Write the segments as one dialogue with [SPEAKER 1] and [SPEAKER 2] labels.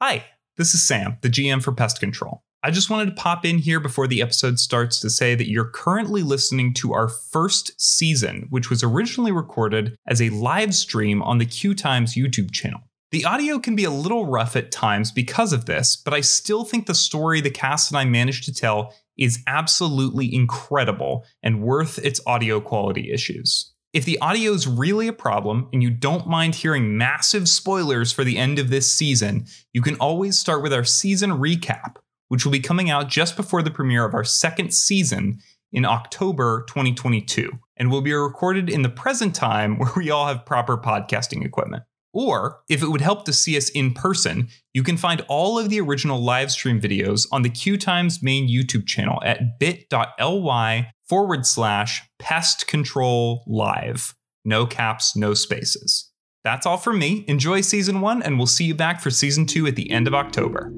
[SPEAKER 1] Hi, this is Sam, the GM for Pest Control. I just wanted to pop in here before the episode starts to say that you're currently listening to our first season, which was originally recorded as a live stream on the Q Times YouTube channel. The audio can be a little rough at times because of this, but I still think the story the cast and I managed to tell is absolutely incredible and worth its audio quality issues. If the audio is really a problem and you don't mind hearing massive spoilers for the end of this season, you can always start with our season recap, which will be coming out just before the premiere of our second season in October 2022, and will be recorded in the present time where we all have proper podcasting equipment. Or, if it would help to see us in person, you can find all of the original live stream videos on the Q Times main YouTube channel at bit.ly forward slash pest control live. No caps, no spaces. That's all from me. Enjoy season one, and we'll see you back for season two at the end of October.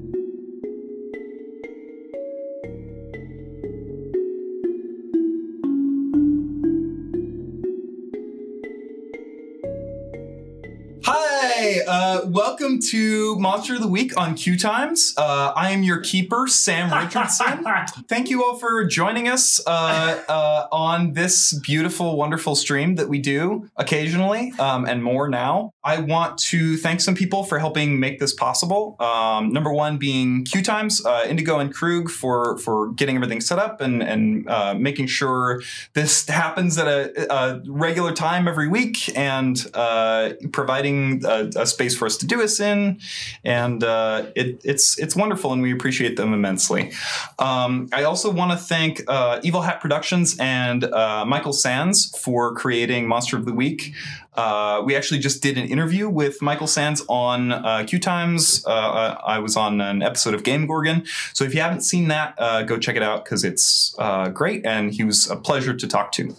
[SPEAKER 1] Hi, uh, welcome to Monster of the Week on Q Times. Uh, I am your keeper, Sam Richardson. Thank you all for joining us uh, uh, on this beautiful, wonderful stream that we do occasionally um, and more now. I want to thank some people for helping make this possible. Um, number one being Q Times, uh, Indigo and Krug for for getting everything set up and and uh, making sure this happens at a, a regular time every week and uh, providing a, a space for us to do us in. And uh, it, it's it's wonderful, and we appreciate them immensely. Um, I also want to thank uh, Evil Hat Productions and uh, Michael Sands for creating Monster of the Week. Uh, we actually just did an interview with Michael Sands on uh, Q Times. Uh, I I was on an episode of Game Gorgon. So if you haven't seen that, uh, go check it out because it's uh, great and he was a pleasure to talk to.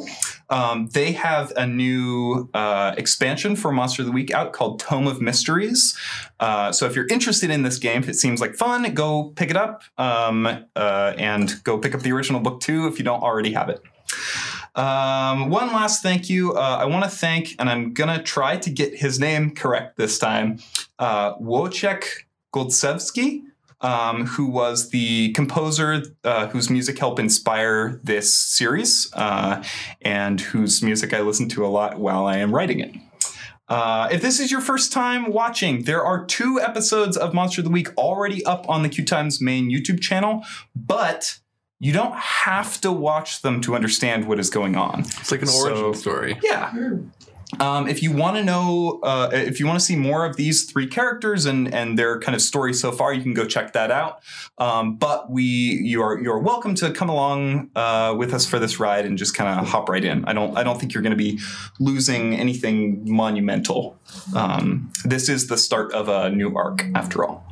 [SPEAKER 1] Um, they have a new uh, expansion for Monster of the Week out called Tome of Mysteries. Uh, so if you're interested in this game, if it seems like fun, go pick it up um, uh, and go pick up the original book too if you don't already have it. Um, one last thank you. Uh, I want to thank, and I'm going to try to get his name correct this time, uh, Wojciech Goldsevsky, um, who was the composer uh, whose music helped inspire this series uh, and whose music I listen to a lot while I am writing it. Uh, if this is your first time watching, there are two episodes of Monster of the Week already up on the Q Times main YouTube channel, but you don't have to watch them to understand what is going on.
[SPEAKER 2] It's like an
[SPEAKER 1] So-
[SPEAKER 2] origin story.
[SPEAKER 1] Yeah. Um, if you want to know, uh, if you want to see more of these three characters and and their kind of story so far, you can go check that out. Um, but we, you are you are welcome to come along uh, with us for this ride and just kind of hop right in. I don't I don't think you're going to be losing anything monumental. Um, this is the start of a new arc, after all.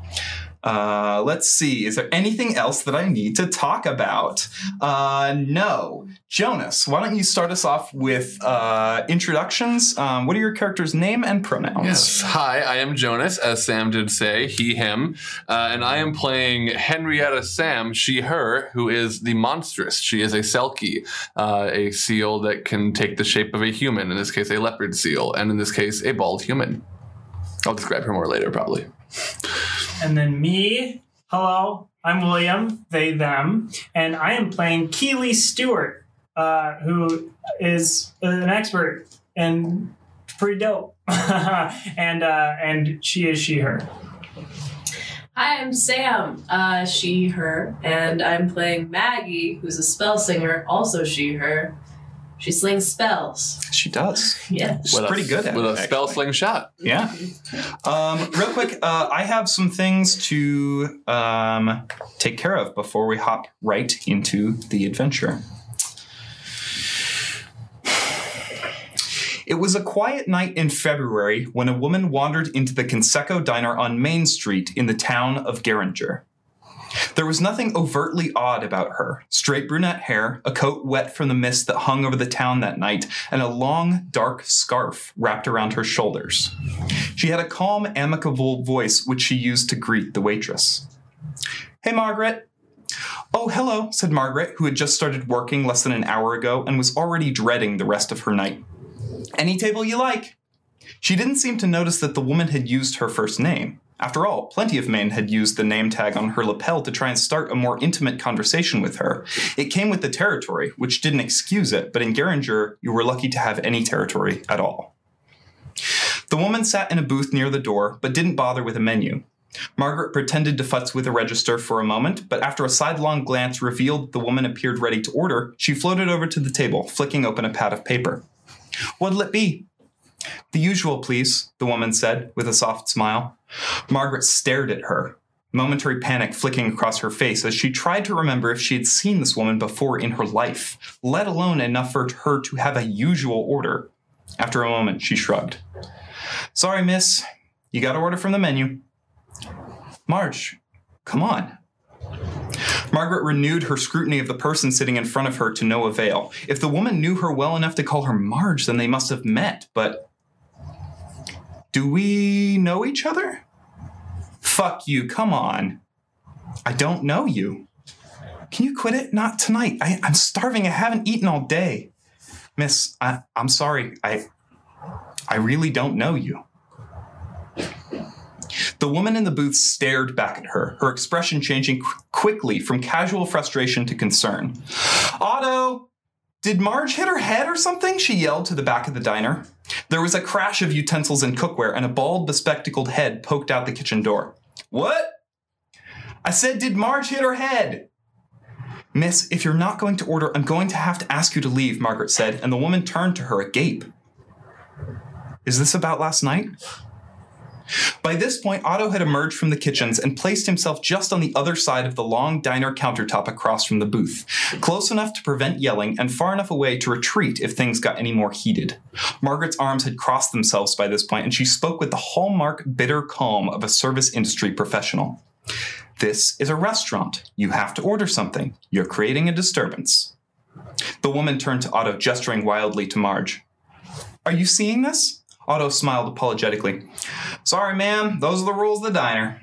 [SPEAKER 1] Uh, let's see. Is there anything else that I need to talk about? Uh, no. Jonas, why don't you start us off with uh, introductions? Um, what are your character's name and pronouns?
[SPEAKER 2] Yes. Hi, I am Jonas, as Sam did say, he, him, uh, and I am playing Henrietta Sam, she, her, who is the monstrous. She is a Selkie, uh, a seal that can take the shape of a human, in this case, a leopard seal, and in this case, a bald human. I'll describe her more later, probably.
[SPEAKER 3] And then me. Hello, I'm William, they, them. And I am playing Keely Stewart, uh, who is an expert and pretty dope. and uh, and she is she, her.
[SPEAKER 4] Hi, I'm Sam, uh, she, her, and I'm playing Maggie, who's a spell singer, also she, her. She slings spells.
[SPEAKER 1] She does.
[SPEAKER 4] Yeah.
[SPEAKER 1] She's
[SPEAKER 2] With a-
[SPEAKER 1] pretty good at
[SPEAKER 2] With
[SPEAKER 1] it,
[SPEAKER 2] a spell
[SPEAKER 1] actually.
[SPEAKER 2] sling shot.
[SPEAKER 1] Yeah. Um, real quick, uh, I have some things to um, take care of before we hop right into the adventure. It was a quiet night in February when a woman wandered into the Conseco Diner on Main Street in the town of Geringer. There was nothing overtly odd about her straight brunette hair, a coat wet from the mist that hung over the town that night, and a long, dark scarf wrapped around her shoulders. She had a calm, amicable voice which she used to greet the waitress. Hey, Margaret. Oh, hello, said Margaret, who had just started working less than an hour ago and was already dreading the rest of her night. Any table you like. She didn't seem to notice that the woman had used her first name. After all, plenty of men had used the name tag on her lapel to try and start a more intimate conversation with her. It came with the territory, which didn't excuse it, but in Geringer, you were lucky to have any territory at all. The woman sat in a booth near the door, but didn't bother with a menu. Margaret pretended to futz with a register for a moment, but after a sidelong glance revealed the woman appeared ready to order, she floated over to the table, flicking open a pad of paper. What'll it be? The usual, please, the woman said, with a soft smile. Margaret stared at her, momentary panic flicking across her face as she tried to remember if she had seen this woman before in her life, let alone enough for her to have a usual order. After a moment, she shrugged. Sorry, miss. You got to order from the menu. Marge, come on. Margaret renewed her scrutiny of the person sitting in front of her to no avail. If the woman knew her well enough to call her Marge, then they must have met, but. Do we know each other? Fuck you, come on. I don't know you. Can you quit it? Not tonight. I, I'm starving. I haven't eaten all day. Miss, I, I'm sorry. I. I really don't know you. The woman in the booth stared back at her, her expression changing qu- quickly from casual frustration to concern. Otto! Did Marge hit her head or something? She yelled to the back of the diner. There was a crash of utensils and cookware, and a bald, bespectacled head poked out the kitchen door. What? I said, did Marge hit her head? Miss, if you're not going to order, I'm going to have to ask you to leave, Margaret said, and the woman turned to her agape. Is this about last night? By this point, Otto had emerged from the kitchens and placed himself just on the other side of the long diner countertop across from the booth, close enough to prevent yelling and far enough away to retreat if things got any more heated. Margaret's arms had crossed themselves by this point, and she spoke with the hallmark bitter calm of a service industry professional. This is a restaurant. You have to order something. You're creating a disturbance. The woman turned to Otto, gesturing wildly to Marge. Are you seeing this? Otto smiled apologetically. Sorry, ma'am, those are the rules of the diner.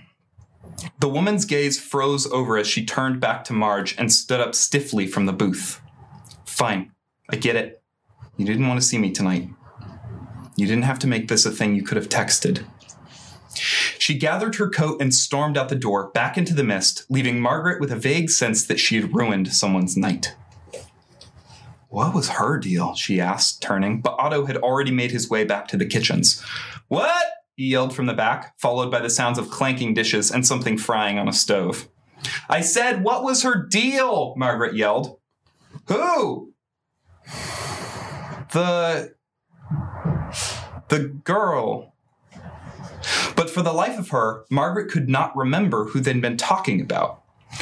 [SPEAKER 1] The woman's gaze froze over as she turned back to Marge and stood up stiffly from the booth. Fine, I get it. You didn't want to see me tonight. You didn't have to make this a thing you could have texted. She gathered her coat and stormed out the door, back into the mist, leaving Margaret with a vague sense that she had ruined someone's night. What was her deal? she asked, turning, but Otto had already made his way back to the kitchens. What? he yelled from the back, followed by the sounds of clanking dishes and something frying on a stove. I said, What was her deal? Margaret yelled. Who? The. The girl. But for the life of her, Margaret could not remember who they'd been talking about.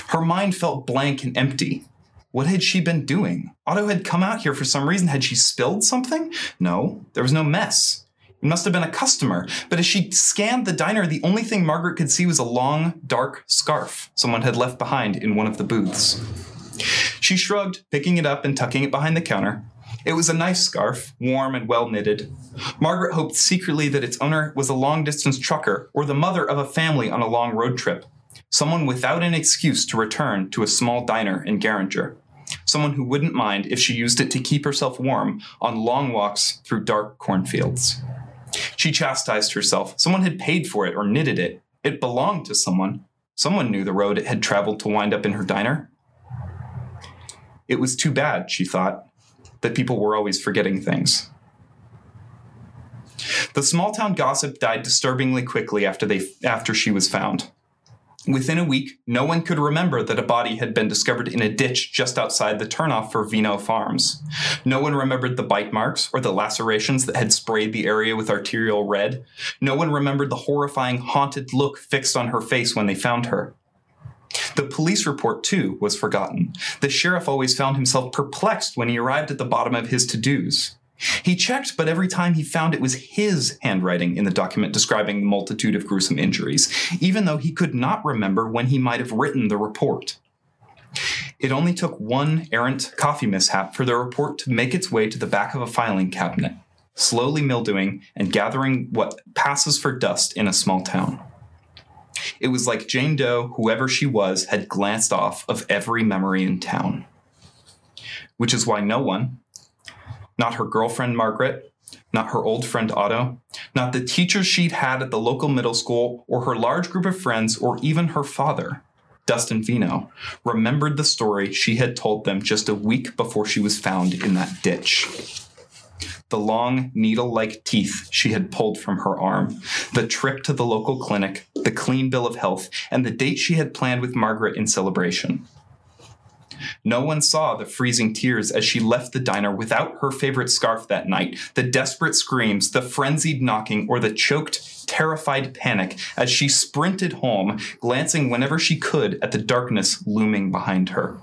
[SPEAKER 1] Her mind felt blank and empty. What had she been doing? Otto had come out here for some reason. Had she spilled something? No, there was no mess. It must have been a customer. But as she scanned the diner, the only thing Margaret could see was a long, dark scarf someone had left behind in one of the booths. She shrugged, picking it up and tucking it behind the counter. It was a nice scarf, warm and well knitted. Margaret hoped secretly that its owner was a long distance trucker or the mother of a family on a long road trip. Someone without an excuse to return to a small diner in Garinger. Someone who wouldn't mind if she used it to keep herself warm on long walks through dark cornfields. She chastised herself. Someone had paid for it or knitted it. It belonged to someone. Someone knew the road it had traveled to wind up in her diner. It was too bad, she thought, that people were always forgetting things. The small town gossip died disturbingly quickly after they after she was found. Within a week, no one could remember that a body had been discovered in a ditch just outside the turnoff for Vino Farms. No one remembered the bite marks or the lacerations that had sprayed the area with arterial red. No one remembered the horrifying, haunted look fixed on her face when they found her. The police report, too, was forgotten. The sheriff always found himself perplexed when he arrived at the bottom of his to dos. He checked, but every time he found it was his handwriting in the document describing the multitude of gruesome injuries, even though he could not remember when he might have written the report. It only took one errant coffee mishap for the report to make its way to the back of a filing cabinet, slowly mildewing and gathering what passes for dust in a small town. It was like Jane Doe, whoever she was, had glanced off of every memory in town. Which is why no one, not her girlfriend Margaret, not her old friend Otto, not the teacher she'd had at the local middle school, or her large group of friends, or even her father, Dustin Vino, remembered the story she had told them just a week before she was found in that ditch. The long, needle like teeth she had pulled from her arm, the trip to the local clinic, the clean bill of health, and the date she had planned with Margaret in celebration. No one saw the freezing tears as she left the diner without her favorite scarf that night, the desperate screams, the frenzied knocking, or the choked, terrified panic as she sprinted home, glancing whenever she could at the darkness looming behind her.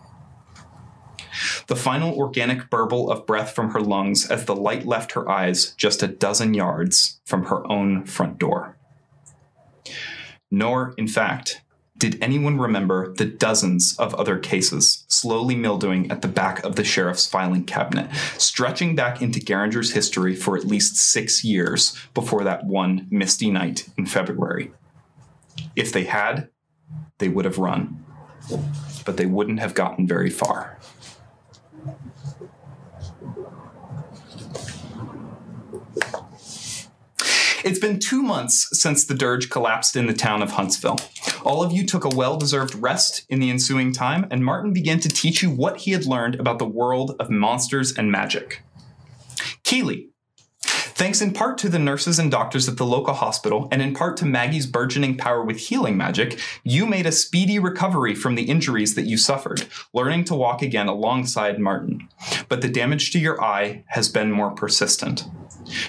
[SPEAKER 1] The final organic burble of breath from her lungs as the light left her eyes just a dozen yards from her own front door. Nor, in fact, did anyone remember the dozens of other cases slowly mildewing at the back of the sheriff's filing cabinet, stretching back into Geringer's history for at least six years before that one misty night in February? If they had, they would have run, but they wouldn't have gotten very far. It's been two months since the dirge collapsed in the town of Huntsville. All of you took a well deserved rest in the ensuing time, and Martin began to teach you what he had learned about the world of monsters and magic. Keeley. Thanks in part to the nurses and doctors at the local hospital, and in part to Maggie's burgeoning power with healing magic, you made a speedy recovery from the injuries that you suffered, learning to walk again alongside Martin. But the damage to your eye has been more persistent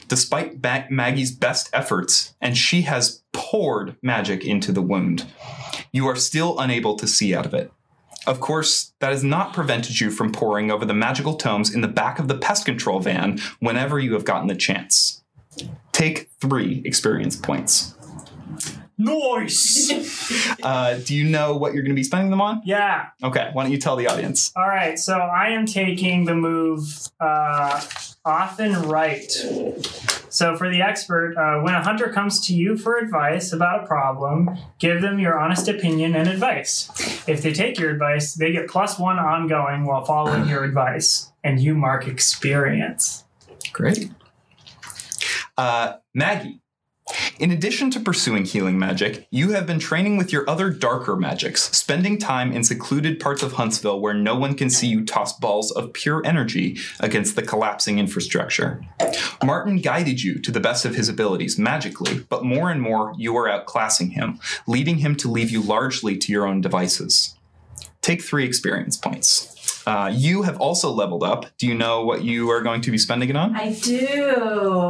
[SPEAKER 1] despite Ba- Maggie's best efforts, and she has poured magic into the wound. You are still unable to see out of it. Of course, that has not prevented you from poring over the magical tomes in the back of the pest control van whenever you have gotten the chance. Take three experience points.
[SPEAKER 3] Nice.
[SPEAKER 1] Uh, do you know what you're going to be spending them on?
[SPEAKER 3] yeah.
[SPEAKER 1] Okay, why don't you tell the audience?
[SPEAKER 3] All right, so I am taking the move uh, off and right. So for the expert, uh, when a hunter comes to you for advice about a problem, give them your honest opinion and advice. If they take your advice, they get plus one ongoing while following your advice, and you mark experience.
[SPEAKER 1] Great. Uh, Maggie, in addition to pursuing healing magic, you have been training with your other darker magics, spending time in secluded parts of Huntsville where no one can see you toss balls of pure energy against the collapsing infrastructure. Martin guided you to the best of his abilities magically, but more and more you are outclassing him, leading him to leave you largely to your own devices. Take three experience points. Uh, you have also leveled up. Do you know what you are going to be spending it on?
[SPEAKER 4] I do.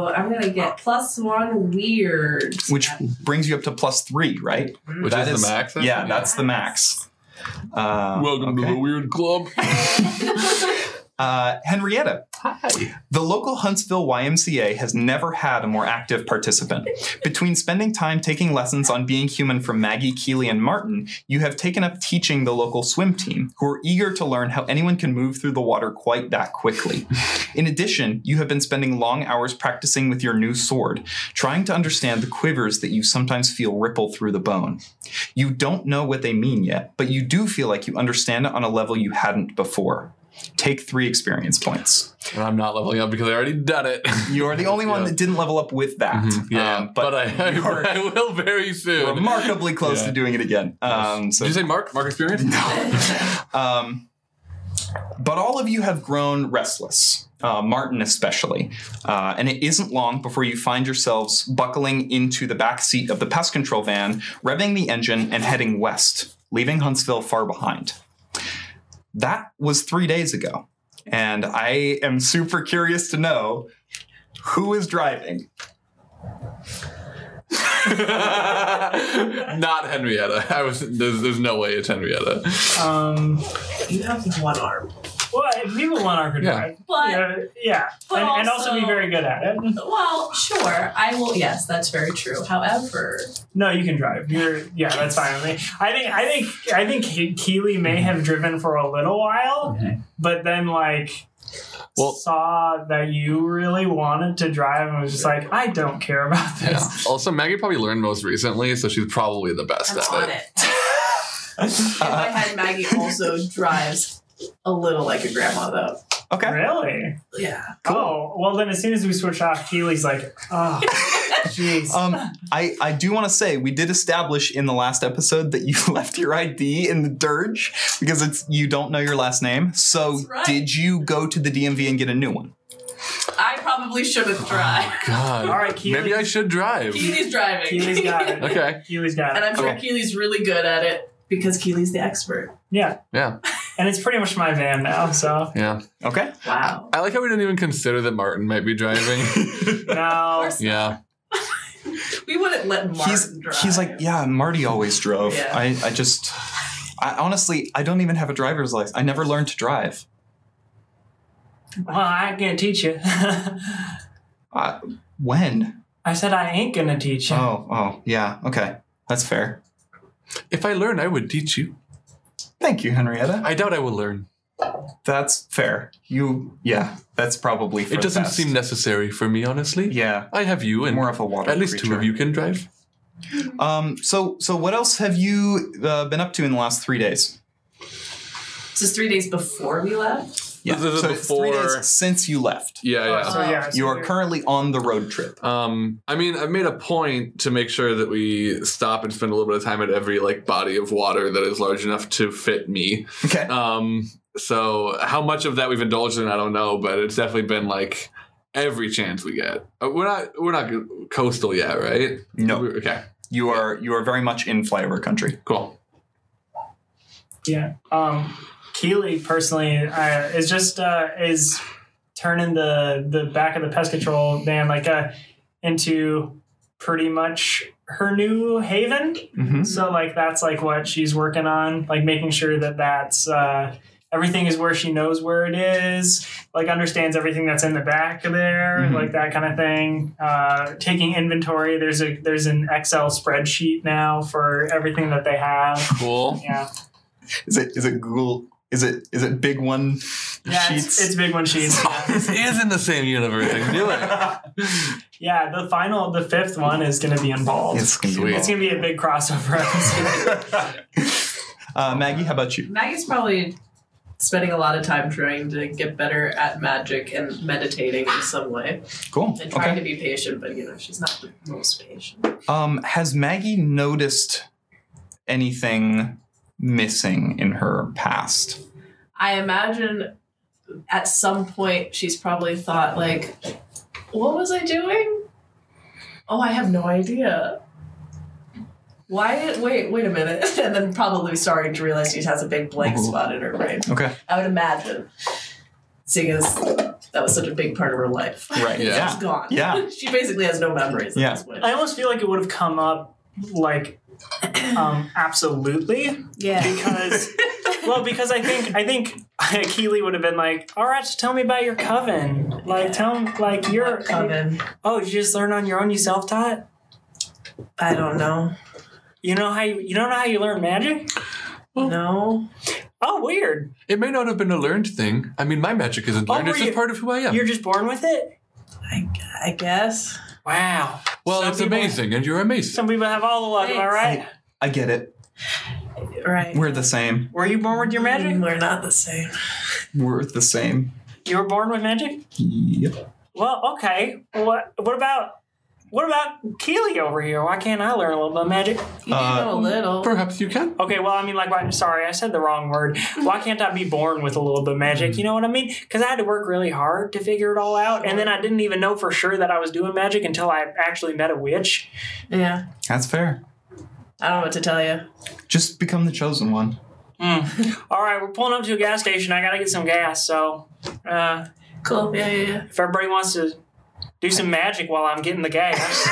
[SPEAKER 4] I'm gonna get plus one weird.
[SPEAKER 1] which brings you up to plus three, right?
[SPEAKER 2] Which
[SPEAKER 1] That
[SPEAKER 2] is
[SPEAKER 1] is-
[SPEAKER 2] the max? I
[SPEAKER 1] Yeah,
[SPEAKER 2] think?
[SPEAKER 1] that's the max. Uh,
[SPEAKER 2] Welcome to
[SPEAKER 1] okay.
[SPEAKER 2] the weird club.
[SPEAKER 1] uh, Henrietta.
[SPEAKER 2] Hi.
[SPEAKER 1] The local Huntsville YMCA has never had a more active participant. Between spending time taking lessons on being human from Maggie, Keeley, and Martin, you have taken up teaching the local swim team, who are eager to learn how anyone can move through the water quite that quickly. In addition, you have been spending long hours practicing with your new sword, trying to understand the quivers that you sometimes feel ripple through the bone. You don't know what they mean yet, but you do feel like you understand it on a level you hadn't before. Take three experience points
[SPEAKER 2] And I'm not leveling up because I already done it.
[SPEAKER 1] you are the only one
[SPEAKER 2] Yeah.
[SPEAKER 1] that didn't level up with that.
[SPEAKER 2] Mhm. Yeah,
[SPEAKER 1] Um,
[SPEAKER 2] but,
[SPEAKER 1] but,
[SPEAKER 2] I,
[SPEAKER 1] you are-
[SPEAKER 2] I, will very soon.
[SPEAKER 1] remarkably close
[SPEAKER 2] Yeah.
[SPEAKER 1] to doing it again. Um, so
[SPEAKER 2] Did you say Mark? Mark experience?
[SPEAKER 1] um, but all of you have grown restless, uh, Martin especially, uh, and it isn't long before you find yourselves buckling into the back seat of the pest control van, revving the engine and heading west, leaving Huntsville far behind. That was three days ago, and I am super curious to know who is driving.
[SPEAKER 2] Not Henrietta. I was. There's, there's no way it's Henrietta.
[SPEAKER 3] Um,
[SPEAKER 5] You have one arm.
[SPEAKER 3] well, people want our
[SPEAKER 2] Yeah.
[SPEAKER 3] advice.
[SPEAKER 4] But
[SPEAKER 3] Yeah, yeah.
[SPEAKER 4] but
[SPEAKER 3] and, and also be
[SPEAKER 4] also-
[SPEAKER 3] very good at it.
[SPEAKER 4] well, sure. I will. Yes, that's very true. However,
[SPEAKER 3] No, you can drive. You're yeah, that's fine with me. I think I think I think Ke- Keeley
[SPEAKER 4] Mm-hmm.
[SPEAKER 3] may have driven for a little while, but then like
[SPEAKER 2] Well-
[SPEAKER 3] saw that you really wanted to drive and was just like, I don't care about
[SPEAKER 2] Yeah.
[SPEAKER 3] this.
[SPEAKER 2] Also, Maggie probably learned most recently, so she's probably the best
[SPEAKER 4] I'm
[SPEAKER 2] at
[SPEAKER 4] on
[SPEAKER 2] it.
[SPEAKER 4] it. In my head, Maggie also drives a little like a grandma though.
[SPEAKER 1] Okay.
[SPEAKER 3] Really?
[SPEAKER 4] Yeah.
[SPEAKER 3] Oh, well, then as soon as we switch off, Keely's like, oh, jeez.
[SPEAKER 4] Oh,
[SPEAKER 1] Um, I, I do want to say we did establish in the last episode that you left your ID in the dirge because it's you don't know your last name. So
[SPEAKER 4] That's right.
[SPEAKER 1] did you go to the DMV and get a new one?
[SPEAKER 4] I probably shouldn't
[SPEAKER 5] Oh
[SPEAKER 4] drive.
[SPEAKER 2] God.
[SPEAKER 3] All right, Keely.
[SPEAKER 2] Maybe I should drive.
[SPEAKER 4] Keely's driving.
[SPEAKER 3] Keely's got it.
[SPEAKER 2] Okay.
[SPEAKER 3] Keely's got it.
[SPEAKER 4] and I'm sure
[SPEAKER 1] Okay.
[SPEAKER 4] Keely's really good at it because Keely's the expert.
[SPEAKER 3] yeah.
[SPEAKER 2] Yeah.
[SPEAKER 3] And it's pretty much my van now, so
[SPEAKER 2] Yeah.
[SPEAKER 1] Okay.
[SPEAKER 4] Wow.
[SPEAKER 2] I like how we didn't even consider that Martin might be driving.
[SPEAKER 4] Of
[SPEAKER 3] now
[SPEAKER 4] course,
[SPEAKER 2] yeah.
[SPEAKER 4] we wouldn't let Martin
[SPEAKER 1] he's
[SPEAKER 4] drive.
[SPEAKER 1] he's like, yeah, Marty always drove.
[SPEAKER 4] Yeah.
[SPEAKER 1] I, I just I honestly I don't even have a driver's license. I never learned to drive.
[SPEAKER 3] well, I ain't gonna teach you.
[SPEAKER 1] Uh, when?
[SPEAKER 3] I said I ain't gonna teach you.
[SPEAKER 1] Oh, oh, yeah. Okay. That's fair.
[SPEAKER 2] If I learn, I would teach you.
[SPEAKER 1] Thank you, Henrietta.
[SPEAKER 2] I doubt I will learn.
[SPEAKER 1] That's fair. You yeah, that's probably for
[SPEAKER 2] it
[SPEAKER 1] the
[SPEAKER 2] doesn't
[SPEAKER 1] best.
[SPEAKER 2] seem necessary for me, honestly.
[SPEAKER 1] yeah.
[SPEAKER 2] I have you, and
[SPEAKER 1] More of a water.
[SPEAKER 2] at least two
[SPEAKER 1] creature.
[SPEAKER 2] of you can drive.
[SPEAKER 1] Um, so, so what else have you uh, been up to in the last three days?
[SPEAKER 4] This is three days before we left.
[SPEAKER 2] This is
[SPEAKER 1] so it's three
[SPEAKER 2] before-
[SPEAKER 1] days since you left.
[SPEAKER 2] Yeah,
[SPEAKER 3] Oh,
[SPEAKER 2] yeah.
[SPEAKER 3] so yeah, so
[SPEAKER 1] You are
[SPEAKER 3] you're-
[SPEAKER 1] currently on the road trip.
[SPEAKER 2] Um, I mean, I've made a point to make sure that we stop and spend a little bit of time at every like body of water that is large enough to fit me.
[SPEAKER 1] Okay.
[SPEAKER 2] Um, so how much of that we've indulged in, I don't know, but it's definitely been like every chance we get. Uh, We're not we're not coastal yet, right?
[SPEAKER 1] No,
[SPEAKER 2] We're- okay.
[SPEAKER 1] you are you are very much in flyover country.
[SPEAKER 2] Cool.
[SPEAKER 3] Yeah. Um, Keely personally uh, is just uh, is turning the the back of the pest control van like uh, into pretty much her new haven.
[SPEAKER 1] Mm-hmm.
[SPEAKER 3] So like that's like what she's working on, like making sure that that's uh, everything is where she knows where it is, like understands everything that's in the back of there,
[SPEAKER 1] Mhm.
[SPEAKER 3] like that kind of thing. Uh, taking inventory. There's a there's an Excel spreadsheet now for everything that they have.
[SPEAKER 2] Cool.
[SPEAKER 3] Yeah.
[SPEAKER 1] Is it is it Google? Is it is it big one
[SPEAKER 3] Yeah,
[SPEAKER 1] sheets?
[SPEAKER 3] It's, it's big one sheets. Yeah.
[SPEAKER 2] this is in the same universe. I knew it.
[SPEAKER 3] yeah, the final, the fifth one is going to be involved.
[SPEAKER 1] It's gonna be
[SPEAKER 2] Sweet.
[SPEAKER 1] long.
[SPEAKER 3] It's going to be a big crossover episode.
[SPEAKER 1] uh, Maggie, how about you?
[SPEAKER 4] Maggie's probably spending a lot of time trying to get better at magic and meditating in some way
[SPEAKER 1] Cool.
[SPEAKER 4] and trying
[SPEAKER 1] Okay.
[SPEAKER 4] to be patient, but you know, she's not the most patient.
[SPEAKER 1] Um, has Maggie noticed anything missing in her past?
[SPEAKER 4] I imagine at some point she's probably thought like, "What was I doing? Oh, I have no idea. Why? Wait, wait a minute." And then probably starting to realize she has a big blank
[SPEAKER 1] Ooh.
[SPEAKER 4] spot in her brain.
[SPEAKER 1] Okay.
[SPEAKER 4] I would imagine, seeing as that was such a big part of her life.
[SPEAKER 1] Right.
[SPEAKER 2] Yeah.
[SPEAKER 1] Yeah.
[SPEAKER 4] It's gone.
[SPEAKER 1] Yeah.
[SPEAKER 4] she basically has no memories
[SPEAKER 1] Yeah.
[SPEAKER 4] at this point.
[SPEAKER 3] I almost feel like it would have come up like um, absolutely
[SPEAKER 4] Yeah.
[SPEAKER 3] because well because I think I think Keely would have been like all right just tell me about your coven like tell me like your
[SPEAKER 4] Coven.
[SPEAKER 3] oh you just learn on your own you self taught
[SPEAKER 4] I don't know.
[SPEAKER 3] you know how you, you don't know how you learn magic
[SPEAKER 4] No.
[SPEAKER 3] oh weird
[SPEAKER 2] It may not have been a learned thing. I mean, my magic isn't
[SPEAKER 3] Oh,
[SPEAKER 2] learned.
[SPEAKER 3] were
[SPEAKER 2] it's just
[SPEAKER 3] you-
[SPEAKER 2] part of who I am.
[SPEAKER 3] you're just born with it
[SPEAKER 4] I, I guess.
[SPEAKER 3] wow
[SPEAKER 2] Well,
[SPEAKER 3] Some
[SPEAKER 2] it's
[SPEAKER 3] people-
[SPEAKER 2] amazing, and you're amazing.
[SPEAKER 3] some people have all the luck am I
[SPEAKER 4] Thanks.
[SPEAKER 3] right
[SPEAKER 1] I get it.
[SPEAKER 4] Right.
[SPEAKER 1] We're the same.
[SPEAKER 3] Were you born with your magic?
[SPEAKER 4] We're not the same.
[SPEAKER 1] We're the same.
[SPEAKER 3] You were born with magic?
[SPEAKER 1] Yep.
[SPEAKER 3] Well, okay. What what about what about Keely over here? Why can't I learn a little bit of magic?
[SPEAKER 4] You
[SPEAKER 1] Uh,
[SPEAKER 4] know a little.
[SPEAKER 2] Perhaps you can.
[SPEAKER 3] Okay, well, I mean, like, why, sorry, I said the wrong word. Why can't I be born with a little bit of magic? You know what I mean? Because I had to work really hard to figure it all out, and then I didn't even know for sure that I was doing magic until I actually met a witch.
[SPEAKER 4] Yeah.
[SPEAKER 1] That's fair.
[SPEAKER 4] I don't know what to tell you.
[SPEAKER 1] Just become the chosen one.
[SPEAKER 3] All right, we're pulling up to a gas station. I gotta get some gas. So, uh,
[SPEAKER 4] Cool. Yeah, yeah, yeah.
[SPEAKER 3] if everybody wants to do some magic while I'm getting the gas,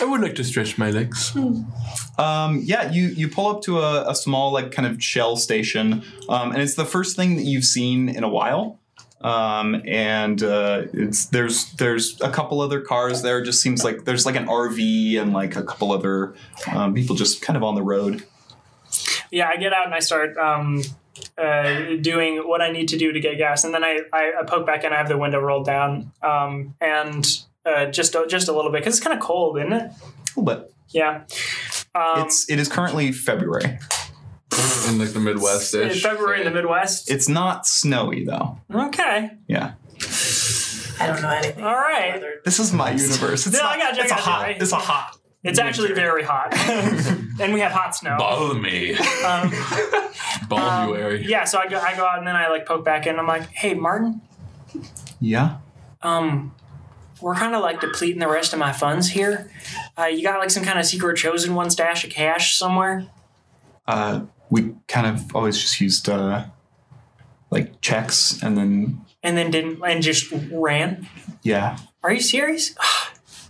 [SPEAKER 2] I would like to stretch my legs.
[SPEAKER 1] Um, yeah, you you pull up to a, a small like kind of shell station, um, and it's the first thing that you've seen in a while. Um, and uh, it's there's there's a couple other cars there. It just seems like there's like an RV and like a couple other um, people just kind of on the road.
[SPEAKER 3] yeah, I get out and I start um, uh, doing what I need to do to get gas, and then I, I, I poke back in. I have the window rolled down, um, and uh, just just a little bit because it's kind of cold, isn't it?
[SPEAKER 1] But
[SPEAKER 3] Yeah. Um,
[SPEAKER 1] it's it is currently February.
[SPEAKER 2] in like the Midwest ish.
[SPEAKER 3] February in the Midwest.
[SPEAKER 1] It's not snowy though.
[SPEAKER 3] Okay.
[SPEAKER 1] Yeah.
[SPEAKER 5] I don't know anything.
[SPEAKER 3] All right.
[SPEAKER 5] Whether-
[SPEAKER 1] This is my universe. It's
[SPEAKER 3] No,
[SPEAKER 1] not,
[SPEAKER 3] I got you, I
[SPEAKER 1] It's a
[SPEAKER 3] got you,
[SPEAKER 1] hot.
[SPEAKER 3] right?
[SPEAKER 1] It's a hot.
[SPEAKER 3] It's actually very hot. and we have hot snow.
[SPEAKER 2] Balmy.
[SPEAKER 3] Um,
[SPEAKER 2] Balmuary.
[SPEAKER 3] yeah, so I go, I go out and then I like poke back in. I'm like, hey, Martin,
[SPEAKER 1] Yeah.
[SPEAKER 3] um, we're kind of like depleting the rest of my funds here. Uh, you got like some kind of secret chosen one stash of cash somewhere?
[SPEAKER 1] Uh, we kind of always just used uh, like checks and then
[SPEAKER 3] And then didn't, and just ran?
[SPEAKER 1] yeah,
[SPEAKER 3] Are you serious?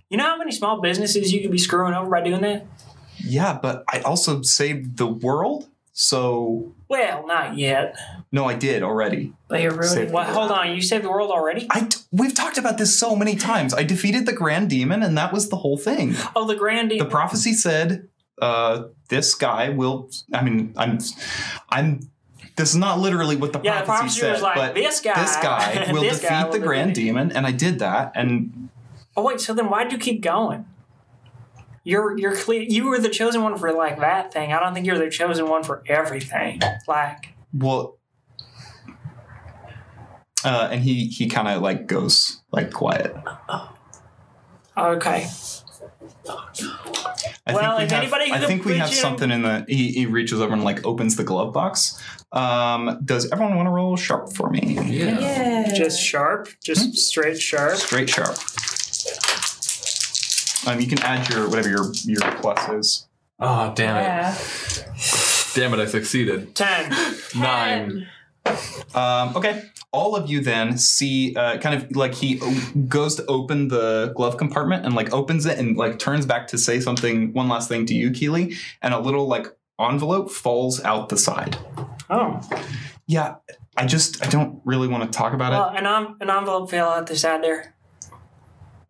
[SPEAKER 3] You know how many small businesses you could be screwing over by doing that?
[SPEAKER 1] yeah. But I also saved the world, so
[SPEAKER 3] Well, not yet.
[SPEAKER 1] no, I did already.
[SPEAKER 4] But you're
[SPEAKER 1] Save
[SPEAKER 4] ruining.
[SPEAKER 3] Well, hold on. You saved the world already?
[SPEAKER 1] I t- we've talked about this so many times. I defeated the grand demon, and that was the whole thing.
[SPEAKER 3] Oh, the grand.
[SPEAKER 1] The prophecy said, uh, "This guy will." I mean, I'm, I'm. This is not literally what the
[SPEAKER 3] yeah, the
[SPEAKER 1] prophecy
[SPEAKER 3] prophecy
[SPEAKER 1] said,
[SPEAKER 3] was like,
[SPEAKER 1] but
[SPEAKER 3] this guy.
[SPEAKER 1] this guy will
[SPEAKER 3] this
[SPEAKER 1] defeat
[SPEAKER 3] guy will
[SPEAKER 1] the grand
[SPEAKER 3] defeat it."
[SPEAKER 1] demon, and I did that, and
[SPEAKER 3] Oh wait, so then why'd you keep going? You're you're clear. You were the chosen one for like that thing. I don't think you're the chosen one for everything. Like,
[SPEAKER 1] well. Uh, and he he kind of like goes like quiet.
[SPEAKER 3] okay,
[SPEAKER 1] I think
[SPEAKER 3] Well,
[SPEAKER 1] we
[SPEAKER 3] if
[SPEAKER 1] have,
[SPEAKER 3] anybody
[SPEAKER 1] I
[SPEAKER 3] could
[SPEAKER 1] think we have
[SPEAKER 3] reach in-
[SPEAKER 1] something in the. He, he reaches over and like opens the glove box. Um, does everyone want to roll sharp for me?
[SPEAKER 2] Yeah.
[SPEAKER 5] Yeah.
[SPEAKER 3] just sharp, just straight sharp.
[SPEAKER 1] Straight sharp. Um, you can add your whatever your your plus is.
[SPEAKER 2] Oh damn it!
[SPEAKER 4] Yeah.
[SPEAKER 2] Damn it! I succeeded.
[SPEAKER 3] Ten.
[SPEAKER 2] Nine.
[SPEAKER 1] Um, okay. All of you then see, uh, kind of like he o- goes to open the glove compartment and like opens it and like turns back to say something, one last thing to you, Keely, and a little like envelope falls out the side.
[SPEAKER 3] Oh,
[SPEAKER 1] Yeah, I just I don't really want to talk about it.
[SPEAKER 3] well, an, en- an envelope fell out the side there. You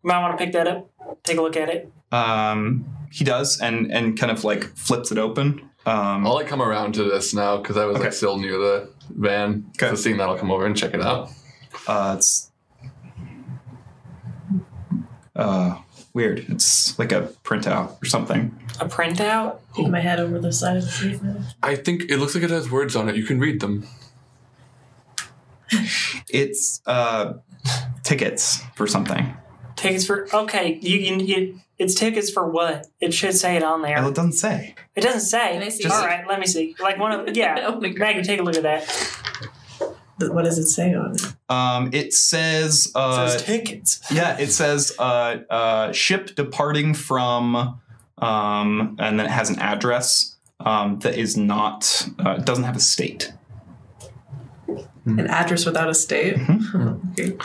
[SPEAKER 3] might want to pick that up. Take a look at it.
[SPEAKER 1] Um, he does, and and kind of like flips it open. Um,
[SPEAKER 2] I'll like come around to this now because I was
[SPEAKER 1] Okay.
[SPEAKER 2] like still near the van.
[SPEAKER 1] Okay.
[SPEAKER 2] So seeing that, I'll come over and check it out.
[SPEAKER 1] uh, it's uh, weird. It's like a printout or something.
[SPEAKER 3] A printout.
[SPEAKER 4] Peek my head over the side of the seat.
[SPEAKER 2] I think it looks like it has words on it. You can read them.
[SPEAKER 1] It's uh, tickets for something.
[SPEAKER 3] Tickets for okay. You, you you. It's tickets for what? It should say it on
[SPEAKER 1] Well,
[SPEAKER 3] there.
[SPEAKER 1] it doesn't say.
[SPEAKER 3] It doesn't say.
[SPEAKER 4] Can I see
[SPEAKER 3] All
[SPEAKER 4] it?
[SPEAKER 3] right, let me see. Like one of yeah.
[SPEAKER 4] Oh my God.
[SPEAKER 3] Maggie, take a look at that.
[SPEAKER 5] Th- What does it say on it?
[SPEAKER 1] Um, it says. Uh,
[SPEAKER 3] says tickets.
[SPEAKER 1] yeah, it says uh, uh, ship departing from, um, and then it has an address um, that is not uh, doesn't have a state.
[SPEAKER 2] Hmm.
[SPEAKER 5] An address without a state?
[SPEAKER 2] Mm-hmm.
[SPEAKER 5] okay.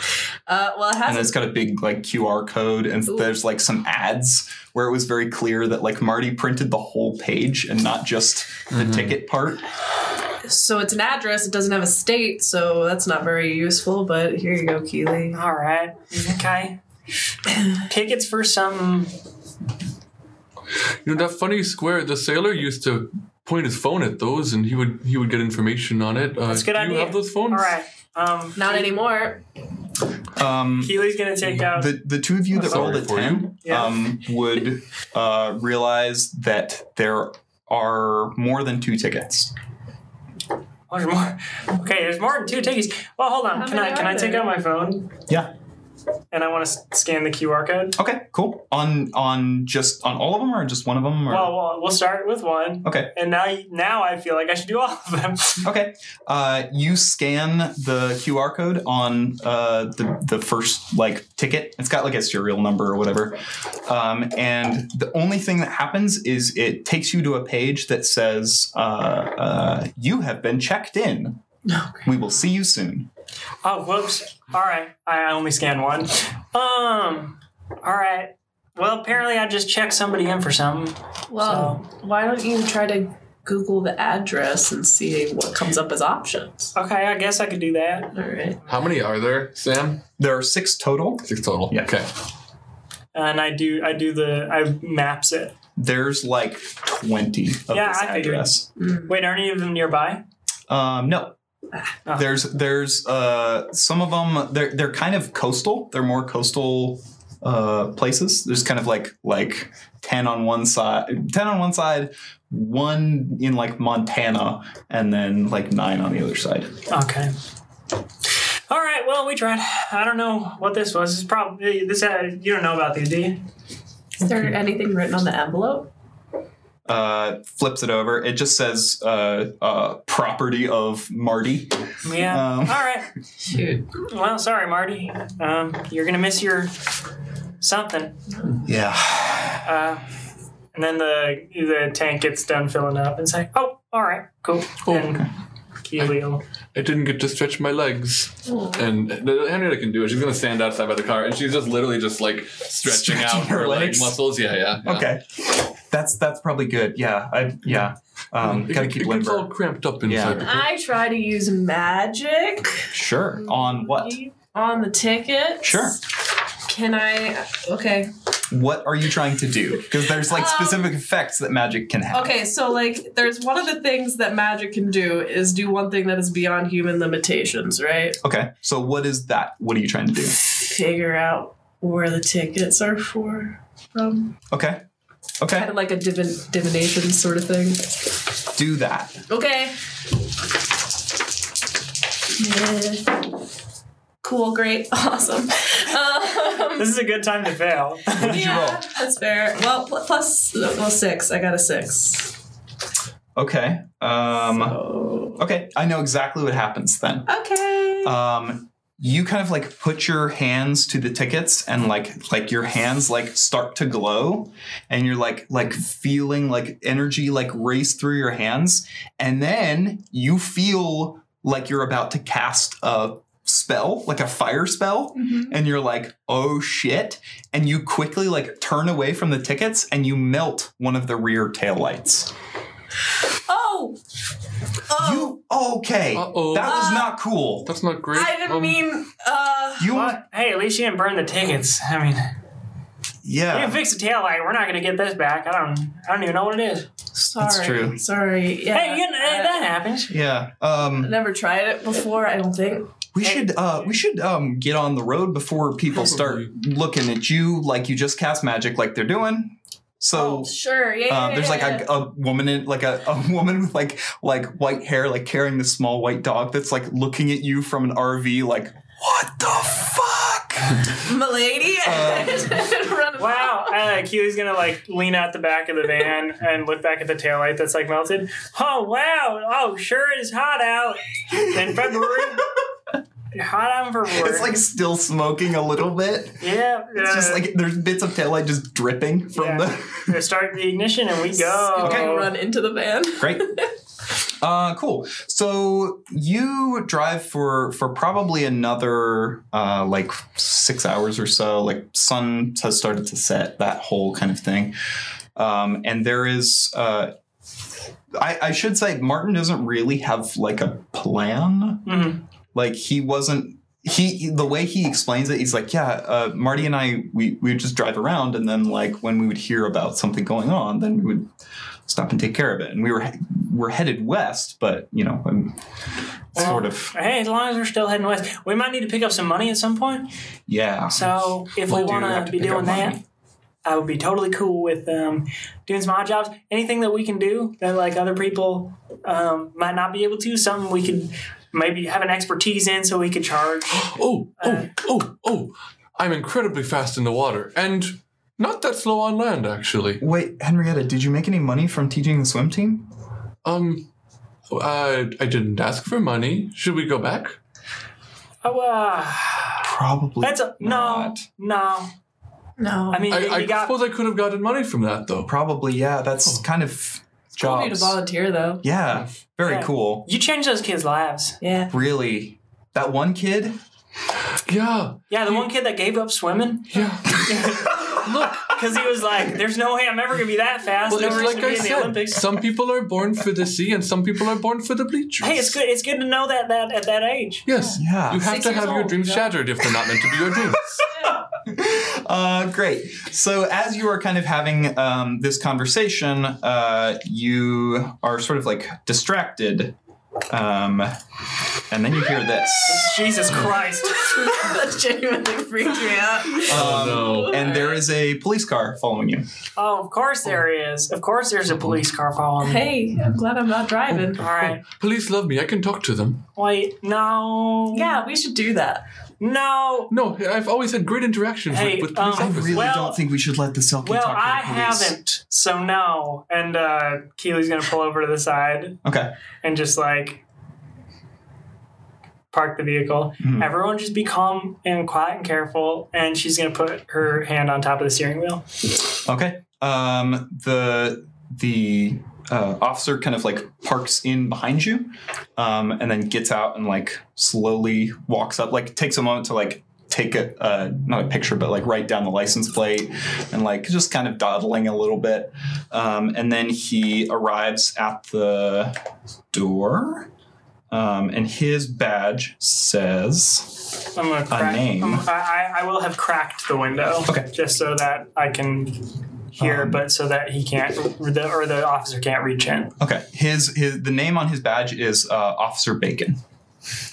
[SPEAKER 4] Uh, well, it
[SPEAKER 1] and
[SPEAKER 4] has.
[SPEAKER 1] it's got a big like QR code, and
[SPEAKER 4] Ooh.
[SPEAKER 1] there's like some ads where it was very clear that like Marty printed the whole page and not just the ticket part.
[SPEAKER 4] So it's an address. It doesn't have a state, so that's not very useful. But here you go, Keely.
[SPEAKER 3] All right. Okay. Tickets for some.
[SPEAKER 2] You know that funny square the sailor used to point his phone at those, and he would he would get information on it. Uh,
[SPEAKER 3] That's a good
[SPEAKER 2] do
[SPEAKER 3] idea.
[SPEAKER 2] You have those
[SPEAKER 3] All
[SPEAKER 2] phones?
[SPEAKER 3] right. Um,
[SPEAKER 4] Not anymore.
[SPEAKER 1] Um,
[SPEAKER 3] Keely's gonna take out.
[SPEAKER 1] the the two of you that
[SPEAKER 2] Sorry
[SPEAKER 1] rolled a
[SPEAKER 2] for you.
[SPEAKER 1] ten
[SPEAKER 3] Yeah.
[SPEAKER 1] um, would uh, realize that there are more than two tickets.
[SPEAKER 3] Oh, there's more. Okay, there's more than two tickets. Well, hold on.
[SPEAKER 4] How
[SPEAKER 3] can
[SPEAKER 4] many
[SPEAKER 3] I can
[SPEAKER 4] are
[SPEAKER 3] I take
[SPEAKER 4] there?
[SPEAKER 3] out my phone?
[SPEAKER 1] Yeah.
[SPEAKER 3] And I want to scan the QR code.
[SPEAKER 1] Okay, cool. On on just on all of them or just one of them? Or?
[SPEAKER 3] Well, well, we'll start with one.
[SPEAKER 1] okay.
[SPEAKER 3] And now, you- now I feel like I should do all of them.
[SPEAKER 1] Okay. Uh, you scan the QR code on uh, the the first like ticket. It's got like a serial number or whatever. Um, and the only thing that happens is it takes you to a page that says, uh, uh, "You have been checked in. We will see you soon."
[SPEAKER 3] Oh, whoops. All right. I only scanned one. Um. All right. Well, apparently I just checked somebody in for something.
[SPEAKER 4] Well, why don't you try to Google the address and see what comes up as options?
[SPEAKER 3] Okay, I guess I could do that.
[SPEAKER 4] All right.
[SPEAKER 2] How many are there, Sam?
[SPEAKER 1] There are six total.
[SPEAKER 2] Six total.
[SPEAKER 1] Yeah.
[SPEAKER 2] Okay.
[SPEAKER 3] and I do I do the I maps it.
[SPEAKER 1] There's like twenty of
[SPEAKER 3] Yeah,
[SPEAKER 1] this
[SPEAKER 3] I figured.
[SPEAKER 1] address.
[SPEAKER 3] Wait, are any of them nearby?
[SPEAKER 1] Um, no.
[SPEAKER 3] Ah.
[SPEAKER 1] There's there's uh, some of them they're they're kind of coastal. They're more coastal uh, places. There's kind of like like ten on one side, ten on one side, one in like Montana, and then like nine on the other side.
[SPEAKER 3] Okay. All right. Well, we tried. I don't know what this was. It's probably this. Uh, you don't know about these, do you?
[SPEAKER 5] Is there anything written on the envelope?
[SPEAKER 1] Uh, flips it over. It just says uh, uh, property of Marty.
[SPEAKER 3] Yeah.
[SPEAKER 1] Um.
[SPEAKER 3] All right.
[SPEAKER 4] Shoot.
[SPEAKER 3] Well, sorry, Marty. Um, you're gonna miss your something.
[SPEAKER 1] Yeah.
[SPEAKER 3] Uh, and then the the tank gets done filling up and say, "Oh, all right, cool."
[SPEAKER 2] Cool.
[SPEAKER 3] And Keely will.
[SPEAKER 2] I didn't get to stretch my legs.
[SPEAKER 4] Oh.
[SPEAKER 2] And the- Henrietta can do it. She's gonna stand outside by the car, and she's just literally just like stretching,
[SPEAKER 1] Stretching
[SPEAKER 2] out her,
[SPEAKER 1] her
[SPEAKER 2] leg
[SPEAKER 1] legs?
[SPEAKER 2] muscles. Yeah, yeah. yeah.
[SPEAKER 1] Okay. That's that's probably good. Yeah. I yeah. Um,
[SPEAKER 2] It-
[SPEAKER 1] gotta
[SPEAKER 2] it
[SPEAKER 1] keep
[SPEAKER 2] gets all
[SPEAKER 1] limber.
[SPEAKER 2] cramped up
[SPEAKER 1] Yeah.
[SPEAKER 2] inside. the-
[SPEAKER 4] I try to use magic.
[SPEAKER 1] Sure. On what?
[SPEAKER 4] On the ticket.
[SPEAKER 1] Sure.
[SPEAKER 4] Can I? Okay.
[SPEAKER 1] What are you trying to do? Because there's like
[SPEAKER 4] Um,
[SPEAKER 1] specific effects that magic can have.
[SPEAKER 4] Okay, so like there's one of the things that magic can do is do one thing that is beyond human limitations, right?
[SPEAKER 1] Okay. So what is that? What are you trying to do?
[SPEAKER 4] Figure out where the tickets are for. Um,
[SPEAKER 1] Okay.
[SPEAKER 4] kind
[SPEAKER 1] Okay.
[SPEAKER 4] of like a divin- divination sort of thing.
[SPEAKER 1] Do that.
[SPEAKER 4] Okay. Yeah. Cool, great, awesome. Um,
[SPEAKER 3] This is a good time to fail.
[SPEAKER 1] What did you roll?
[SPEAKER 4] yeah, that's fair. Well, pl- plus well six. I got a six.
[SPEAKER 1] Okay. Um,
[SPEAKER 4] So-
[SPEAKER 1] Okay. I know exactly what happens then.
[SPEAKER 4] Okay.
[SPEAKER 1] Um, you kind of like put your hands to the tickets and like like your hands like start to glow and you're like like feeling like energy like race through your hands and then you feel like you're about to cast a spell like a fire spell and you're like oh shit and you quickly like turn away from the tickets and you melt one of the rear taillights
[SPEAKER 4] Oh. Oh.
[SPEAKER 1] You okay?
[SPEAKER 2] Uh-oh.
[SPEAKER 1] That was
[SPEAKER 4] Uh,
[SPEAKER 1] not cool.
[SPEAKER 2] That's not great.
[SPEAKER 4] I didn't
[SPEAKER 2] Um,
[SPEAKER 4] mean. Uh.
[SPEAKER 1] You
[SPEAKER 3] Well, hey, at least you didn't burn the tickets. I mean, you can
[SPEAKER 1] yeah.
[SPEAKER 3] fix the taillight. We're not gonna get this back. I don't. I don't even know what it is.
[SPEAKER 4] Sorry.
[SPEAKER 1] true.
[SPEAKER 4] Sorry. Yeah. uh,
[SPEAKER 3] Hey, you know, hey,
[SPEAKER 4] I-
[SPEAKER 3] that happens.
[SPEAKER 1] Yeah.
[SPEAKER 4] I
[SPEAKER 1] Um
[SPEAKER 4] never tried it before. I don't think.
[SPEAKER 1] we should uh we should um get on the road before people start looking at you like you just cast magic like they're doing. So
[SPEAKER 4] Oh, Sure.
[SPEAKER 3] Oh,
[SPEAKER 4] Yeah.
[SPEAKER 1] um,
[SPEAKER 4] yeah,
[SPEAKER 1] there's like
[SPEAKER 4] yeah,
[SPEAKER 1] a, a woman in like a, a woman with like like white hair like carrying this small white dog that's like looking at you from an RV like what the fuck
[SPEAKER 4] yeah. milady. Run
[SPEAKER 3] Wow, uh, Keely's gonna like lean out the back of the van and look back at the taillight that's like melted. Oh wow! Oh, sure is hot out in February. hot out in February.
[SPEAKER 1] it's like still smoking a little bit
[SPEAKER 3] yeah,
[SPEAKER 1] it's just
[SPEAKER 3] uh,
[SPEAKER 1] like there's bits of taillight just dripping from
[SPEAKER 3] Yeah.
[SPEAKER 1] the
[SPEAKER 3] we start the ignition and we go.
[SPEAKER 1] Okay.
[SPEAKER 4] Run into the van.
[SPEAKER 1] Great. Uh, cool. So you drive for for probably another uh, like six hours or so. Like sun has started to set. That whole kind of thing. Um, and there is. Uh, I, I should say Martin doesn't really have like a plan
[SPEAKER 3] Mhm.
[SPEAKER 1] like he wasn't he the way he explains it he's like yeah uh, marty and i we, we would just drive around and then like when we would hear about something going on then we would stop and take care of it and we were he- we're headed west but you know i'm sort of
[SPEAKER 3] Hey, as long as we're still heading west, we might need to pick up some money at some point.
[SPEAKER 1] yeah
[SPEAKER 3] So if we
[SPEAKER 2] do
[SPEAKER 3] want
[SPEAKER 2] have
[SPEAKER 3] to
[SPEAKER 2] to
[SPEAKER 3] be
[SPEAKER 2] pick up
[SPEAKER 3] doing that,
[SPEAKER 2] money.
[SPEAKER 3] I would be totally cool with um, doing some odd jobs. Anything that we can do that like other people um, might not be able to. Something we could maybe have an expertise in, so we could charge.
[SPEAKER 2] Oh, oh, oh, oh! I'm incredibly fast in the water, and not that slow on land, actually.
[SPEAKER 1] wait henrietta did you make any money from teaching the swim team
[SPEAKER 2] Um, I I didn't ask for money. Should we go back?
[SPEAKER 3] Oh, uh,
[SPEAKER 1] probably
[SPEAKER 3] that's a, no,
[SPEAKER 1] not.
[SPEAKER 3] no.
[SPEAKER 5] No.
[SPEAKER 3] I mean,
[SPEAKER 2] I,
[SPEAKER 3] you
[SPEAKER 2] I
[SPEAKER 3] got.
[SPEAKER 2] suppose I could have gotten money from that though.
[SPEAKER 1] probably yeah that's
[SPEAKER 2] Oh.
[SPEAKER 1] kind of
[SPEAKER 5] Cool of you to
[SPEAKER 1] jobs
[SPEAKER 5] volunteer though.
[SPEAKER 1] yeah very
[SPEAKER 3] Yeah.
[SPEAKER 1] cool
[SPEAKER 3] you changed those kids' lives.
[SPEAKER 5] Yeah.
[SPEAKER 1] really that one kid
[SPEAKER 2] Yeah,
[SPEAKER 3] Yeah, the one kid that gave up swimming
[SPEAKER 2] yeah. Look,
[SPEAKER 3] because he was like, "There's no way I'm ever gonna be that fast.
[SPEAKER 2] well,
[SPEAKER 3] no
[SPEAKER 2] it's
[SPEAKER 3] reason
[SPEAKER 2] like
[SPEAKER 3] to be
[SPEAKER 2] I
[SPEAKER 3] in the
[SPEAKER 2] said.
[SPEAKER 3] Olympics."
[SPEAKER 2] Some people are born for the sea, and some people are born for the bleachers.
[SPEAKER 3] Hey, it's good. It's good to know that that at that age.
[SPEAKER 2] Yes.
[SPEAKER 1] Yeah.
[SPEAKER 2] You have
[SPEAKER 4] Six
[SPEAKER 2] to
[SPEAKER 4] years
[SPEAKER 2] have your
[SPEAKER 4] old,
[SPEAKER 2] dreams
[SPEAKER 4] yeah.
[SPEAKER 2] shattered if they're not meant to be your dreams.
[SPEAKER 1] Uh, great. So, as you are kind of having um, this conversation, uh, you are sort of like distracted Um, and then you hear this.
[SPEAKER 3] Jesus Christ.
[SPEAKER 4] That genuinely freaked me out.
[SPEAKER 1] Um,
[SPEAKER 2] no.
[SPEAKER 1] And there is a police car following you.
[SPEAKER 3] Oh, of course there is. Of course there's a police car following me.
[SPEAKER 5] Hey, I'm glad I'm not driving.
[SPEAKER 3] All right.
[SPEAKER 2] Police love me. I can talk to them.
[SPEAKER 3] Wait, no.
[SPEAKER 5] Yeah, we should do that.
[SPEAKER 3] No.
[SPEAKER 2] No, I've always had great interactions
[SPEAKER 3] Hey,
[SPEAKER 2] with, with police
[SPEAKER 3] um,
[SPEAKER 1] I
[SPEAKER 2] officers.
[SPEAKER 1] really
[SPEAKER 3] Well-
[SPEAKER 1] don't think we should let the Selkie
[SPEAKER 3] Well,
[SPEAKER 1] talk to the
[SPEAKER 3] I
[SPEAKER 1] police.
[SPEAKER 3] haven't. So no. And uh Keely's gonna pull over to the side
[SPEAKER 1] Okay.
[SPEAKER 3] and just like park the vehicle.
[SPEAKER 1] Mhm.
[SPEAKER 3] Everyone just be calm and quiet and careful. And she's gonna put her hand on top of the steering wheel.
[SPEAKER 1] Okay. Um, the the uh, officer kind of like parks in behind you, um, and then gets out and like slowly walks up. Like takes a moment to like take a uh, not a picture, but like write down the license plate and like just kind of dawdling a little bit. Um, and then he arrives at the door. Um, and his badge says,
[SPEAKER 3] I'm gonna crack.
[SPEAKER 1] name.
[SPEAKER 3] I'm- I, I I will have cracked the window.
[SPEAKER 1] Okay.
[SPEAKER 3] Just so that I can hear,
[SPEAKER 1] Um,
[SPEAKER 3] but so that he can't, or the, or the officer can't reach in.
[SPEAKER 1] "Okay, his his the name on his badge is uh, Officer Bacon,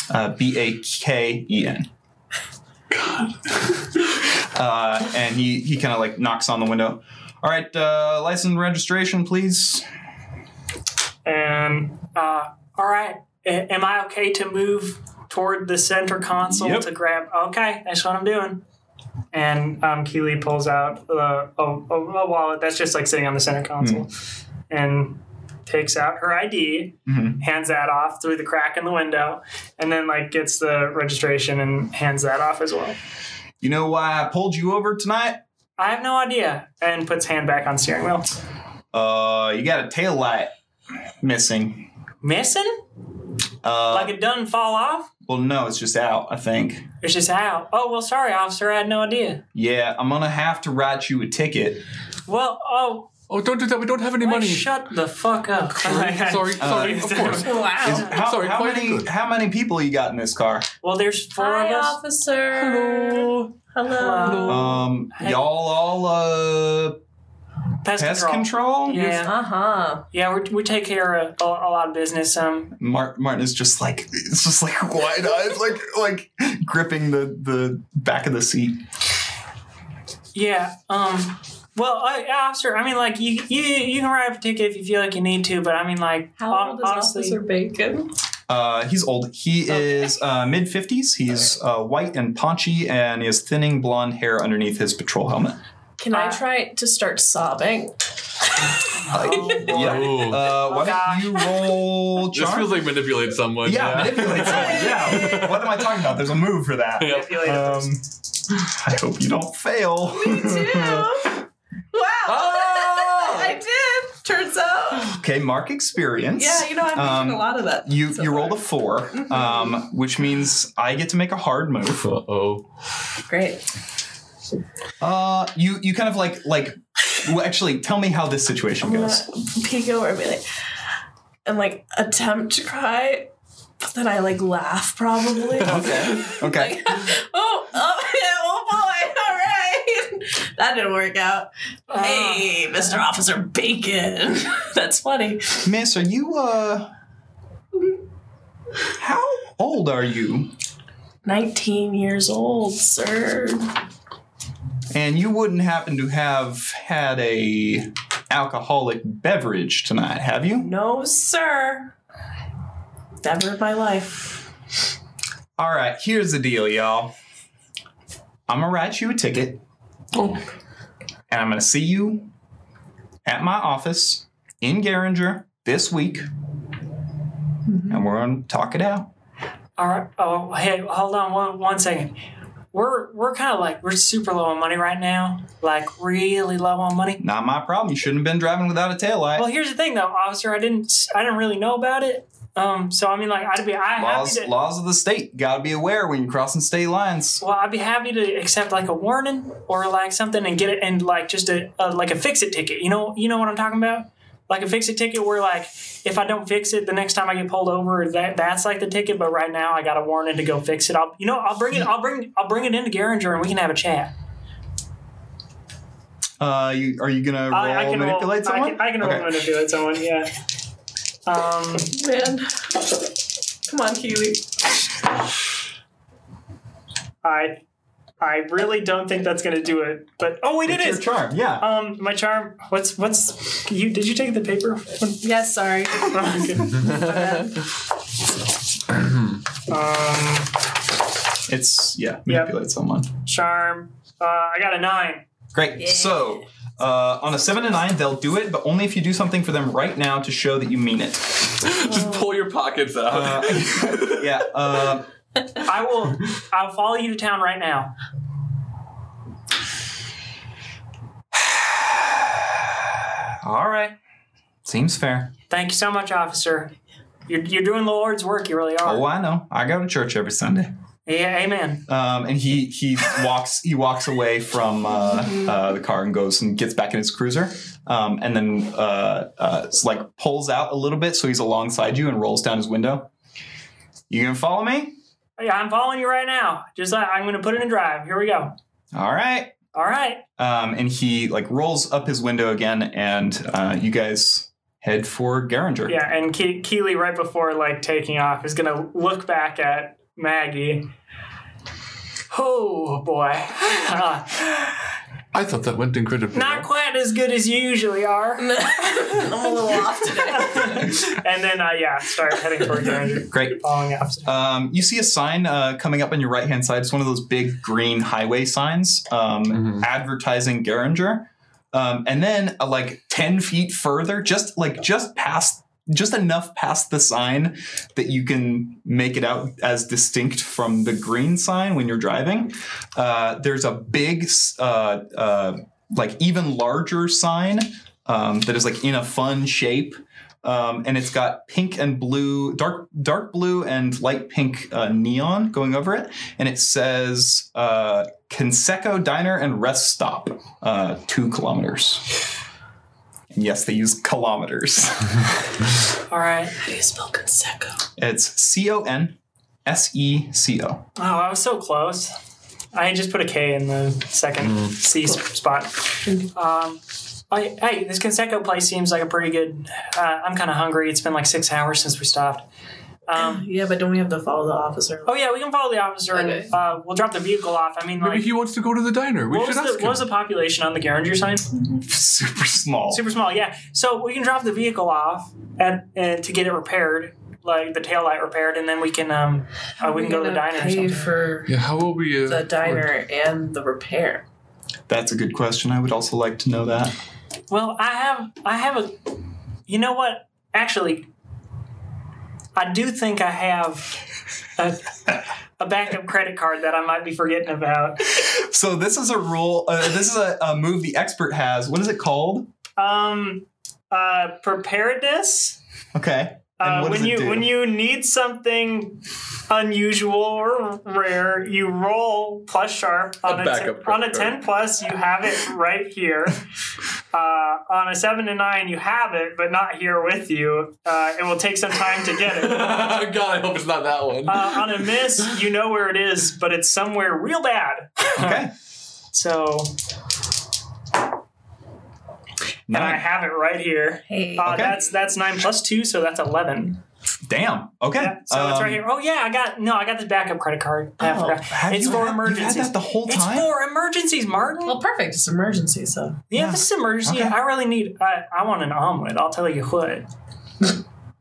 [SPEAKER 1] uh, B A K E N." uh, and he he kind of like knocks on the window. All right, uh, license and registration, please.
[SPEAKER 3] And uh, all right, A- am I okay to move toward the center console
[SPEAKER 1] Yep.
[SPEAKER 3] to grab? Okay, that's what I'm doing. And um, Keeley pulls out uh, a, a, a wallet that's just like sitting on the center console, and takes out her ID,
[SPEAKER 1] Mhm.
[SPEAKER 3] hands that off through the crack in the window, and then like gets the registration and hands that off as well.
[SPEAKER 1] You know why I pulled you over tonight?
[SPEAKER 3] I have no idea, and puts hand back on steering wheel.
[SPEAKER 1] Uh, you got a tail light missing.
[SPEAKER 3] Missing?
[SPEAKER 1] Uh,
[SPEAKER 3] Like it doesn't fall off?
[SPEAKER 1] well, no, it's just out. I think.
[SPEAKER 3] It's just out. Oh well, sorry, officer, I had no idea.
[SPEAKER 1] Yeah, I'm gonna have to write you a ticket.
[SPEAKER 3] Well, oh,
[SPEAKER 2] Oh, don't do that. We don't have any
[SPEAKER 3] Why
[SPEAKER 2] money.
[SPEAKER 3] Shut the fuck up.
[SPEAKER 2] sorry, sorry, of course.
[SPEAKER 1] Is-
[SPEAKER 4] Oh.
[SPEAKER 5] Wow.
[SPEAKER 1] how,
[SPEAKER 2] Sorry,
[SPEAKER 1] how
[SPEAKER 2] quite
[SPEAKER 1] many
[SPEAKER 2] good.
[SPEAKER 1] how many people you got in this car?
[SPEAKER 3] Well, there's four
[SPEAKER 5] Hi,
[SPEAKER 3] of us.
[SPEAKER 5] officer.
[SPEAKER 2] Hello.
[SPEAKER 5] Hello.
[SPEAKER 3] Hello.
[SPEAKER 1] Um, y'all all uh
[SPEAKER 3] Pest,
[SPEAKER 1] pest
[SPEAKER 3] control.
[SPEAKER 1] control.
[SPEAKER 3] Yeah,
[SPEAKER 5] Uh huh.
[SPEAKER 3] yeah, we we take care of a, a lot of business. Um,
[SPEAKER 1] Mar- Martin is just like it's just like wide eyes, like like gripping the the back of the seat.
[SPEAKER 3] yeah. Um, well, I, officer, I mean, like you, you, you can write up a ticket if you feel like you need to, but I mean, like,
[SPEAKER 5] How
[SPEAKER 3] hon-
[SPEAKER 5] old is
[SPEAKER 3] honestly,
[SPEAKER 5] Officer Bacon?
[SPEAKER 1] Uh, he's old. He is uh, mid fifties. He's uh, white and paunchy, and he has thinning blonde hair underneath his patrol helmet.
[SPEAKER 5] Can
[SPEAKER 3] Uh,
[SPEAKER 5] I try to start sobbing?
[SPEAKER 1] Uh, yeah.
[SPEAKER 2] Oh.
[SPEAKER 1] Uh, why don't
[SPEAKER 3] gosh.
[SPEAKER 1] you roll
[SPEAKER 2] this
[SPEAKER 1] charm?
[SPEAKER 2] feels like manipulate someone.
[SPEAKER 1] yeah, manipulate someone. Yeah. What am I talking about? There's a move for that.
[SPEAKER 2] Yep.
[SPEAKER 3] manipulate a
[SPEAKER 1] Um,
[SPEAKER 3] person.
[SPEAKER 1] I hope you don't fail.
[SPEAKER 5] Wow.
[SPEAKER 1] Oh!
[SPEAKER 5] I did. Turns out.
[SPEAKER 1] okay, mark experience.
[SPEAKER 5] Yeah, you know, I've
[SPEAKER 1] Um,
[SPEAKER 5] um, a lot of that.
[SPEAKER 1] You
[SPEAKER 5] so
[SPEAKER 1] you
[SPEAKER 5] far.
[SPEAKER 1] rolled a 4 um, which means I get to make a hard move.
[SPEAKER 2] Uh oh.
[SPEAKER 5] Great.
[SPEAKER 1] Uh, you you kind of like like. Well, actually, tell me how this situation
[SPEAKER 5] I'm gonna
[SPEAKER 1] goes.
[SPEAKER 5] peek over and be like, and like attempt to cry, but then I like laugh probably.
[SPEAKER 1] Okay. Okay.
[SPEAKER 5] Like, oh, oh, oh boy, all right. That didn't work out.
[SPEAKER 3] Uh,
[SPEAKER 5] Hey, Mr. Officer Bacon. That's funny.
[SPEAKER 1] Miss, are you uh? How old are you?
[SPEAKER 5] 19 years old, sir.
[SPEAKER 1] And you wouldn't happen to have had a alcoholic beverage tonight, have you?
[SPEAKER 5] No, sir. Never in my life.
[SPEAKER 1] All right. Here's the deal, y'all. I'm gonna write you a ticket.
[SPEAKER 2] Oh.
[SPEAKER 1] and I'm going to see you at my office in Garinger this week,
[SPEAKER 3] Mm-hmm.
[SPEAKER 1] and we're going to talk it out.
[SPEAKER 3] All right. Oh, hey, hold on one one second. We're we're kind of like we're super low on money right now. Like really low on money.
[SPEAKER 1] Not my problem. You shouldn't have been driving without a taillight.
[SPEAKER 3] Well, here's the thing, though, officer. I didn't. I didn't really know about it. Um. So I mean, like, I'd be. I happy
[SPEAKER 1] laws,
[SPEAKER 3] to.
[SPEAKER 1] laws of the state. Got to be aware when you're crossing state lines.
[SPEAKER 3] Well, I'd be happy to accept like a warning or like something and get it and like just a, a like a fix it ticket. You know. You know what I'm talking about. Like a fix it ticket where like if I don't fix it the next time I get pulled over that that's like the ticket but right now I got a warning to go fix it I'll you know I'll bring it I'll bring I'll bring it into Garinger and we can have a chat.
[SPEAKER 1] Uh, you, are you going to roll
[SPEAKER 3] I, I can
[SPEAKER 1] manipulate
[SPEAKER 3] roll,
[SPEAKER 1] someone?
[SPEAKER 3] I can, I can roll
[SPEAKER 1] Okay.
[SPEAKER 3] manipulate someone. Yeah. Um.
[SPEAKER 5] Man. Come on, Keely.
[SPEAKER 3] I I really don't think that's gonna do it. But oh wait, it
[SPEAKER 1] It's your
[SPEAKER 3] is.
[SPEAKER 1] charm. Yeah.
[SPEAKER 3] Um, my charm. What's what's you? Did you take the paper?
[SPEAKER 5] Yes, sorry.
[SPEAKER 3] Okay. um,
[SPEAKER 1] It's yeah.
[SPEAKER 3] Yeah.
[SPEAKER 1] Manipulate someone.
[SPEAKER 3] charm. Uh, I got a nine.
[SPEAKER 1] Great.
[SPEAKER 5] Yeah.
[SPEAKER 1] So uh, on a seven and nine, they'll do it, but only if you do something for them right now to show that you mean it.
[SPEAKER 2] Just pull your pockets out.
[SPEAKER 1] Uh, yeah. Uh,
[SPEAKER 3] I will. I'll follow you to town right now.
[SPEAKER 1] all right. Seems fair.
[SPEAKER 3] Thank you so much, officer. You're, you're doing the Lord's work. You really are.
[SPEAKER 1] Oh, I know. I go to church every Sunday.
[SPEAKER 3] yeah, amen.
[SPEAKER 1] Um, and he he walks he walks away from uh, uh, the car and goes and gets back in his cruiser. Um, and then uh, uh, s- like pulls out a little bit so he's alongside you and rolls down his window. You gonna follow me?
[SPEAKER 3] Yeah, I'm following you right now. Just like I'm gonna put it in drive. Here we go.
[SPEAKER 1] All right.
[SPEAKER 3] All right.
[SPEAKER 1] Um, and he like rolls up his window again, and uh, you guys head for Garinger.
[SPEAKER 3] Yeah, and Ke- Keely right before like taking off is gonna look back at Maggie. Oh boy,
[SPEAKER 2] I thought that went incredibly
[SPEAKER 3] not
[SPEAKER 2] well.
[SPEAKER 3] quite as good as you usually are.
[SPEAKER 5] I'm a little off today.
[SPEAKER 3] and then uh, yeah, start heading toward Granger,
[SPEAKER 1] Great.
[SPEAKER 3] following after.
[SPEAKER 1] Um, you see a sign uh, coming up on your right hand side. It's one of those big green highway signs um,
[SPEAKER 2] Mhm.
[SPEAKER 1] advertising Garinger. Um, and then uh, like ten feet further, just like just past, just enough past the sign that you can make it out as distinct from the green sign when you're driving. Uh, there's a big, s- uh, uh, like even larger sign um, that is like in a fun shape um, and it's got pink and blue, dark dark blue and light pink uh, neon going over it, and it says uh, Conseco Diner and Rest Stop, uh, two kilometers. And yes, they use kilometers.
[SPEAKER 3] All right.
[SPEAKER 4] How do you spell Conseco?
[SPEAKER 1] it's C O N S E C O.
[SPEAKER 3] Oh, I was so close. I just put a K in the second
[SPEAKER 2] Mm.
[SPEAKER 3] C sp- spot. Um, I, hey, this Conseco place seems like a pretty good. Uh, I'm kind of hungry. It's been like six hours since we stopped. Um,
[SPEAKER 4] Yeah, but don't we have to follow the officer?
[SPEAKER 3] oh yeah, we can follow the officer
[SPEAKER 4] Okay.
[SPEAKER 3] and uh, we'll drop the vehicle off. I mean,
[SPEAKER 2] Maybe
[SPEAKER 3] like,
[SPEAKER 2] he wants to go to the diner. We
[SPEAKER 3] what was,
[SPEAKER 2] should
[SPEAKER 3] the,
[SPEAKER 2] ask
[SPEAKER 3] what was the
[SPEAKER 2] him.
[SPEAKER 3] population on the Garinger sign?
[SPEAKER 1] Super small.
[SPEAKER 3] Super small, yeah. So we can drop the vehicle off and, and to get it repaired, like the tail light repaired, and then we can um, uh, we can go to the diner. Or
[SPEAKER 4] Pay
[SPEAKER 3] something.
[SPEAKER 4] for
[SPEAKER 2] yeah, how will we? Uh,
[SPEAKER 4] the diner and the repair.
[SPEAKER 1] That's a good question. I would also like to know that.
[SPEAKER 3] Well, I have I have a you know what? Actually I do think I have a, a backup credit card that I might be forgetting about.
[SPEAKER 1] So this is a rule. Uh, this is a, a move the expert has. What is it called?
[SPEAKER 3] Um uh preparedness.
[SPEAKER 1] Okay. And
[SPEAKER 3] Uh,
[SPEAKER 1] what does
[SPEAKER 3] when
[SPEAKER 1] it
[SPEAKER 3] you
[SPEAKER 1] do?
[SPEAKER 3] when you need something unusual or rare, you roll plus sharp on a,
[SPEAKER 2] backup
[SPEAKER 3] ten,
[SPEAKER 2] credit
[SPEAKER 3] on a
[SPEAKER 2] card.
[SPEAKER 3] ten plus. You have it right here. Uh, on a seven to nine, you have it, but not here with you. Uh, it will take some time to get it.
[SPEAKER 2] God, I hope it's not that one.
[SPEAKER 3] uh, on a miss, you know where it is, but it's somewhere real bad.
[SPEAKER 1] Okay.
[SPEAKER 3] So, and I
[SPEAKER 1] Nine.
[SPEAKER 3] have it right here.
[SPEAKER 5] Hey.
[SPEAKER 3] Uh,
[SPEAKER 1] Okay.
[SPEAKER 3] That's that's nine plus two, so that's eleven.
[SPEAKER 1] Damn. Okay.
[SPEAKER 3] Yeah, so it's
[SPEAKER 1] Um,
[SPEAKER 3] right here. Oh yeah, I got no, I got this backup credit card. I
[SPEAKER 4] Oh,
[SPEAKER 3] forgot.
[SPEAKER 1] Have
[SPEAKER 3] It's
[SPEAKER 1] you
[SPEAKER 3] for
[SPEAKER 1] had- You've
[SPEAKER 3] emergencies.
[SPEAKER 1] had that the whole
[SPEAKER 3] It's
[SPEAKER 1] time.
[SPEAKER 3] for emergencies, Martin.
[SPEAKER 4] Well, perfect. It's emergency, so
[SPEAKER 3] yeah,
[SPEAKER 1] yeah.
[SPEAKER 3] this is emergency.
[SPEAKER 1] Okay.
[SPEAKER 3] I really need. I, I want an omelet. I'll tell you what.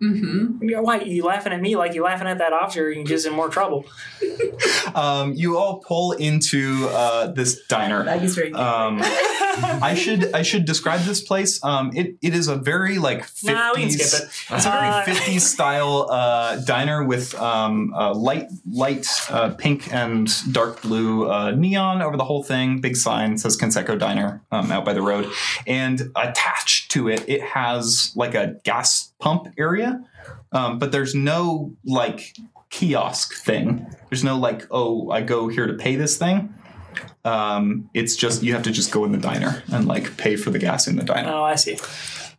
[SPEAKER 4] mm-hmm.
[SPEAKER 3] Yeah, Why you laughing at me like you laughing at that officer? You can get us in more trouble.
[SPEAKER 1] um, you all pull into uh, this diner.
[SPEAKER 4] Maggie's very.
[SPEAKER 1] Um, I should I should describe this place. Um, it it is a very like fifties.
[SPEAKER 3] Nah, we can skip it.
[SPEAKER 1] It's a very
[SPEAKER 3] Uh,
[SPEAKER 1] 50s style uh, diner with um, uh, light, light uh, pink and dark blue uh, neon over the whole thing. Big sign says Conseco Diner um, out by the road. And attached to it, it has like a gas pump area, um, but there's no like kiosk thing. There's no like, oh, I go here to pay this thing. Um, it's just you have to just go in the diner and like pay for the gas in the diner.
[SPEAKER 3] Oh, I see.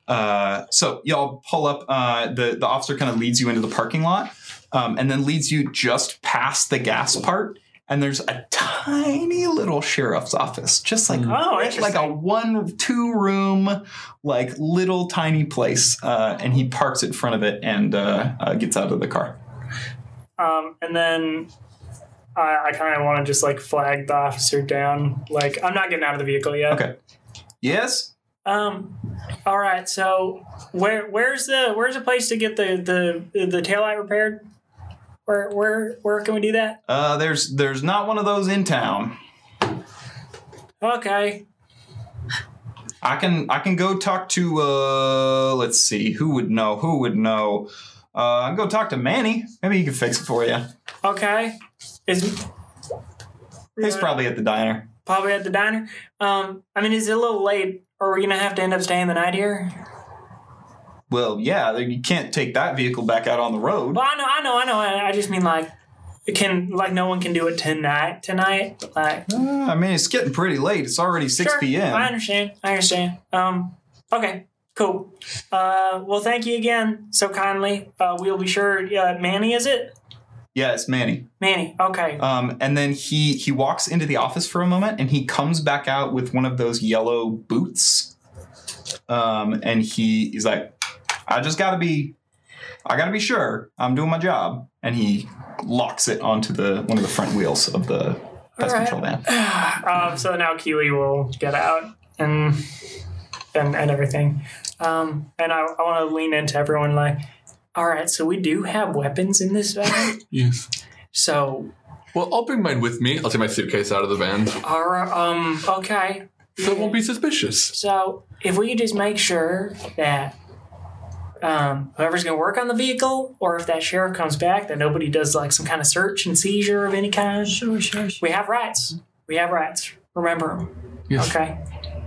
[SPEAKER 1] Uh, so y'all pull up. Uh, the the officer kind of leads you into the parking lot, um, and then leads you just past the gas part. And there's a tiny little sheriff's office, just like
[SPEAKER 3] Oh,
[SPEAKER 1] like a one two room, like little tiny place. Uh, and he parks in front of it and uh, uh, gets out of the car.
[SPEAKER 3] Um, and then I, I kind of want to just like flag the officer down. Like, I'm not getting out of the vehicle yet.
[SPEAKER 1] Okay. Yes.
[SPEAKER 3] Um. All right. So where where's the where's the place to get the the the taillight repaired? Where where where can we do that?
[SPEAKER 1] Uh, there's there's not one of those in town.
[SPEAKER 3] Okay.
[SPEAKER 1] I can I can go talk to uh let's see who would know who would know. Uh, I can go talk to Manny. Maybe he can fix it for you.
[SPEAKER 3] Okay. Is
[SPEAKER 1] He's probably at the diner.
[SPEAKER 3] probably at the diner. Um. I mean, is it a little late? Are we gonna have to end up staying the night here?
[SPEAKER 1] Well, yeah, you can't take that vehicle back out on the road.
[SPEAKER 3] Well, I know, I know, I know. I I just mean like, it can like no one can do it tonight. Tonight, like
[SPEAKER 1] Uh, I mean, it's getting pretty late. It's already six
[SPEAKER 3] Sure.
[SPEAKER 1] p.m.
[SPEAKER 3] I understand. I understand. Um, okay, cool. Uh, well, thank you again so kindly. Uh, we'll be sure. Uh, Manny, is it?
[SPEAKER 1] Yeah, it's Manny.
[SPEAKER 3] Manny. Okay.
[SPEAKER 1] Um, and then he he walks into the office for a moment, and he comes back out with one of those yellow boots. Um, and he he's like, I just gotta be, I gotta be sure I'm doing my job. And he locks it onto the one of the front wheels of the pest
[SPEAKER 3] Alright.
[SPEAKER 1] control van.
[SPEAKER 3] um, so now Kiwi will get out and and and everything. Um, and I, I want to lean into everyone like, all right. So we do have weapons in this van.
[SPEAKER 2] Yes.
[SPEAKER 3] so
[SPEAKER 2] Well, I'll bring mine with me. I'll take my suitcase out of the van,
[SPEAKER 3] our um okay.
[SPEAKER 2] so it won't be suspicious.
[SPEAKER 3] So if we could just make sure that um, whoever's going to work on the vehicle, or if that sheriff comes back, that nobody does like some kind of search and seizure of any kind.
[SPEAKER 4] Sure, sure, sure.
[SPEAKER 3] We have rights. We have rights. Remember 'em,
[SPEAKER 2] Yes.
[SPEAKER 3] Okay.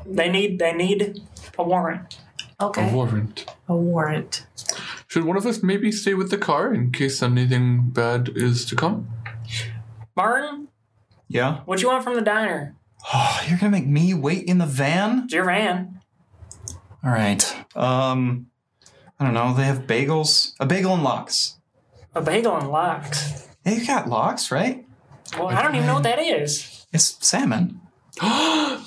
[SPEAKER 3] They need. They need a warrant.
[SPEAKER 2] A
[SPEAKER 4] Okay.
[SPEAKER 2] warrant.
[SPEAKER 4] A warrant.
[SPEAKER 2] Should one of us maybe stay with the car in case anything bad is to come?
[SPEAKER 3] Martin,
[SPEAKER 1] Yeah.
[SPEAKER 3] what you want from the diner?
[SPEAKER 1] Oh, you're gonna make me wait in the van?
[SPEAKER 3] It's your van.
[SPEAKER 1] All right. Um, I don't know. They have bagels, a bagel and locks.
[SPEAKER 3] A bagel and lox.
[SPEAKER 1] They got locks, right?
[SPEAKER 3] Well, I don't even know what that is.
[SPEAKER 1] It's salmon.
[SPEAKER 2] Bagel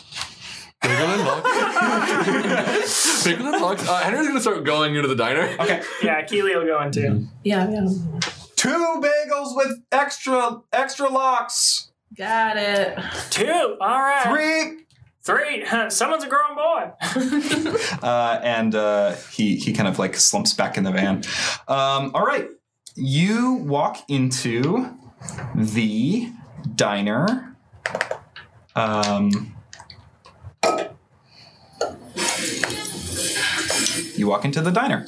[SPEAKER 2] and logs. Bagel and logs. Uh, Henry's gonna start going into the diner.
[SPEAKER 1] Okay.
[SPEAKER 3] Yeah, Keely will go into.
[SPEAKER 4] Yeah, yeah.
[SPEAKER 1] Two bagels with extra extra locks.
[SPEAKER 4] Got it.
[SPEAKER 3] Two. All right.
[SPEAKER 1] Three.
[SPEAKER 3] Three. Someone's a grown boy.
[SPEAKER 1] Uh, and uh, he he kind of like slumps back in the van. Um, all right. You walk into the diner. Um, you walk into the diner.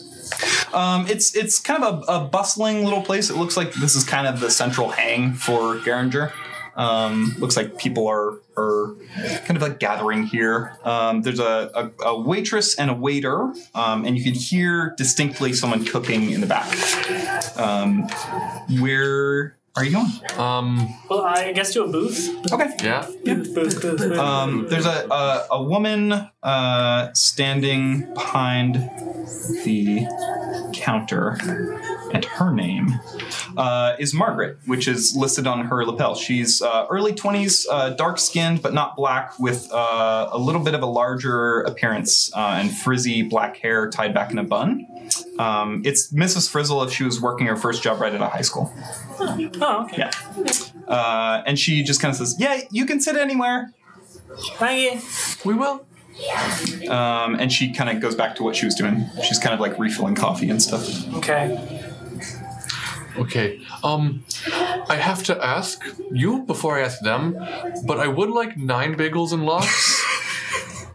[SPEAKER 1] Um, it's it's kind of a, a bustling little place. It looks like this is kind of the central hang for Garinger. Um, looks like people are are kind of like gathering here. Um, there's a, a, a waitress and a waiter, um, and you can hear distinctly someone cooking in the back. Um, where are you going?
[SPEAKER 2] Um.
[SPEAKER 3] Well, I guess to a booth.
[SPEAKER 1] Okay.
[SPEAKER 2] Yeah.
[SPEAKER 3] Booth, booth, booth, booth.
[SPEAKER 1] Um, there's a, a, a woman uh, standing behind the counter, and her name uh, is Margaret, which is listed on her lapel. She's uh, early 20s, uh, dark skinned, but not black, with uh, a little bit of a larger appearance uh, and frizzy black hair tied back in a bun. Um, it's Mrs. Frizzle if she was working her first job right out of high school.
[SPEAKER 3] Oh, okay.
[SPEAKER 1] Yeah. Uh, and she just kind of says, Yeah, you can sit anywhere.
[SPEAKER 3] Thank you.
[SPEAKER 2] We will.
[SPEAKER 1] Um, and she kind of goes back to what she was doing. She's kind of like refilling coffee and stuff.
[SPEAKER 3] Okay.
[SPEAKER 2] Okay. Um, I have to ask you before I ask them, but I would like nine bagels and logs.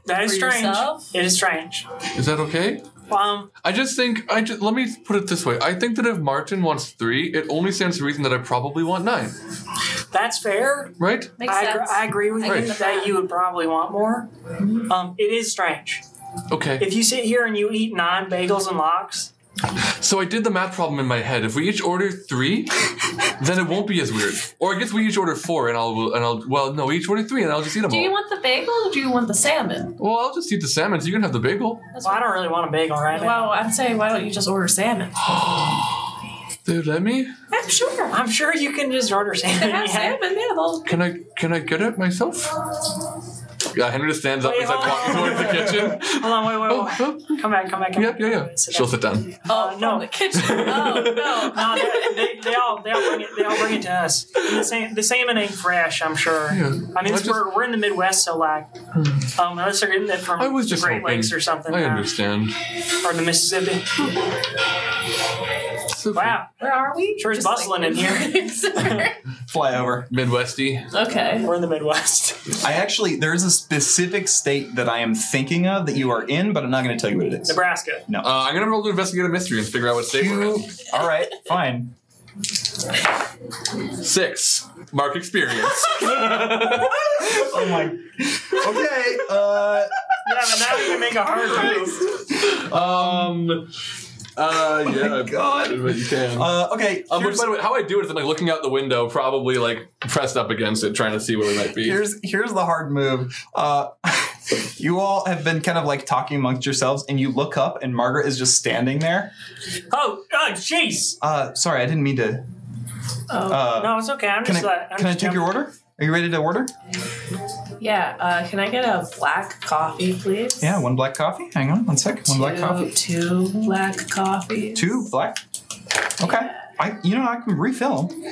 [SPEAKER 3] That is
[SPEAKER 4] For
[SPEAKER 3] strange.
[SPEAKER 4] yourself?
[SPEAKER 3] It is strange.
[SPEAKER 2] Is that okay?
[SPEAKER 3] Um,
[SPEAKER 2] I just think I just let me put it this way. I think that if Martin wants three, it only stands to reason that I probably want nine,
[SPEAKER 3] that's fair.
[SPEAKER 2] right?
[SPEAKER 4] Makes
[SPEAKER 3] I,
[SPEAKER 4] sense.
[SPEAKER 3] agr- I agree with
[SPEAKER 4] I
[SPEAKER 3] you
[SPEAKER 2] get
[SPEAKER 3] that,
[SPEAKER 4] that.
[SPEAKER 3] you would probably want more. Um, it is strange.
[SPEAKER 2] Okay.
[SPEAKER 3] If you sit here and you eat nine bagels and lox,
[SPEAKER 2] So I did the math problem in my head. If we each order three, then it won't be as weird. Or I guess we each order four, and I'll and I'll well no, we each order three, and I'll just eat them
[SPEAKER 4] Do you
[SPEAKER 2] all.
[SPEAKER 4] want the bagel or do you want the salmon?
[SPEAKER 2] well, I'll just eat the salmon. So you can have the bagel.
[SPEAKER 4] That's
[SPEAKER 3] well, I don't really want a bagel right now.
[SPEAKER 4] Well, I'm saying, why don't you just order salmon?
[SPEAKER 2] They let me.
[SPEAKER 4] I'm sure.
[SPEAKER 3] I'm sure you can just order
[SPEAKER 4] They
[SPEAKER 3] salmon.
[SPEAKER 4] have
[SPEAKER 3] yeah.
[SPEAKER 4] salmon, yeah. They'll,
[SPEAKER 2] Can I can I get it myself? Uh, Henry stands up
[SPEAKER 3] Wait,
[SPEAKER 2] as I
[SPEAKER 3] hold
[SPEAKER 2] walk
[SPEAKER 3] on.
[SPEAKER 2] towards the kitchen.
[SPEAKER 3] Hold on, wait,
[SPEAKER 2] Oh,
[SPEAKER 3] wait,
[SPEAKER 2] oh,
[SPEAKER 3] wait. Come back, come back. Come
[SPEAKER 2] yeah,
[SPEAKER 3] back.
[SPEAKER 2] yeah, yeah.
[SPEAKER 3] Sit
[SPEAKER 2] She'll
[SPEAKER 3] down.
[SPEAKER 2] sit down.
[SPEAKER 3] Uh,
[SPEAKER 4] Oh,
[SPEAKER 3] no.
[SPEAKER 4] from the kitchen. Oh no.
[SPEAKER 3] No, they, they, they all they all bring it they all bring it to us. And the same the salmon ain't fresh, I'm sure.
[SPEAKER 2] Yeah.
[SPEAKER 3] I mean,
[SPEAKER 2] I
[SPEAKER 3] it's,
[SPEAKER 2] just-
[SPEAKER 3] we're, we're in the Midwest, so like, um, unless they're getting it from
[SPEAKER 2] I was
[SPEAKER 3] the
[SPEAKER 2] just
[SPEAKER 3] Great
[SPEAKER 2] hoping-
[SPEAKER 3] Lakes or something,
[SPEAKER 2] I
[SPEAKER 3] uh,
[SPEAKER 2] understand.
[SPEAKER 3] or the Mississippi. Wow,
[SPEAKER 4] Where are we?
[SPEAKER 3] Sure is
[SPEAKER 4] Just
[SPEAKER 3] bustling in
[SPEAKER 4] here.
[SPEAKER 1] Fly over.
[SPEAKER 2] Midwesty.
[SPEAKER 4] okay.
[SPEAKER 3] we're in the Midwest.
[SPEAKER 1] I actually, there's a specific state that I am thinking of that you are in, but I'm not going to tell you what it is.
[SPEAKER 3] Nebraska.
[SPEAKER 1] No.
[SPEAKER 2] Uh, I'm gonna roll to investigate a mystery and figure out what state we're in.
[SPEAKER 1] All right, fine.
[SPEAKER 2] Six. Mark experience.
[SPEAKER 1] Oh my. Okay. Uh,
[SPEAKER 3] Yeah, but now you can make a hard move.
[SPEAKER 2] um. Uh, yeah.
[SPEAKER 1] my God.
[SPEAKER 2] But you can.
[SPEAKER 1] uh, okay.
[SPEAKER 2] um, which,
[SPEAKER 1] here's-
[SPEAKER 2] by the way, how I do it is I'm like looking out the window, probably like pressed up against it, trying to see where we might be.
[SPEAKER 1] here's here's the hard move. Uh, you all have been kind of like talking amongst yourselves, and you look up, and Margaret is just standing there.
[SPEAKER 3] Oh, oh, jeez.
[SPEAKER 1] Uh, sorry, I didn't mean to.
[SPEAKER 4] Oh.
[SPEAKER 1] Uh,
[SPEAKER 3] No, it's okay. I'm
[SPEAKER 1] can
[SPEAKER 3] just.
[SPEAKER 1] I
[SPEAKER 3] like, I'm
[SPEAKER 1] can I
[SPEAKER 3] just-
[SPEAKER 1] take your order? Are you ready to order?
[SPEAKER 4] Yeah. Uh, can I get a black coffee, please?
[SPEAKER 1] Yeah, one black coffee. Hang on, one sec. One black
[SPEAKER 4] Two-
[SPEAKER 1] coffee.
[SPEAKER 4] Two black coffees.
[SPEAKER 1] Two black. Okay. I you know I can refill. 'em.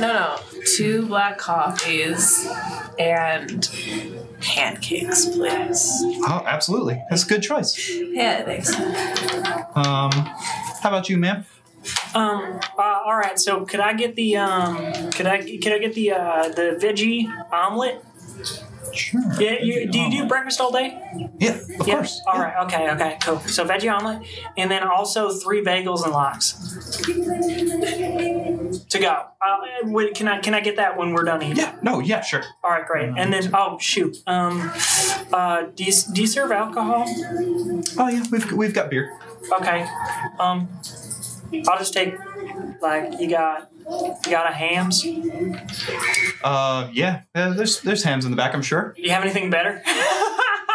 [SPEAKER 4] No, no. Two black coffees and pancakes, please.
[SPEAKER 1] Oh, absolutely. That's a good choice.
[SPEAKER 4] Yeah, thanks.
[SPEAKER 1] Um, how about you, ma'am?
[SPEAKER 3] Um. Uh, all right. So, could I get the um? Could I could I get the uh the veggie omelet?
[SPEAKER 1] Sure.
[SPEAKER 3] Yeah. You, do you do breakfast all day?
[SPEAKER 1] Yeah, of course.
[SPEAKER 3] All right. Okay. Okay. Cool. So veggie omelet, and then also three bagels and lox. To go. Uh, wait, can I can I get that when we're done eating?
[SPEAKER 1] Yeah. No. Yeah. Sure.
[SPEAKER 3] All right. Great. And then oh shoot. Um. Uh. Do you, do you serve alcohol?
[SPEAKER 1] Oh yeah. We've we've got beer.
[SPEAKER 3] Okay. Um. I'll just take like you got you got a hams. Do
[SPEAKER 1] Uh yeah. uh, There's there's hams in the back. I'm sure.
[SPEAKER 3] you have anything better?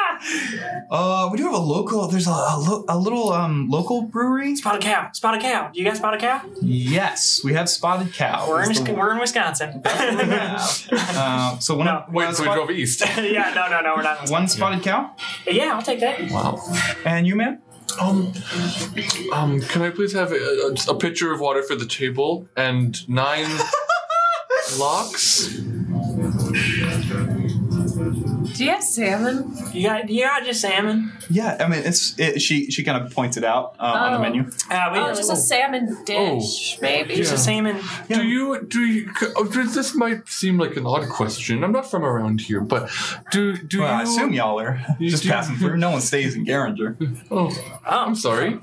[SPEAKER 1] Uh, we do have a local. There's a a, lo- a little um local brewery.
[SPEAKER 3] Spot a cow. Spot a cow. Do you guys spot a cow?
[SPEAKER 1] Yes, we have Spotted Cow.
[SPEAKER 3] We're in,
[SPEAKER 1] is
[SPEAKER 3] Wisc-
[SPEAKER 1] the-
[SPEAKER 3] we're in Wisconsin.
[SPEAKER 1] Uh, so one
[SPEAKER 3] No.
[SPEAKER 2] Wait,
[SPEAKER 1] one
[SPEAKER 2] so we
[SPEAKER 1] spot-
[SPEAKER 2] drove east.
[SPEAKER 3] yeah, no, no, no, we're not.
[SPEAKER 1] one Spotted Cow.
[SPEAKER 3] Yeah, I'll take that.
[SPEAKER 2] wow.
[SPEAKER 1] And you, ma'am.
[SPEAKER 2] Um, um, can I please have a, a, a pitcher of water for the table and nine locks?
[SPEAKER 4] Do you have salmon?
[SPEAKER 3] You got, you got just salmon.
[SPEAKER 1] Yeah, I mean it's it, she she kind of points it out uh, on the
[SPEAKER 4] Oh.
[SPEAKER 1] menu.
[SPEAKER 3] Uh, we
[SPEAKER 4] Oh, just a salmon dish, maybe.
[SPEAKER 3] just a salmon.
[SPEAKER 2] Do you do you? oh, This might seem like an odd question. I'm not from around here, but do do
[SPEAKER 1] Well,
[SPEAKER 2] you?
[SPEAKER 1] I assume y'all are
[SPEAKER 2] you
[SPEAKER 1] just
[SPEAKER 2] do-
[SPEAKER 1] passing through. No one stays in Garinger.
[SPEAKER 2] Oh,
[SPEAKER 3] Oh, all
[SPEAKER 2] I'm sorry.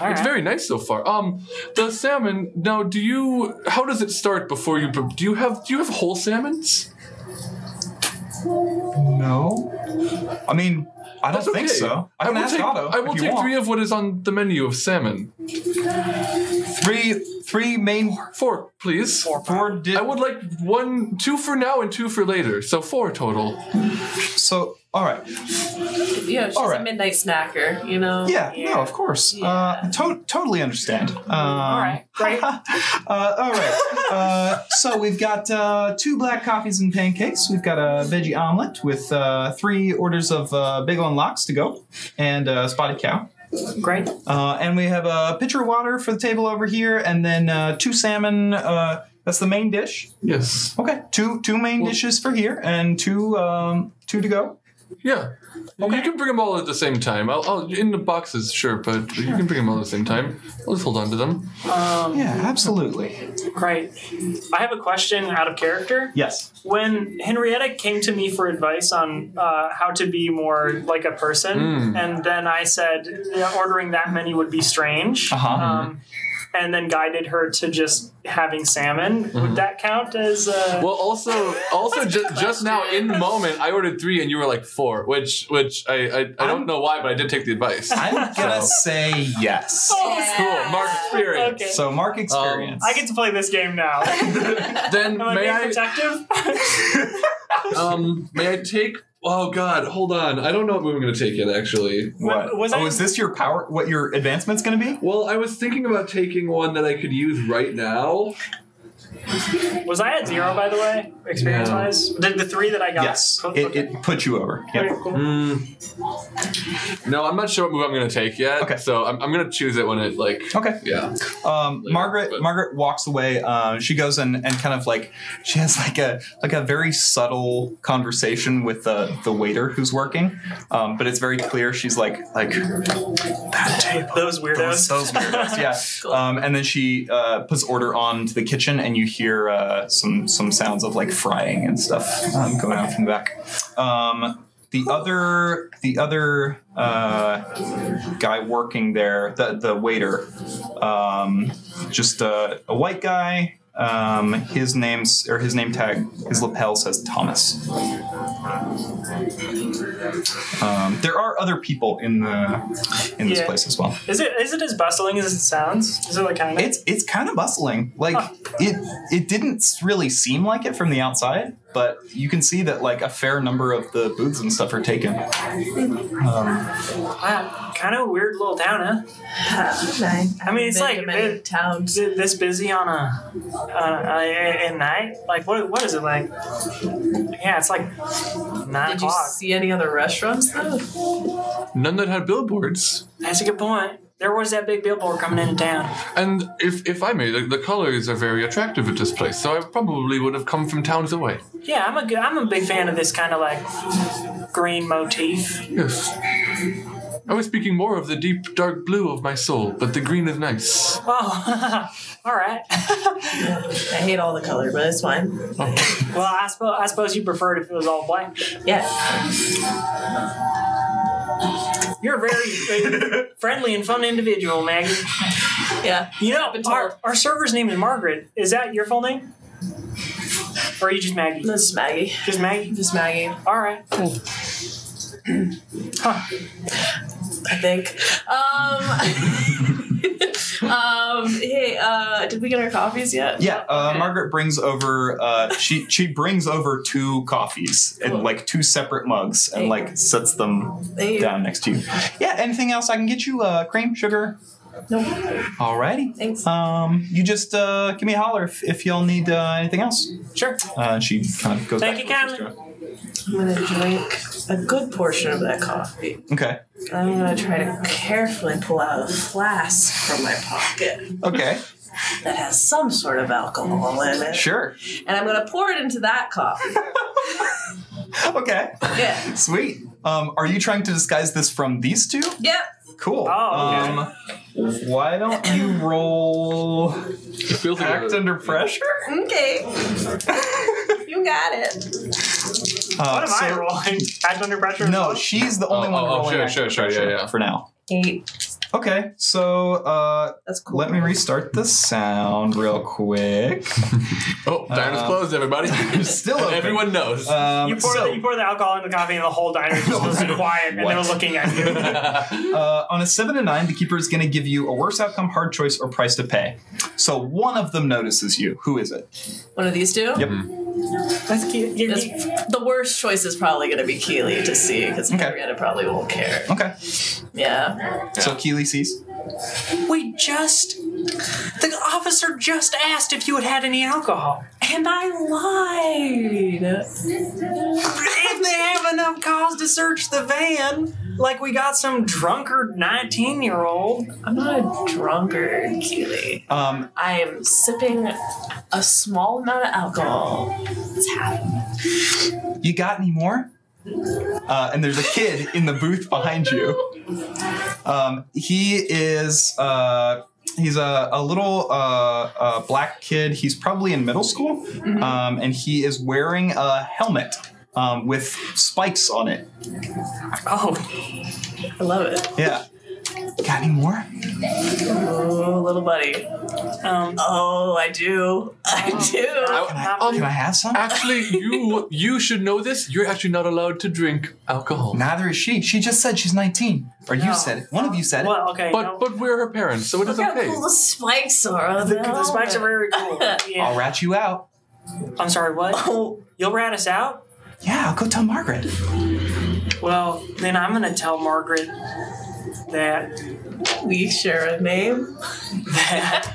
[SPEAKER 3] right.
[SPEAKER 2] It's very nice so far. Um, the salmon. Now, do you? How does it start before you? Do you have? Do you have whole salmons?
[SPEAKER 1] No, I mean I don't
[SPEAKER 2] That's
[SPEAKER 1] think
[SPEAKER 2] okay.
[SPEAKER 1] so. I can
[SPEAKER 2] will
[SPEAKER 1] ask
[SPEAKER 2] take.
[SPEAKER 1] Otto.
[SPEAKER 2] I will
[SPEAKER 1] if you
[SPEAKER 2] take
[SPEAKER 1] want.
[SPEAKER 2] three of what is on the menu of salmon.
[SPEAKER 1] three three main
[SPEAKER 2] Four, please.
[SPEAKER 1] four. Di-
[SPEAKER 2] I would like one, two for now and two for later. So four total.
[SPEAKER 1] so all right.
[SPEAKER 4] You know, she's
[SPEAKER 1] All right.
[SPEAKER 4] a midnight snacker, you know?
[SPEAKER 1] Yeah,
[SPEAKER 3] Yeah.
[SPEAKER 1] no, of course. Uh, to- totally understand. Um,
[SPEAKER 3] all right, great.
[SPEAKER 1] uh, all right. Uh, so we've got uh, two black coffees and pancakes. We've got a veggie omelet with uh, three orders of uh, bagel and lox to go, and uh, spotted cow.
[SPEAKER 3] great.
[SPEAKER 1] Uh, and we have a pitcher of water for the table over here, and then uh, two salmon. Uh, that's the main dish.
[SPEAKER 2] Yes.
[SPEAKER 1] Okay, two two main
[SPEAKER 2] Well-
[SPEAKER 1] dishes for here, and two um, two to go.
[SPEAKER 2] Yeah. You can bring them all at the same time. I'll, I'll in the boxes, sure, but you can bring them all at the same time. I'll just hold on to them.
[SPEAKER 3] Um,
[SPEAKER 1] Yeah, absolutely.
[SPEAKER 3] great. I have a question out of character.
[SPEAKER 1] Yes.
[SPEAKER 3] When Henrietta came to me for advice on uh, how to be more like a person,
[SPEAKER 2] Mm.
[SPEAKER 3] and then I said yeah, ordering that many would be strange.
[SPEAKER 1] Uh-huh.
[SPEAKER 3] Um,
[SPEAKER 2] Mm-hmm.
[SPEAKER 3] and then guided her to just having salmon. Would that count as? Uh,
[SPEAKER 2] Well, also, also ju- just now in the moment, I ordered three and you were like four, which which I I, I don't know why, but I did take the advice.
[SPEAKER 1] I'm gonna say yes.
[SPEAKER 2] Cool, Mark experience.
[SPEAKER 3] Okay.
[SPEAKER 1] So mark experience.
[SPEAKER 3] Um, I get to play this game now.
[SPEAKER 2] Then
[SPEAKER 3] Am I
[SPEAKER 2] may
[SPEAKER 3] being
[SPEAKER 2] I
[SPEAKER 3] protective?
[SPEAKER 2] um may I take? Oh God, hold on. I don't know what move I'm going to take yet. Actually,
[SPEAKER 1] what?
[SPEAKER 3] was
[SPEAKER 1] oh,
[SPEAKER 3] I-
[SPEAKER 1] is this your power? What your advancement's gonna be?
[SPEAKER 2] Well, I was thinking about taking one that I could use right now,
[SPEAKER 3] Was I at zero, by the way, experience wise? The, the three that I got.
[SPEAKER 1] Yes,
[SPEAKER 3] Cool,
[SPEAKER 1] it,
[SPEAKER 3] okay.
[SPEAKER 1] it put you over.
[SPEAKER 3] Okay,
[SPEAKER 1] Yep.
[SPEAKER 3] cool.
[SPEAKER 2] Mm. Hmm. No, I'm not sure what move I'm gonna take yet.
[SPEAKER 1] Okay.
[SPEAKER 2] So I'm, I'm gonna choose it when it like.
[SPEAKER 1] Okay.
[SPEAKER 2] Yeah.
[SPEAKER 1] Um,
[SPEAKER 2] Later,
[SPEAKER 1] Margaret
[SPEAKER 2] but-
[SPEAKER 1] Margaret walks away. Um, she goes and, and kind of like she has like a like a very subtle conversation with the the waiter who's working, um, but it's very clear she's like like
[SPEAKER 3] Those
[SPEAKER 1] those,
[SPEAKER 3] weirdos.
[SPEAKER 1] those weirdos, yeah. Um, and then she uh, puts order on to the kitchen, and you hear uh, some some sounds of like frying and stuff um, going on from the back. Um, the other the other uh, guy working there, the the waiter, um, just a, a white guy. Um, his name's or his name tag, his lapel says Thomas. Um, there are other people in the in this
[SPEAKER 3] Yeah.
[SPEAKER 1] place as well.
[SPEAKER 3] Is it is it as bustling as it sounds? Is it like kind of?
[SPEAKER 1] It's it's kind of bustling. Like
[SPEAKER 3] Huh.
[SPEAKER 1] it it didn't really seem like it from the outside, but you can see that like a fair number of the booths and stuff are taken. Um,
[SPEAKER 3] wow, kind of weird little town, huh? I mean, it's
[SPEAKER 4] Been
[SPEAKER 3] like
[SPEAKER 4] to many
[SPEAKER 3] it-
[SPEAKER 4] towns.
[SPEAKER 3] Is it this busy on a, on a, a- at night? Like what what is it like? Yeah, it's like nine
[SPEAKER 4] Did you
[SPEAKER 3] o'clock.
[SPEAKER 4] see any other restaurants though?
[SPEAKER 2] None that had billboards.
[SPEAKER 3] That's a good point. There was that big billboard coming into town.
[SPEAKER 2] And if if I may, the, the colors are very attractive at this place. So I probably would have come from towns away.
[SPEAKER 3] Yeah, I'm a good, I'm a big fan of this kind of like green motif.
[SPEAKER 2] Yes. I was speaking more of the deep dark blue of my soul, but the green is nice.
[SPEAKER 3] Oh, all right.
[SPEAKER 5] I hate all the color, but it's fine.
[SPEAKER 3] well, I suppose I suppose you preferred if it was all black.
[SPEAKER 5] Yeah.
[SPEAKER 3] You're a very uh, friendly and fun individual, Maggie.
[SPEAKER 4] Yeah.
[SPEAKER 3] You know,
[SPEAKER 4] Been told.
[SPEAKER 3] our, our server's name is Margaret. Is that your full name? Or are you just Maggie?
[SPEAKER 5] This is Maggie.
[SPEAKER 3] Just Maggie?
[SPEAKER 4] Just Maggie.
[SPEAKER 3] All right.
[SPEAKER 5] I think.
[SPEAKER 4] Um, um, hey, uh, did we get our coffees yet?
[SPEAKER 1] yeah, uh,
[SPEAKER 4] Okay.
[SPEAKER 1] Margaret brings over uh, she she brings over two coffees
[SPEAKER 4] Cool.
[SPEAKER 1] and like two separate mugs and like sets them
[SPEAKER 5] Thank you.
[SPEAKER 1] down next to you. Yeah, anything else I can get you? Uh, cream, sugar.
[SPEAKER 5] Nope.
[SPEAKER 1] Alrighty.
[SPEAKER 5] Thanks.
[SPEAKER 1] Um, you just uh, give me a holler if, if y'all need uh, anything else.
[SPEAKER 3] Sure.
[SPEAKER 1] Uh, and she kind of goes.
[SPEAKER 3] Thank
[SPEAKER 1] back
[SPEAKER 3] you
[SPEAKER 1] to what she was
[SPEAKER 3] kindly.
[SPEAKER 1] doing.
[SPEAKER 5] I'm gonna drink a good portion of that coffee.
[SPEAKER 1] Okay.
[SPEAKER 5] I'm gonna try to carefully pull out a flask from my pocket
[SPEAKER 1] Okay.
[SPEAKER 5] that has some sort of alcohol in it.
[SPEAKER 1] Sure.
[SPEAKER 5] And I'm gonna pour it into that coffee.
[SPEAKER 1] Okay.
[SPEAKER 5] Yeah.
[SPEAKER 1] Sweet. Um, are you trying to disguise this from these two?
[SPEAKER 5] Yep.
[SPEAKER 1] Cool.
[SPEAKER 3] Oh,
[SPEAKER 1] um, why don't you roll
[SPEAKER 2] It feels
[SPEAKER 1] act under pressure?
[SPEAKER 5] Okay. you got it.
[SPEAKER 1] Uh,
[SPEAKER 3] What am I
[SPEAKER 1] so-
[SPEAKER 3] rolling? Act under pressure?
[SPEAKER 1] No, she's the only
[SPEAKER 2] Oh,
[SPEAKER 1] one
[SPEAKER 2] oh, oh,
[SPEAKER 1] rolling.
[SPEAKER 2] sure,
[SPEAKER 1] act
[SPEAKER 2] sure,
[SPEAKER 1] under
[SPEAKER 2] sure, yeah,
[SPEAKER 1] pressure
[SPEAKER 2] yeah.
[SPEAKER 1] For now.
[SPEAKER 5] Eight.
[SPEAKER 1] Okay. So uh,
[SPEAKER 5] That's cool.
[SPEAKER 1] let me restart the sound real quick.
[SPEAKER 2] Oh, diner's
[SPEAKER 1] Uh,
[SPEAKER 2] closed, everybody.
[SPEAKER 1] still
[SPEAKER 2] And
[SPEAKER 1] open.
[SPEAKER 2] Everyone knows.
[SPEAKER 1] Um,
[SPEAKER 3] You pour,
[SPEAKER 1] so-
[SPEAKER 3] the, you pour the alcohol in the coffee and the whole diner just goes quiet and they're
[SPEAKER 1] What?
[SPEAKER 3] looking at you.
[SPEAKER 1] Uh, on a seven and nine, the keeper is going to give you a worse outcome, hard choice, or price to pay. So one of them notices you. Who is it?
[SPEAKER 4] One of these two?
[SPEAKER 1] Yep.
[SPEAKER 2] Mm-hmm.
[SPEAKER 3] That's cute. You-
[SPEAKER 4] That's-
[SPEAKER 3] you-
[SPEAKER 4] The worst choice is probably going to be Keely to see because
[SPEAKER 1] Okay.
[SPEAKER 4] Marietta probably won't care.
[SPEAKER 1] Okay.
[SPEAKER 4] Yeah.
[SPEAKER 1] So Keely sees.
[SPEAKER 3] we just. The officer just asked if you had had any alcohol.
[SPEAKER 4] And I lied.
[SPEAKER 3] if they have enough cause to search the van, like we got some drunkard 19 year old.
[SPEAKER 4] I'm not a drunkard, Keely.
[SPEAKER 1] Um,
[SPEAKER 4] I am sipping a small amount of alcohol. It's happening.
[SPEAKER 1] you got any more? Uh, and there's a kid in the booth behind you. Um, he is uh, he's a, a little uh, uh, black kid. He's probably in middle school,
[SPEAKER 3] Mm-hmm.
[SPEAKER 1] um, and he is wearing a helmet um, with spikes on it.
[SPEAKER 3] Oh,
[SPEAKER 4] I love it.
[SPEAKER 1] Yeah. Got any more?
[SPEAKER 4] Oh, little buddy.
[SPEAKER 3] um, Oh.
[SPEAKER 4] Oh, I do. I do.
[SPEAKER 1] I-
[SPEAKER 3] um,
[SPEAKER 1] Can I have some?
[SPEAKER 2] actually, you you should know this. You're actually not allowed to drink alcohol.
[SPEAKER 1] Neither is she. She just said she's 19. Or you
[SPEAKER 3] No.
[SPEAKER 1] said it. One of you said it.
[SPEAKER 3] well, okay.
[SPEAKER 2] But
[SPEAKER 3] no.
[SPEAKER 2] but we're her parents, so it is
[SPEAKER 4] Look how
[SPEAKER 2] okay.
[SPEAKER 4] cool the spikes are. on
[SPEAKER 3] the,
[SPEAKER 4] that
[SPEAKER 3] the spikes are very
[SPEAKER 4] helmet.
[SPEAKER 3] cool. Yeah.
[SPEAKER 1] I'll rat you out.
[SPEAKER 3] I'm sorry, what?
[SPEAKER 5] Oh,
[SPEAKER 3] You'll rat us out?
[SPEAKER 1] Yeah, I'll go tell Margaret.
[SPEAKER 3] Well, then I'm gonna tell Margaret that
[SPEAKER 4] We share a name.
[SPEAKER 3] that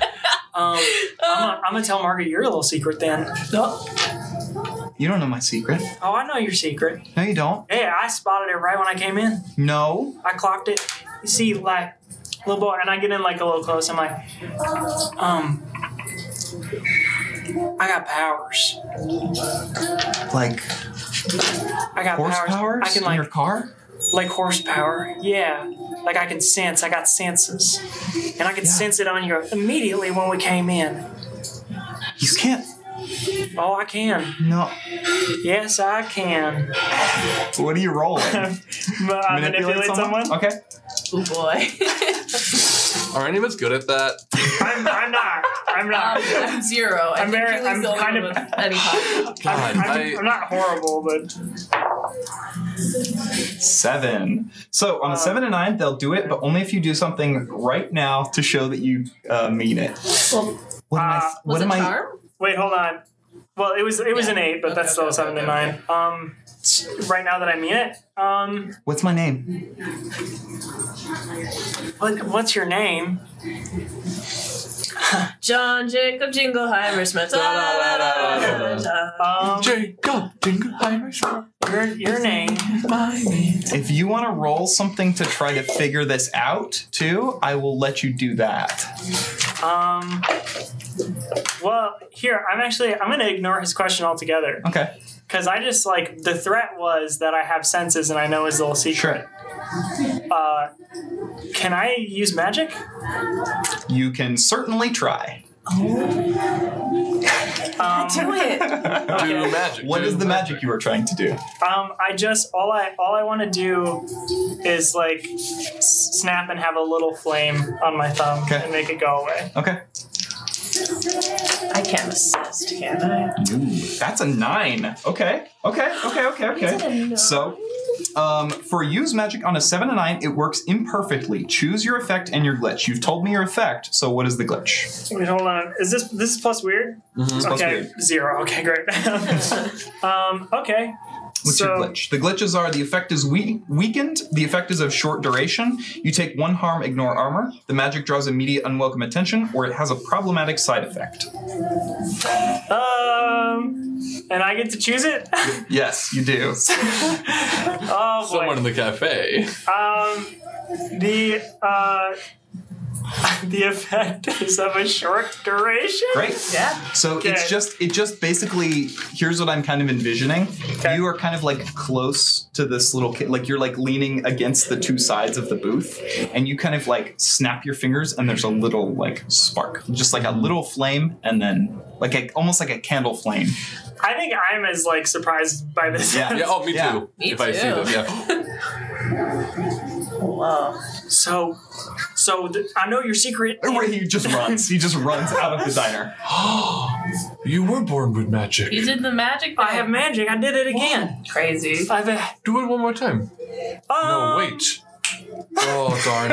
[SPEAKER 3] um I'm gonna, I'm, I'm gonna tell Margaret your little secret then.
[SPEAKER 1] You don't know my secret.
[SPEAKER 3] Oh, I know your secret.
[SPEAKER 1] No, you don't.
[SPEAKER 3] Hey, I spotted it right when I came in.
[SPEAKER 1] No.
[SPEAKER 3] I clocked it. You see, like, little boy, and I get in like a little close. I'm like, um, I got powers.
[SPEAKER 1] Like
[SPEAKER 3] I got powers.
[SPEAKER 1] horsepower
[SPEAKER 3] I can
[SPEAKER 1] in
[SPEAKER 3] like
[SPEAKER 1] your car?
[SPEAKER 3] like horsepower. Yeah. Like I can sense. I got senses, and I could
[SPEAKER 1] Yeah.
[SPEAKER 3] sense it on you immediately when we came in.
[SPEAKER 1] You can't.
[SPEAKER 3] Oh, I can.
[SPEAKER 1] No.
[SPEAKER 3] Yes, I can.
[SPEAKER 1] What are you rolling?
[SPEAKER 3] I manipulate someone.
[SPEAKER 1] Okay.
[SPEAKER 4] Oh boy.
[SPEAKER 2] Are any of us good at that?
[SPEAKER 3] I'm, I'm not. I'm
[SPEAKER 4] um,
[SPEAKER 3] not.
[SPEAKER 4] I'm zero. I
[SPEAKER 3] I'm
[SPEAKER 4] think
[SPEAKER 3] very-
[SPEAKER 4] Keely's
[SPEAKER 3] I'm
[SPEAKER 4] the only
[SPEAKER 3] kind of-
[SPEAKER 4] one with any power.
[SPEAKER 2] God,
[SPEAKER 3] I'm, I'm,
[SPEAKER 2] I-
[SPEAKER 3] I'm not horrible, but
[SPEAKER 1] Seven. So on a
[SPEAKER 3] Um,
[SPEAKER 1] seven and nine, they'll do it, but only if you do something right now to show that you uh, mean it.
[SPEAKER 4] Well,
[SPEAKER 1] What am I?
[SPEAKER 3] Uh,
[SPEAKER 1] what
[SPEAKER 4] was
[SPEAKER 1] am
[SPEAKER 4] it
[SPEAKER 1] I?
[SPEAKER 4] charm?
[SPEAKER 3] Wait, hold on. Well, it was it was
[SPEAKER 4] Yeah.
[SPEAKER 3] an eight, but
[SPEAKER 4] Okay,
[SPEAKER 3] that's still
[SPEAKER 4] okay,
[SPEAKER 3] seven
[SPEAKER 4] okay,
[SPEAKER 3] to nine. Um, s- right now that I mean it. Um,
[SPEAKER 1] What's my name?
[SPEAKER 3] what what's your name?
[SPEAKER 5] John Jacob Jingleheimer Smith.
[SPEAKER 2] Da, da, da, da, da, da,
[SPEAKER 3] Um,
[SPEAKER 2] Jacob Dingleheimer.
[SPEAKER 3] your your name.
[SPEAKER 2] My name.
[SPEAKER 1] If you want to roll something to try to figure this out, too, I will let you do that.
[SPEAKER 3] Um, well, here I'm actually I'm gonna ignore his question altogether
[SPEAKER 1] Okay.
[SPEAKER 3] because I just like the threat was that I have senses and I know his little secret.
[SPEAKER 1] Sure.
[SPEAKER 3] Uh, can I use magic?
[SPEAKER 1] You can certainly try.
[SPEAKER 3] Um,
[SPEAKER 5] Do it.
[SPEAKER 2] Do magic.
[SPEAKER 1] What is the magic you are trying to do?
[SPEAKER 3] Um, I just all I all I want to do is like s- snap and have a little flame on my thumb
[SPEAKER 1] Okay.
[SPEAKER 3] and make it go away.
[SPEAKER 1] Okay.
[SPEAKER 5] I can't assist, can I?
[SPEAKER 1] That's a nine. Okay. Okay. Okay. Okay. Okay. So, um, for use magic on a seven and nine, it works imperfectly. Choose your effect and your glitch. You've told me your effect, so what is the glitch?
[SPEAKER 3] Wait, hold on. Is this this is plus weird?
[SPEAKER 1] Mm-hmm. It's supposed to
[SPEAKER 3] okay,
[SPEAKER 1] be-
[SPEAKER 3] zero. Okay, great. um, okay.
[SPEAKER 1] What's
[SPEAKER 3] so
[SPEAKER 1] your glitch? The glitches are the effect is we- weakened, the effect is of short duration, you take one harm, ignore armor, the magic draws immediate unwelcome attention, or it has a problematic side effect.
[SPEAKER 3] um, and I get to choose it.
[SPEAKER 1] Yes, you do.
[SPEAKER 3] oh boy.
[SPEAKER 2] Someone in the cafe.
[SPEAKER 3] Um, the uh, the effect is of a short duration.
[SPEAKER 1] Great.
[SPEAKER 5] Yeah.
[SPEAKER 1] So
[SPEAKER 3] Okay.
[SPEAKER 1] it's just it just basically here's what I'm kind of envisioning.
[SPEAKER 3] Okay.
[SPEAKER 1] You are kind of like close to this little kid, like you're like leaning against the two sides of the booth, and you kind of like snap your fingers, and there's a little like spark, just like a little flame, and then like a, almost like a candle flame.
[SPEAKER 3] I think I'm as like surprised by this.
[SPEAKER 1] Yeah.
[SPEAKER 2] Yeah. Oh, me
[SPEAKER 1] Yeah.
[SPEAKER 2] too.
[SPEAKER 4] Me
[SPEAKER 2] if I see
[SPEAKER 4] too.
[SPEAKER 2] them, yeah.
[SPEAKER 5] Whoa.
[SPEAKER 3] So, so th- I know your secret.
[SPEAKER 1] Or he just runs. He just runs out of the diner.
[SPEAKER 2] you were born with magic.
[SPEAKER 4] You did the magic.
[SPEAKER 3] I have magic. I did it again. uh,
[SPEAKER 4] Crazy.
[SPEAKER 3] I have a.
[SPEAKER 2] Do it one more time.
[SPEAKER 3] Oh
[SPEAKER 2] No,
[SPEAKER 1] Um,
[SPEAKER 2] wait. Oh darn!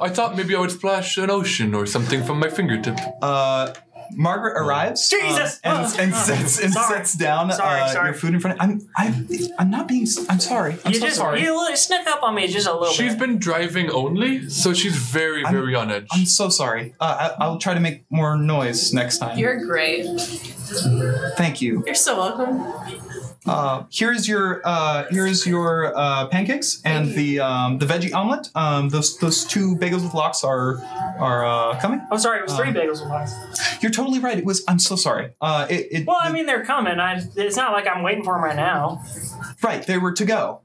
[SPEAKER 2] I thought maybe I would splash an ocean or something from my fingertip.
[SPEAKER 1] Uh, Margaret arrives uh,
[SPEAKER 3] Jesus!
[SPEAKER 1] and, and
[SPEAKER 3] Oh.
[SPEAKER 1] sets and
[SPEAKER 3] Sorry.
[SPEAKER 1] sets down
[SPEAKER 3] Sorry,
[SPEAKER 1] uh,
[SPEAKER 3] sorry.
[SPEAKER 1] your food in front. Of, I'm I'm I'm not being. s- I'm sorry. I'm
[SPEAKER 3] You
[SPEAKER 1] so
[SPEAKER 3] just
[SPEAKER 1] sorry.
[SPEAKER 3] you li- snuck up on me just a little
[SPEAKER 2] She's
[SPEAKER 3] bit.
[SPEAKER 2] been driving only, so she's very,
[SPEAKER 1] I'm-
[SPEAKER 2] very on edge.
[SPEAKER 1] I'm so sorry. Uh, I, I'll try to make more noise next time.
[SPEAKER 4] You're great.
[SPEAKER 1] Thank you.
[SPEAKER 4] You're so welcome.
[SPEAKER 1] Uh, here's your uh, here's your uh, pancakes and the um, the veggie omelet. Um, those those two bagels with locks are are uh, coming.
[SPEAKER 3] Oh, sorry. It was three
[SPEAKER 1] Um,
[SPEAKER 3] bagels with lox.
[SPEAKER 1] You're totally right. It was. I'm so sorry. Uh, it, it,
[SPEAKER 3] Well, I mean, they're coming. I, it's not like I'm waiting for them right now.
[SPEAKER 1] right. They were to go.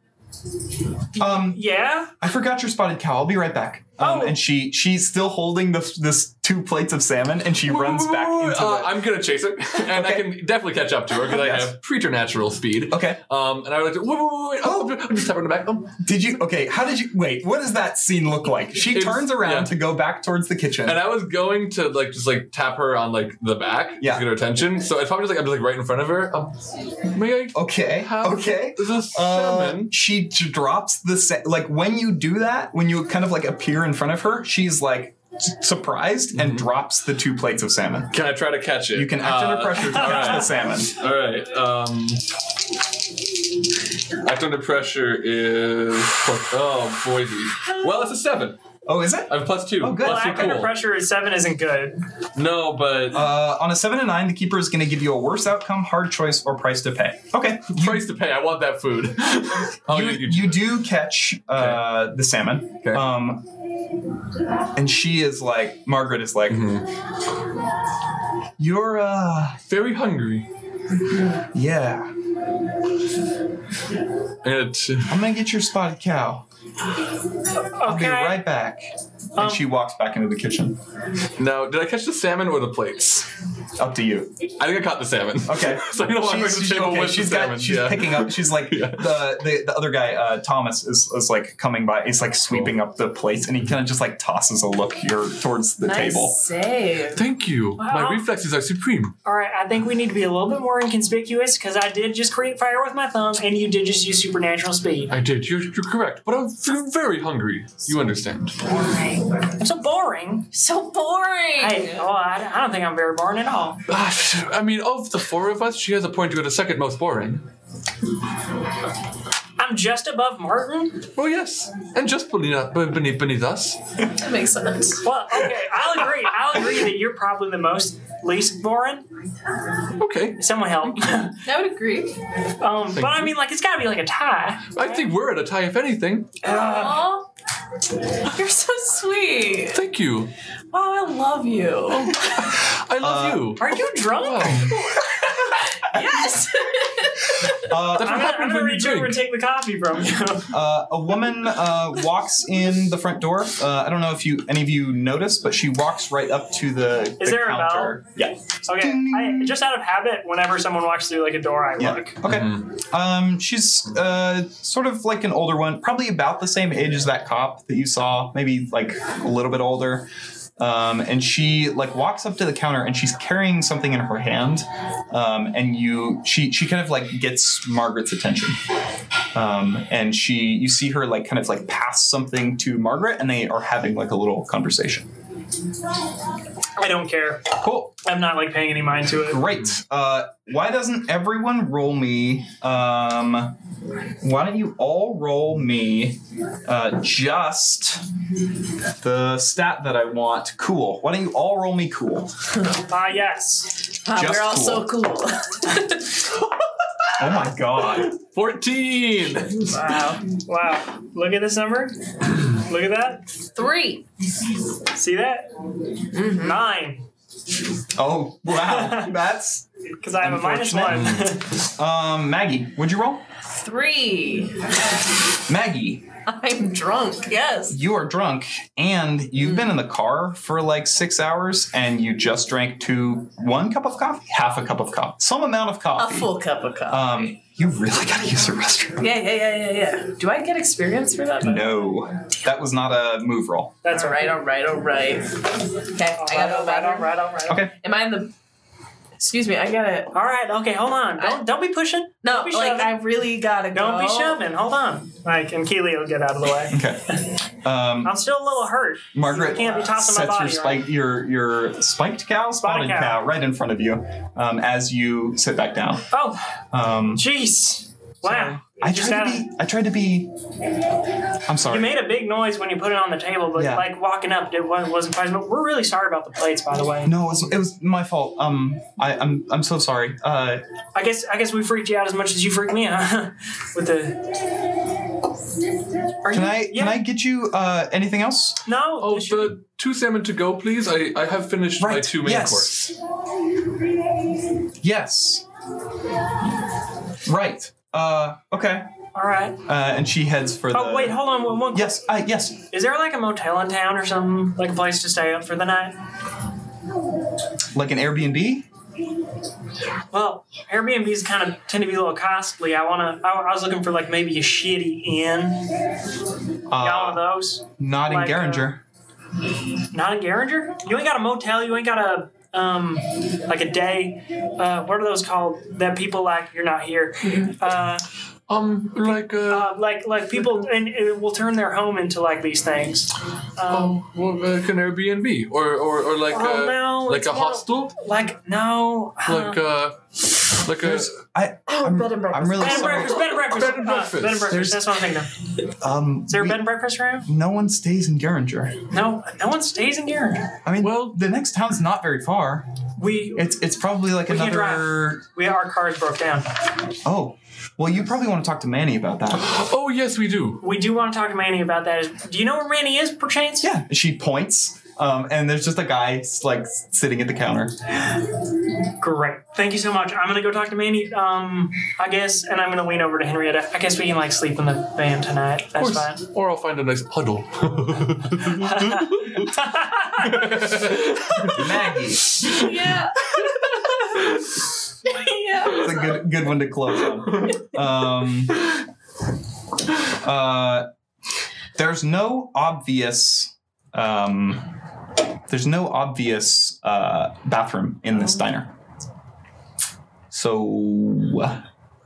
[SPEAKER 1] Um,
[SPEAKER 3] Yeah.
[SPEAKER 1] I forgot your spotted cow. I'll be right back. Um,
[SPEAKER 3] Oh.
[SPEAKER 1] And she she's still holding the this two plates of salmon, and she
[SPEAKER 2] Wait,
[SPEAKER 1] runs
[SPEAKER 2] wait, wait,
[SPEAKER 1] back
[SPEAKER 2] wait,
[SPEAKER 1] into
[SPEAKER 2] uh,
[SPEAKER 1] the.
[SPEAKER 2] I'm gonna chase her, and I
[SPEAKER 1] Okay.
[SPEAKER 2] can definitely catch up to her because
[SPEAKER 1] Yes.
[SPEAKER 2] I have preternatural speed.
[SPEAKER 1] okay.
[SPEAKER 2] Um, and I would like to. Wait, wait, wait, wait! Oh, I'm just tapping her back. Um,
[SPEAKER 1] Did you? Okay. How did you? Wait. What does that scene look like? She
[SPEAKER 2] It's-
[SPEAKER 1] turns around
[SPEAKER 2] yeah.
[SPEAKER 1] to go back towards the kitchen.
[SPEAKER 2] And I was going to like just like tap her on like the back
[SPEAKER 1] Yeah.
[SPEAKER 2] to get her attention. So it's probably just like I'm just like right in front of her. Um, may I
[SPEAKER 1] Okay.
[SPEAKER 2] have
[SPEAKER 1] Okay.
[SPEAKER 2] the
[SPEAKER 1] Uh,
[SPEAKER 2] salmon?
[SPEAKER 1] she j- drops the sa- like when you do that, when you kind of like appear in front of her, she's like s- surprised and drops the two plates of salmon.
[SPEAKER 2] can I try to catch it?
[SPEAKER 1] You can act under
[SPEAKER 2] Mm-hmm. Uh,
[SPEAKER 1] pressure to
[SPEAKER 2] all
[SPEAKER 1] catch the
[SPEAKER 2] right.
[SPEAKER 1] salmon.
[SPEAKER 2] All right. Um, act under pressure is oh boy. Well, it's a seven.
[SPEAKER 1] Oh, is it?
[SPEAKER 2] I have plus two.
[SPEAKER 1] Oh, good.
[SPEAKER 2] Plus
[SPEAKER 3] Well,
[SPEAKER 2] two
[SPEAKER 3] act under
[SPEAKER 2] cool.
[SPEAKER 3] pressure is seven isn't good.
[SPEAKER 2] No, but
[SPEAKER 1] Uh, on a seven to nine, the keeper is going to give you a worse outcome, hard choice, or price to pay. Okay,
[SPEAKER 2] price to pay. I want that food. oh,
[SPEAKER 1] you, you, do catch uh, the salmon.
[SPEAKER 2] Okay.
[SPEAKER 1] Um, and she is like, Margaret is like,
[SPEAKER 2] Mm-hmm.
[SPEAKER 1] you're, uh,
[SPEAKER 2] Very hungry.
[SPEAKER 1] yeah,
[SPEAKER 2] It,
[SPEAKER 1] I'm going to get your spotted cow. I'll
[SPEAKER 3] Okay.
[SPEAKER 1] be right back.
[SPEAKER 3] Um,
[SPEAKER 1] and she walks back into the kitchen.
[SPEAKER 2] now, did I catch the salmon or the plates?
[SPEAKER 1] Up to you.
[SPEAKER 2] I think I caught the salmon.
[SPEAKER 1] Okay.
[SPEAKER 2] so you know what? She's, the table
[SPEAKER 1] okay,
[SPEAKER 2] with
[SPEAKER 1] she's
[SPEAKER 2] the
[SPEAKER 1] got-
[SPEAKER 2] salmon.
[SPEAKER 1] she's
[SPEAKER 2] yeah.
[SPEAKER 1] picking up. She's like
[SPEAKER 2] Yeah.
[SPEAKER 1] the, the the other guy, uh, Thomas, is, is like coming by. He's like sweeping up the plates, and he kind of just like tosses a look here towards the
[SPEAKER 4] nice
[SPEAKER 1] table.
[SPEAKER 4] save.
[SPEAKER 2] Thank you.
[SPEAKER 3] Wow.
[SPEAKER 2] My reflexes are supreme.
[SPEAKER 3] All right, I think we need to be a little bit more inconspicuous because I did just create fire with my thumb, and you did just use supernatural speed.
[SPEAKER 2] I did. You're, you're correct. But I'm f- very hungry. You understand.
[SPEAKER 3] I'm so boring.
[SPEAKER 4] So boring.
[SPEAKER 3] I, oh, I, I don't think I'm very boring at all.
[SPEAKER 2] Ah, I mean, of the four of us, she has a point to go to second most boring.
[SPEAKER 3] I'm just above Martin.
[SPEAKER 2] Oh, yes. And just beneath, beneath, beneath us.
[SPEAKER 4] that makes sense.
[SPEAKER 3] Well, okay, I'll agree. I'll agree that you're probably the most least boring.
[SPEAKER 2] Okay.
[SPEAKER 3] Someone help. um,
[SPEAKER 4] I would agree.
[SPEAKER 3] but I mean, like, it's got to be like a tie.
[SPEAKER 2] I think we're at a tie, if anything.
[SPEAKER 3] Ugh.
[SPEAKER 4] Aw. You're so sweet.
[SPEAKER 2] Thank you.
[SPEAKER 4] Wow, I love you.
[SPEAKER 2] I love
[SPEAKER 1] Uh,
[SPEAKER 2] you.
[SPEAKER 3] Are you drunk?
[SPEAKER 2] Wow.
[SPEAKER 4] yes.
[SPEAKER 1] Uh,
[SPEAKER 3] I'm
[SPEAKER 2] That's what
[SPEAKER 3] gonna, I'm gonna
[SPEAKER 2] happens when you
[SPEAKER 3] reach over and
[SPEAKER 2] drink.
[SPEAKER 3] take the coffee from you.
[SPEAKER 1] uh, a woman uh, walks in the front door. Uh, I don't know if you any of you noticed, but she walks right up to the, the
[SPEAKER 3] there a bell?
[SPEAKER 1] counter. Yeah.
[SPEAKER 3] Okay, I, just out of habit, whenever someone walks through like a door, I
[SPEAKER 1] Yeah.
[SPEAKER 3] look.
[SPEAKER 1] Okay. Um, she's uh, sort of like an older one, probably about the same age as that cop that you saw, maybe like a little bit older. Um, and she like walks up to the counter and she's carrying something in her hand. Um, and you, she, she kind of like gets Margaret's attention. Um, and she, you see her like kind of like pass something to Margaret, and they are having like a little conversation.
[SPEAKER 3] I don't care.
[SPEAKER 1] Cool,
[SPEAKER 3] I'm not like paying any mind to it.
[SPEAKER 1] great. Uh, why doesn't everyone roll me? Um, why don't you all roll me uh, just the stat that I want? Cool. Why don't you all roll me cool?
[SPEAKER 3] Ah, yes.
[SPEAKER 4] Wow,
[SPEAKER 1] Just
[SPEAKER 4] we're all so cool.
[SPEAKER 1] Oh my god.
[SPEAKER 2] 14.
[SPEAKER 3] Wow. Wow. Look at this number. Look at that.
[SPEAKER 4] Three.
[SPEAKER 3] See that?
[SPEAKER 4] Mm-hmm.
[SPEAKER 3] Nine.
[SPEAKER 1] Oh wow. That's
[SPEAKER 3] Because I have a minus one.
[SPEAKER 1] um, Maggie. Would you roll?
[SPEAKER 4] Three.
[SPEAKER 1] Maggie,
[SPEAKER 4] I'm drunk. Yes.
[SPEAKER 1] you are drunk and you've been in the car for like six hours and you just drank two one cup of coffee, half a cup of coffee, some amount of
[SPEAKER 4] A
[SPEAKER 1] coffee.
[SPEAKER 4] full cup of coffee.
[SPEAKER 1] Um, you really gotta use the restroom.
[SPEAKER 4] yeah, yeah, yeah, yeah, yeah. Do I get experience for that?
[SPEAKER 1] No, that was not a move roll.
[SPEAKER 3] That's
[SPEAKER 4] All right, all right, all right. Okay, I gotta go
[SPEAKER 3] All right, all
[SPEAKER 4] bathroom.
[SPEAKER 3] right, all right.
[SPEAKER 1] Okay.
[SPEAKER 4] Am I in the? Excuse me, I gotta.
[SPEAKER 3] All right. Okay. Hold on. Don't don't be pushing.
[SPEAKER 4] No,
[SPEAKER 3] Don't be
[SPEAKER 4] like
[SPEAKER 3] shoving.
[SPEAKER 4] I really gotta go.
[SPEAKER 3] Don't be shoving. Hold on. Like, and Keely will get out of the way.
[SPEAKER 1] Okay. Um,
[SPEAKER 3] I'm still a little hurt.
[SPEAKER 1] Margaret uh,
[SPEAKER 3] can't be tossing my
[SPEAKER 1] sets your
[SPEAKER 3] body
[SPEAKER 1] spike your your spiked cow, spotted,
[SPEAKER 3] cow.
[SPEAKER 1] cow. right in front of you um, as you sit back down.
[SPEAKER 3] Oh,
[SPEAKER 1] Um,
[SPEAKER 3] jeez. Wow.
[SPEAKER 1] I
[SPEAKER 3] You just
[SPEAKER 1] tried to
[SPEAKER 3] had a-
[SPEAKER 1] be. I tried to be. I'm sorry.
[SPEAKER 3] You made a big noise when you put it on the table, but
[SPEAKER 1] Yeah.
[SPEAKER 3] like walking up, it wa- wasn't fine. But we're really sorry about the plates, by the way.
[SPEAKER 1] no, it was, it was my fault. Um, I, I'm I'm so sorry. Uh,
[SPEAKER 3] I guess I guess we freaked you out as much as you freaked me out with the. Are
[SPEAKER 1] can
[SPEAKER 3] you-
[SPEAKER 1] I
[SPEAKER 3] yeah.
[SPEAKER 1] can I get you uh, anything else?
[SPEAKER 3] No.
[SPEAKER 2] Oh,
[SPEAKER 3] this should-
[SPEAKER 2] the two salmon to go, please. I, I have finished my two main course.
[SPEAKER 1] Yes. Right. Uh, okay.
[SPEAKER 3] all right.
[SPEAKER 1] Uh, and she heads for the.
[SPEAKER 3] Oh wait, hold on. One, one.
[SPEAKER 1] Yes. Uh, yes.
[SPEAKER 3] Is there like a motel in town or something, like a place to stay up for the night?
[SPEAKER 1] Like an Airbnb.
[SPEAKER 3] Well, Airbnbs kind of tend to be a little costly. I wanna. I, I was looking for like maybe a shitty inn. Got one
[SPEAKER 1] Uh,
[SPEAKER 3] of those.
[SPEAKER 1] not in
[SPEAKER 3] like, uh,
[SPEAKER 1] Garinger.
[SPEAKER 3] Not a Garinger? You ain't got a motel. You ain't got a um like a day. Uh, what are those called? That people like. You're not here. Uh,
[SPEAKER 2] Um, like, uh,
[SPEAKER 3] uh, like like people and it will turn their home into like these things. Um,
[SPEAKER 2] um, well, like an Airbnb or or, or like
[SPEAKER 3] Oh,
[SPEAKER 2] a,
[SPEAKER 3] no,
[SPEAKER 2] like
[SPEAKER 3] it's
[SPEAKER 2] a
[SPEAKER 3] not-
[SPEAKER 2] hostel,
[SPEAKER 3] like no. uh,
[SPEAKER 2] like uh, Like a,
[SPEAKER 1] There's, I,
[SPEAKER 5] Oh,
[SPEAKER 1] I'm,
[SPEAKER 5] bed and breakfast.
[SPEAKER 1] I'm really
[SPEAKER 3] Bed and
[SPEAKER 1] sorry.
[SPEAKER 3] breakfast, bed and breakfast,
[SPEAKER 2] Bed and
[SPEAKER 3] uh,
[SPEAKER 2] breakfast.
[SPEAKER 3] bed and breakfast.
[SPEAKER 1] There's-
[SPEAKER 3] That's what I'm thinking. Of.
[SPEAKER 1] Um,
[SPEAKER 3] Is there a
[SPEAKER 1] we-
[SPEAKER 3] bed and breakfast room?
[SPEAKER 1] no one stays in Geringer.
[SPEAKER 3] No, no one stays in here.
[SPEAKER 1] I mean,
[SPEAKER 2] Well-
[SPEAKER 1] the next town's not very far.
[SPEAKER 3] We
[SPEAKER 1] It's it's probably like
[SPEAKER 3] We can
[SPEAKER 1] another.
[SPEAKER 3] we our cars broke down.
[SPEAKER 1] Oh, well, you probably want to talk to Manny about that.
[SPEAKER 2] oh yes, we do.
[SPEAKER 3] We do want to talk to Manny about that. Is- Do you know where Manny is, perchance?
[SPEAKER 1] Yeah, she points, um, and there's just a guy s- like s- sitting at the counter.
[SPEAKER 3] Great. Thank you so much. I'm gonna go talk to Manny. Um, I guess, and I'm gonna lean over to Henrietta. I guess we can like sleep in the van tonight. That's
[SPEAKER 2] Of course. Or I'll find a nice puddle.
[SPEAKER 3] fine.
[SPEAKER 1] Maggie.
[SPEAKER 4] Yeah. yeah.
[SPEAKER 1] That's a good good one to close on. Um, uh, there's no obvious. Um, there's no obvious uh, bathroom in this diner. So, uh,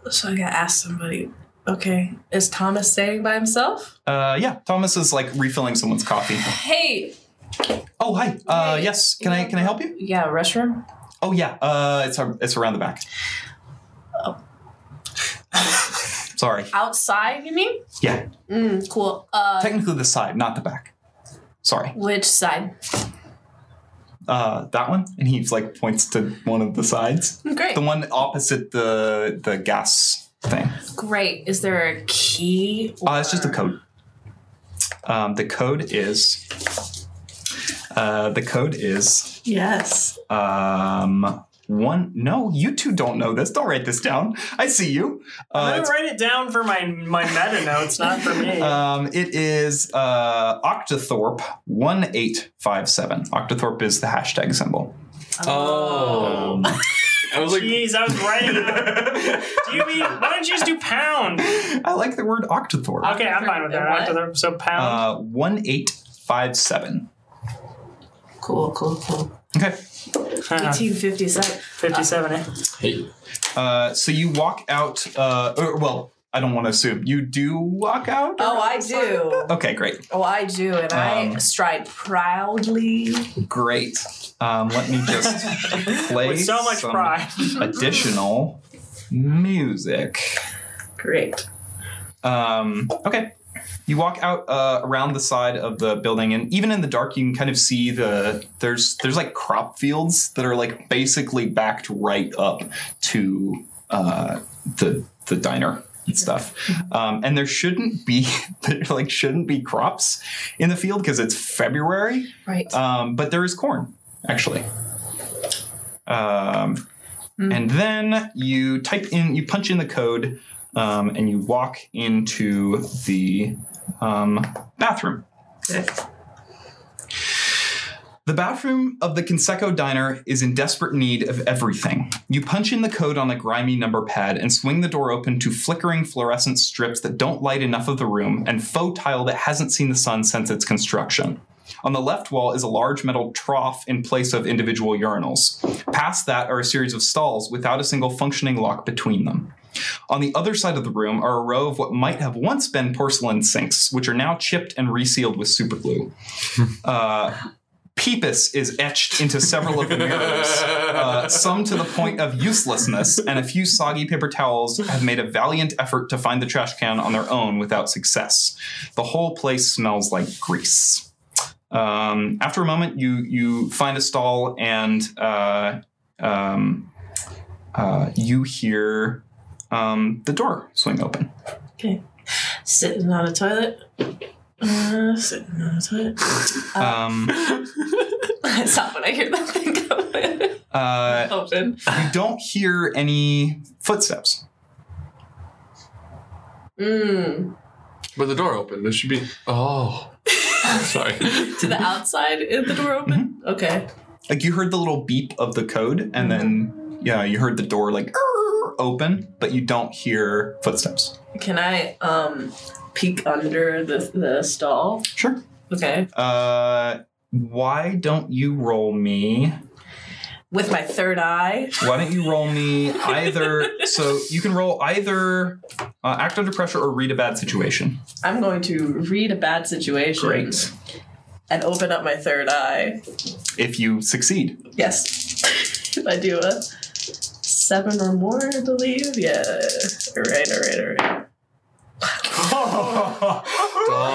[SPEAKER 5] So I gotta ask somebody. Okay, is Thomas staying by himself?
[SPEAKER 1] uh, yeah, Thomas is like refilling someone's coffee.
[SPEAKER 5] Hey,
[SPEAKER 1] Oh, hi. Uh,
[SPEAKER 5] Hey.
[SPEAKER 1] yes, can I can I help you?
[SPEAKER 5] yeah, restroom.
[SPEAKER 1] Oh, yeah. Uh, it's ar- it's around the back.
[SPEAKER 5] Oh.
[SPEAKER 1] Sorry.
[SPEAKER 5] Outside, you mean?
[SPEAKER 1] Yeah,
[SPEAKER 5] Mm, cool. Uh,
[SPEAKER 1] technically the side, not the back. Sorry.
[SPEAKER 5] which side?
[SPEAKER 1] uh, that one, and he like points to one of the sides,
[SPEAKER 5] Great,
[SPEAKER 1] the one opposite the the gas thing.
[SPEAKER 5] great. Is there a key?
[SPEAKER 1] Uh, it's just a code. Um, the code is. Uh, the code is
[SPEAKER 4] Yes.
[SPEAKER 1] um, one. No, you two don't know this. Don't write this down. I see you.
[SPEAKER 3] I'm
[SPEAKER 1] Uh,
[SPEAKER 3] gonna
[SPEAKER 1] it's-
[SPEAKER 3] write it down for my my meta notes, not for me.
[SPEAKER 1] um, it is uh, Octothorpe one eight five seven. Octothorpe is the hashtag symbol.
[SPEAKER 2] Oh, I was like,
[SPEAKER 3] Jeez, I was writing. it out. do you mean? Why don't you just do pound?
[SPEAKER 1] I like the word Octothorpe.
[SPEAKER 3] Okay, I'm fine with that.
[SPEAKER 4] What?
[SPEAKER 3] After the- so pound.
[SPEAKER 1] Uh, one eight five seven.
[SPEAKER 4] Cool, cool, cool.
[SPEAKER 1] Okay.
[SPEAKER 5] Ah. 1857.
[SPEAKER 3] 57. eh?
[SPEAKER 2] hey,
[SPEAKER 1] Uh, so you walk out. Uh, or, well, I don't want to assume you do walk out.
[SPEAKER 5] Oh, I do.
[SPEAKER 1] Okay, great,
[SPEAKER 5] Oh, I do, and I
[SPEAKER 1] Um,
[SPEAKER 5] stride proudly.
[SPEAKER 1] great. Um, let me just play
[SPEAKER 3] With so much
[SPEAKER 1] some
[SPEAKER 3] pride.
[SPEAKER 1] additional music.
[SPEAKER 5] Great.
[SPEAKER 1] Um, okay. You walk out uh, around the side of the building, and even in the dark, you can kind of see the there's there's like crop fields that are like basically backed right up to uh, the the diner and stuff. Um, and there shouldn't be there like shouldn't be crops in the field because it's February,
[SPEAKER 5] Right.
[SPEAKER 1] um, but there is corn actually. Um, And then you type in you punch in the code um, and you walk into the um, bathroom. The bathroom of the Conseco Diner is in desperate need of everything. You punch in the code on a grimy number pad and swing the door open to flickering fluorescent strips that don't light enough of the room and faux tile that hasn't seen the sun since its construction. On the left wall is a large metal trough in place of individual urinals. Past that are a series of stalls without a single functioning lock between them. On the other side of the room are a row of what might have once been porcelain sinks, which are now chipped and resealed with superglue. Uh, Peepus is etched into several of the mirrors, uh, some to the point of uselessness, and a few soggy paper towels have made a valiant effort to find the trash can on their own without success. The whole place smells like grease. Um, after a moment, you you find a stall and uh, um, uh, you hear um, the door swing open.
[SPEAKER 5] Sitting on a toilet. Uh, sitting on a toilet.
[SPEAKER 1] Um,
[SPEAKER 5] That's not what I hear that thing of.
[SPEAKER 1] uh,
[SPEAKER 5] Open.
[SPEAKER 1] you don't hear any footsteps.
[SPEAKER 5] Mm.
[SPEAKER 2] but the door opened. There should be. Oh, sorry.
[SPEAKER 5] To the outside, is the door open?
[SPEAKER 1] Mm-hmm.
[SPEAKER 5] Okay.
[SPEAKER 1] Like you heard the little beep of the code, and then yeah, you heard the door like "Arr!" open, but you don't hear footsteps.
[SPEAKER 5] Can I um peek under the, the stall?
[SPEAKER 1] Sure.
[SPEAKER 5] Okay.
[SPEAKER 1] Uh, why don't you roll me?
[SPEAKER 5] With my third eye.
[SPEAKER 1] Why don't you roll me either? so you can roll either uh, act under pressure or read a bad situation.
[SPEAKER 5] I'm going to read a bad situation.
[SPEAKER 1] Great.
[SPEAKER 5] And open up my third eye.
[SPEAKER 1] If you succeed,
[SPEAKER 5] Yes. if I do a Seven or more, I believe. Yeah. All right, all right, all right.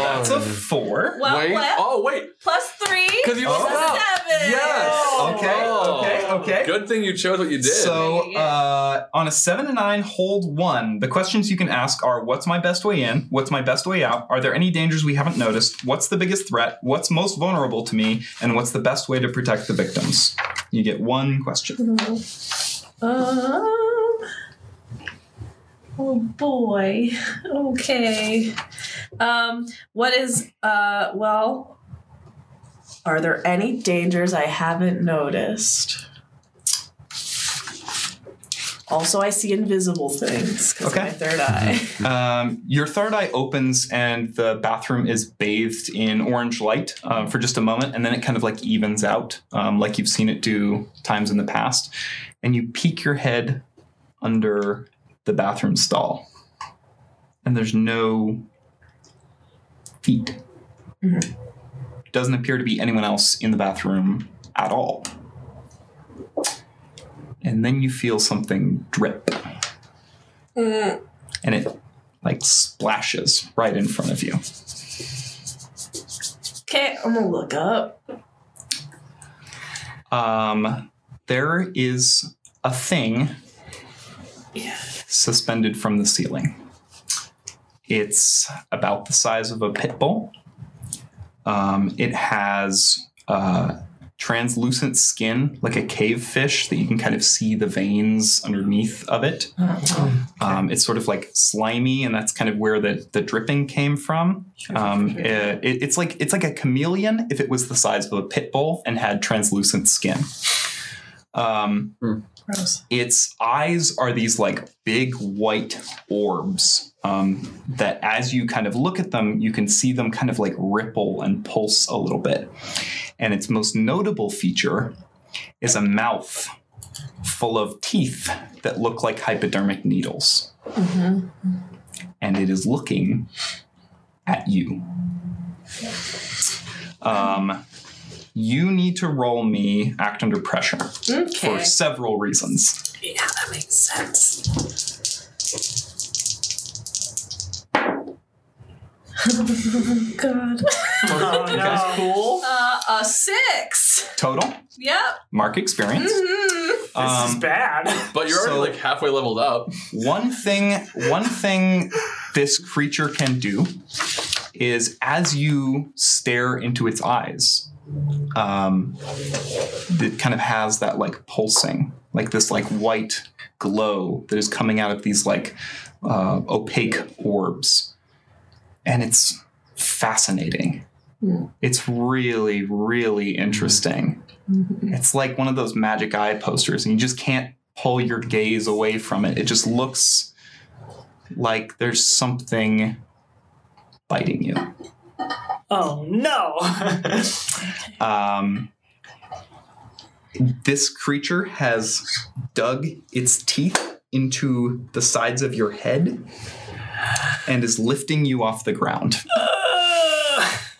[SPEAKER 1] That's a four.
[SPEAKER 5] Well,
[SPEAKER 2] wait.
[SPEAKER 5] plus-
[SPEAKER 2] Oh, wait.
[SPEAKER 5] plus three.
[SPEAKER 2] Because you
[SPEAKER 1] Oh.
[SPEAKER 2] looked it up.
[SPEAKER 5] Seven.
[SPEAKER 2] Yes.
[SPEAKER 1] Okay,
[SPEAKER 2] Oh.
[SPEAKER 1] okay, okay.
[SPEAKER 2] Good thing you chose what you did.
[SPEAKER 1] So, uh, on a seven to nine, hold one. The questions you can ask are What's my best way in? What's my best way out? Are there any dangers we haven't noticed? What's the biggest threat? What's most vulnerable to me? And what's the best way to protect the victims? You get one question.
[SPEAKER 5] Um. Oh boy. Okay. Um. What is? Uh. Well. Are there any dangers I haven't noticed? Also, I see invisible things because
[SPEAKER 1] Okay.
[SPEAKER 5] my third eye.
[SPEAKER 1] Um, your third eye opens, and the bathroom is bathed in orange light uh, for just a moment, and then it kind of like evens out, um, like you've seen it do times in the past. And you peek your head under the bathroom stall, and there's no feet. Doesn't appear to be anyone else in the bathroom at all. And then you feel something drip and it like splashes right in front of you.
[SPEAKER 5] Okay, I'm gonna look up.
[SPEAKER 1] Um, there is a thing suspended from the ceiling. It's about the size of a pit bull. Um, it has uh, translucent skin, like a cave fish, that you can kind of see the veins underneath of it. Um, it's sort of like slimy, and that's kind of where the, the dripping came from. Um, uh, it- it's like it's like a chameleon if it was the size of a pit bull and had translucent skin. Um,
[SPEAKER 5] Gross.
[SPEAKER 1] its eyes are these like big white orbs um, that as you kind of look at them you can see them kind of like ripple and pulse a little bit and its most notable feature is a mouth full of teeth that look like hypodermic needles and it is looking at you um, you need to roll me act under pressure
[SPEAKER 5] Okay.
[SPEAKER 1] for several reasons
[SPEAKER 5] Yeah, that makes sense. oh God.
[SPEAKER 3] Oh, no.
[SPEAKER 2] cool.
[SPEAKER 5] Uh, a six.
[SPEAKER 1] total
[SPEAKER 5] Yep.
[SPEAKER 1] mark experience.
[SPEAKER 3] Mm-hmm.
[SPEAKER 5] Mhm.
[SPEAKER 1] Um,
[SPEAKER 3] This is bad.
[SPEAKER 2] But you're already
[SPEAKER 1] So-
[SPEAKER 2] like halfway leveled up.
[SPEAKER 1] one thing, one thing this creature can do is as you stare into its eyes, um, it kind of has that like pulsing, like this like white glow that is coming out of these like uh, opaque orbs, and it's fascinating.
[SPEAKER 3] Hmm.
[SPEAKER 1] It's really, really interesting. It's like one of those magic eye posters, and you just can't pull your gaze away from it. It just looks like there's something biting you.
[SPEAKER 3] Oh no.
[SPEAKER 1] Um, this creature has dug its teeth into the sides of your head and is lifting you off the ground.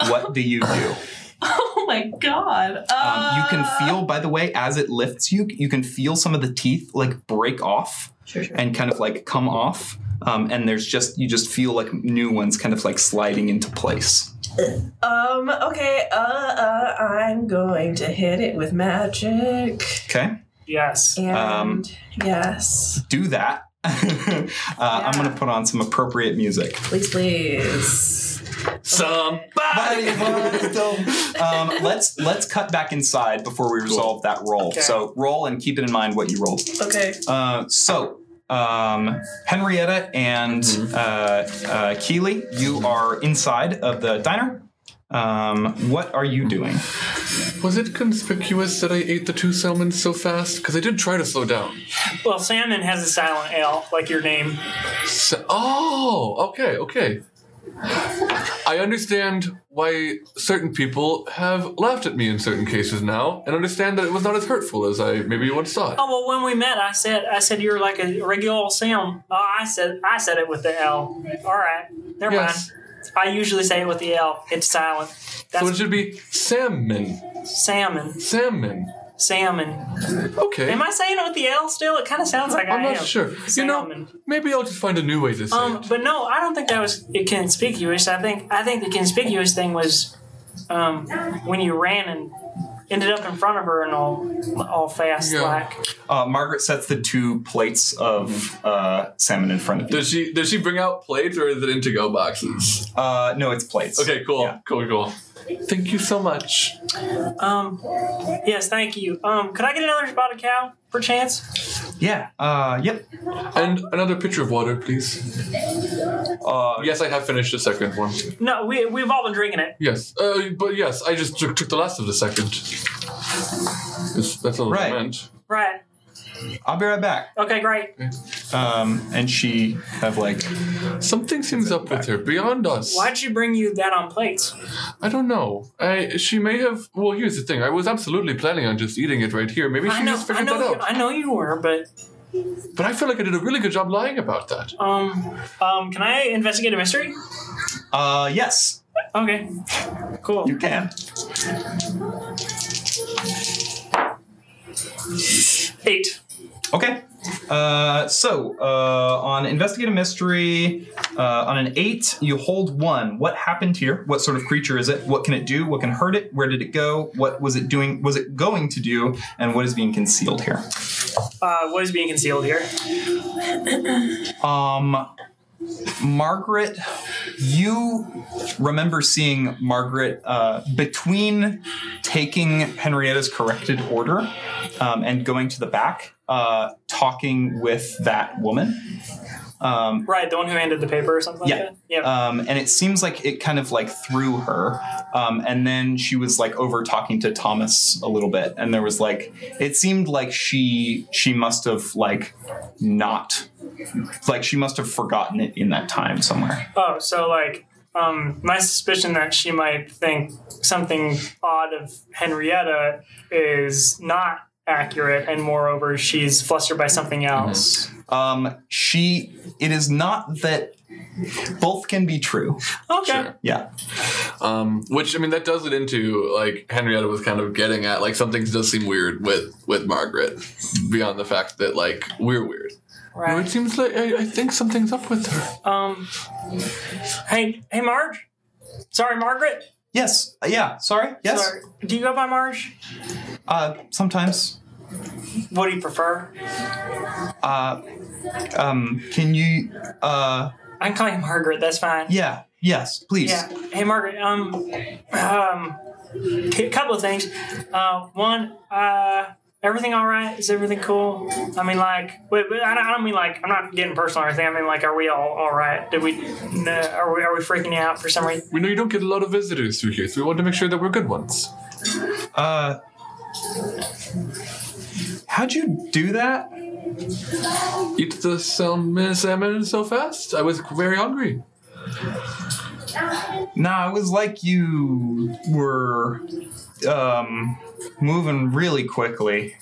[SPEAKER 1] What do you do?
[SPEAKER 4] Oh my god. Uh,
[SPEAKER 1] Um, you can feel, by the way, as it lifts you, you can feel some of the teeth like break off
[SPEAKER 4] Sure, sure.
[SPEAKER 1] and kind of like come off. Um, and there's just, you just feel like new ones kind of like sliding into place.
[SPEAKER 5] Um. Okay. Uh, uh. I'm going to hit it with magic.
[SPEAKER 1] Okay.
[SPEAKER 3] yes.
[SPEAKER 5] And
[SPEAKER 1] Um,
[SPEAKER 5] yes,
[SPEAKER 1] Do that. uh, I'm going to put on some appropriate music.
[SPEAKER 5] please, please.
[SPEAKER 2] Some.
[SPEAKER 1] Body wants to- um, let's let's cut back inside before we resolve that roll.
[SPEAKER 3] Okay.
[SPEAKER 1] So roll and keep it in mind what you rolled.
[SPEAKER 5] Okay.
[SPEAKER 1] Uh, so um, Henrietta and uh, uh, Keely, you are inside of the diner. Um, what are you doing?
[SPEAKER 2] Was it conspicuous that I ate the two salmon so fast? Because I did try to slow down.
[SPEAKER 3] Well, salmon has a silent L, like your name.
[SPEAKER 2] So, oh, okay, okay. I understand why certain people have laughed at me in certain cases now, and understand that it was not as hurtful as I maybe once thought.
[SPEAKER 3] Oh well, when we met, I said I said you're like a regular old Sam. Oh, I said I said it with the L. All right, never
[SPEAKER 2] Yes.
[SPEAKER 3] mind. I usually say it with the L. It's silent.
[SPEAKER 2] So
[SPEAKER 3] That's
[SPEAKER 2] it should be salmon,
[SPEAKER 3] salmon.
[SPEAKER 2] salmon.
[SPEAKER 3] Salmon.
[SPEAKER 2] Okay.
[SPEAKER 3] Am I saying it with the L still? It kind of sounds like
[SPEAKER 2] I'm
[SPEAKER 3] I
[SPEAKER 2] not
[SPEAKER 3] am.
[SPEAKER 2] sure. You know,
[SPEAKER 3] Salmon.
[SPEAKER 2] maybe I'll just find a new way to say
[SPEAKER 3] Um,
[SPEAKER 2] it.
[SPEAKER 3] but no, I don't think that was conspicuous. I think I think the conspicuous thing was um, when you ran and ended up in front of her and all all fast
[SPEAKER 2] Yeah.
[SPEAKER 3] like.
[SPEAKER 1] Uh, Margaret sets the two plates of uh, salmon in front of you.
[SPEAKER 2] Does she does she bring out plates or is it in to go boxes?
[SPEAKER 1] Uh, no, it's plates.
[SPEAKER 2] Okay, cool,
[SPEAKER 1] Yeah.
[SPEAKER 2] cool, cool. Thank you so much.
[SPEAKER 3] Um, yes, thank you. Um, could I get another spotted cow, perchance?
[SPEAKER 1] Yeah. Uh, yep.
[SPEAKER 2] And another pitcher of water, please.
[SPEAKER 1] Uh,
[SPEAKER 2] Yes, I have finished the second one.
[SPEAKER 3] No, we we've all been drinking it.
[SPEAKER 2] Yes, uh, but yes, I just took, took the last of the second. It's- that's all
[SPEAKER 1] Right.
[SPEAKER 2] I meant.
[SPEAKER 3] Right.
[SPEAKER 1] I'll be right back.
[SPEAKER 3] Okay, great.
[SPEAKER 1] Um, and she kind of like
[SPEAKER 2] Something seems up with her beyond us.
[SPEAKER 3] Why'd she bring you that on plates?
[SPEAKER 2] I don't know. I she may have. Well, here's the thing. I was absolutely planning on just eating it right here. Maybe she
[SPEAKER 3] I know,
[SPEAKER 2] just
[SPEAKER 3] I
[SPEAKER 2] figured
[SPEAKER 3] know, you,
[SPEAKER 2] that out.
[SPEAKER 3] I know you were, but
[SPEAKER 2] But I feel like I did a really good job lying about that.
[SPEAKER 3] um, um, can I investigate a mystery?
[SPEAKER 1] uh, yes,
[SPEAKER 3] Okay, cool.
[SPEAKER 1] you can.
[SPEAKER 3] Eight.
[SPEAKER 1] Okay. Uh, so uh, on investigate a mystery, uh, on an eight, you hold one. What happened here? What sort of creature is it? What can it do? What can hurt it? Where did it go? What was it doing? Was it going to do? And what is being concealed here?
[SPEAKER 3] Uh, what is being concealed here?
[SPEAKER 1] Um, Margaret, you remember seeing Margaret uh, between taking Henrietta's corrected order um, and going to the back, uh, talking with that woman. Um,
[SPEAKER 3] Right, the one who handed the paper or something
[SPEAKER 1] Yeah.
[SPEAKER 3] like that? Yeah.
[SPEAKER 2] Uh,
[SPEAKER 1] um, and it seems like it kind of like threw her. Um, and then she was like over talking to Thomas a little bit, and there was like it seemed like she she must have like not like she must have forgotten it in that time somewhere.
[SPEAKER 3] oh, so like, um, my suspicion that she might think something odd of Henrietta is not accurate, and moreover, she's flustered by something
[SPEAKER 2] Mm-hmm.
[SPEAKER 3] else.
[SPEAKER 1] Um, she it is not that both can be true.
[SPEAKER 3] Okay.
[SPEAKER 2] Sure.
[SPEAKER 1] Yeah.
[SPEAKER 2] Um, which I mean, that does it into like Henrietta was kind of getting at. Like something does seem weird with with Margaret, beyond the fact that like we're weird. No, it
[SPEAKER 3] Right.
[SPEAKER 2] seems like I, I think something's up with her.
[SPEAKER 3] Um. Hey, hey, Marge. Sorry, Margaret.
[SPEAKER 1] Yes. Yeah. Sorry. Yes.
[SPEAKER 3] Sorry. Do you go by Marge?
[SPEAKER 1] Uh, sometimes.
[SPEAKER 3] What do you prefer?
[SPEAKER 1] Uh, um, can you? Uh,
[SPEAKER 3] I can call you Margaret. That's fine.
[SPEAKER 1] yeah. Yes. Please.
[SPEAKER 3] Yeah. Hey, Margaret. Um, um, a couple of things. Uh, one, uh, everything all right? Is everything cool? I mean, like, wait, but I don't, I don't mean like I'm not getting personal or anything. I mean, like, are we all all right? Did we? No, are we are we freaking you out for some reason?
[SPEAKER 2] We know you don't get a lot of visitors through here, so we want to make sure that we're good ones.
[SPEAKER 1] Uh, how'd you do that?
[SPEAKER 2] Eat the salmon, salmon so fast. I was very hungry.
[SPEAKER 1] Nah, it was like you were um, moving really quickly.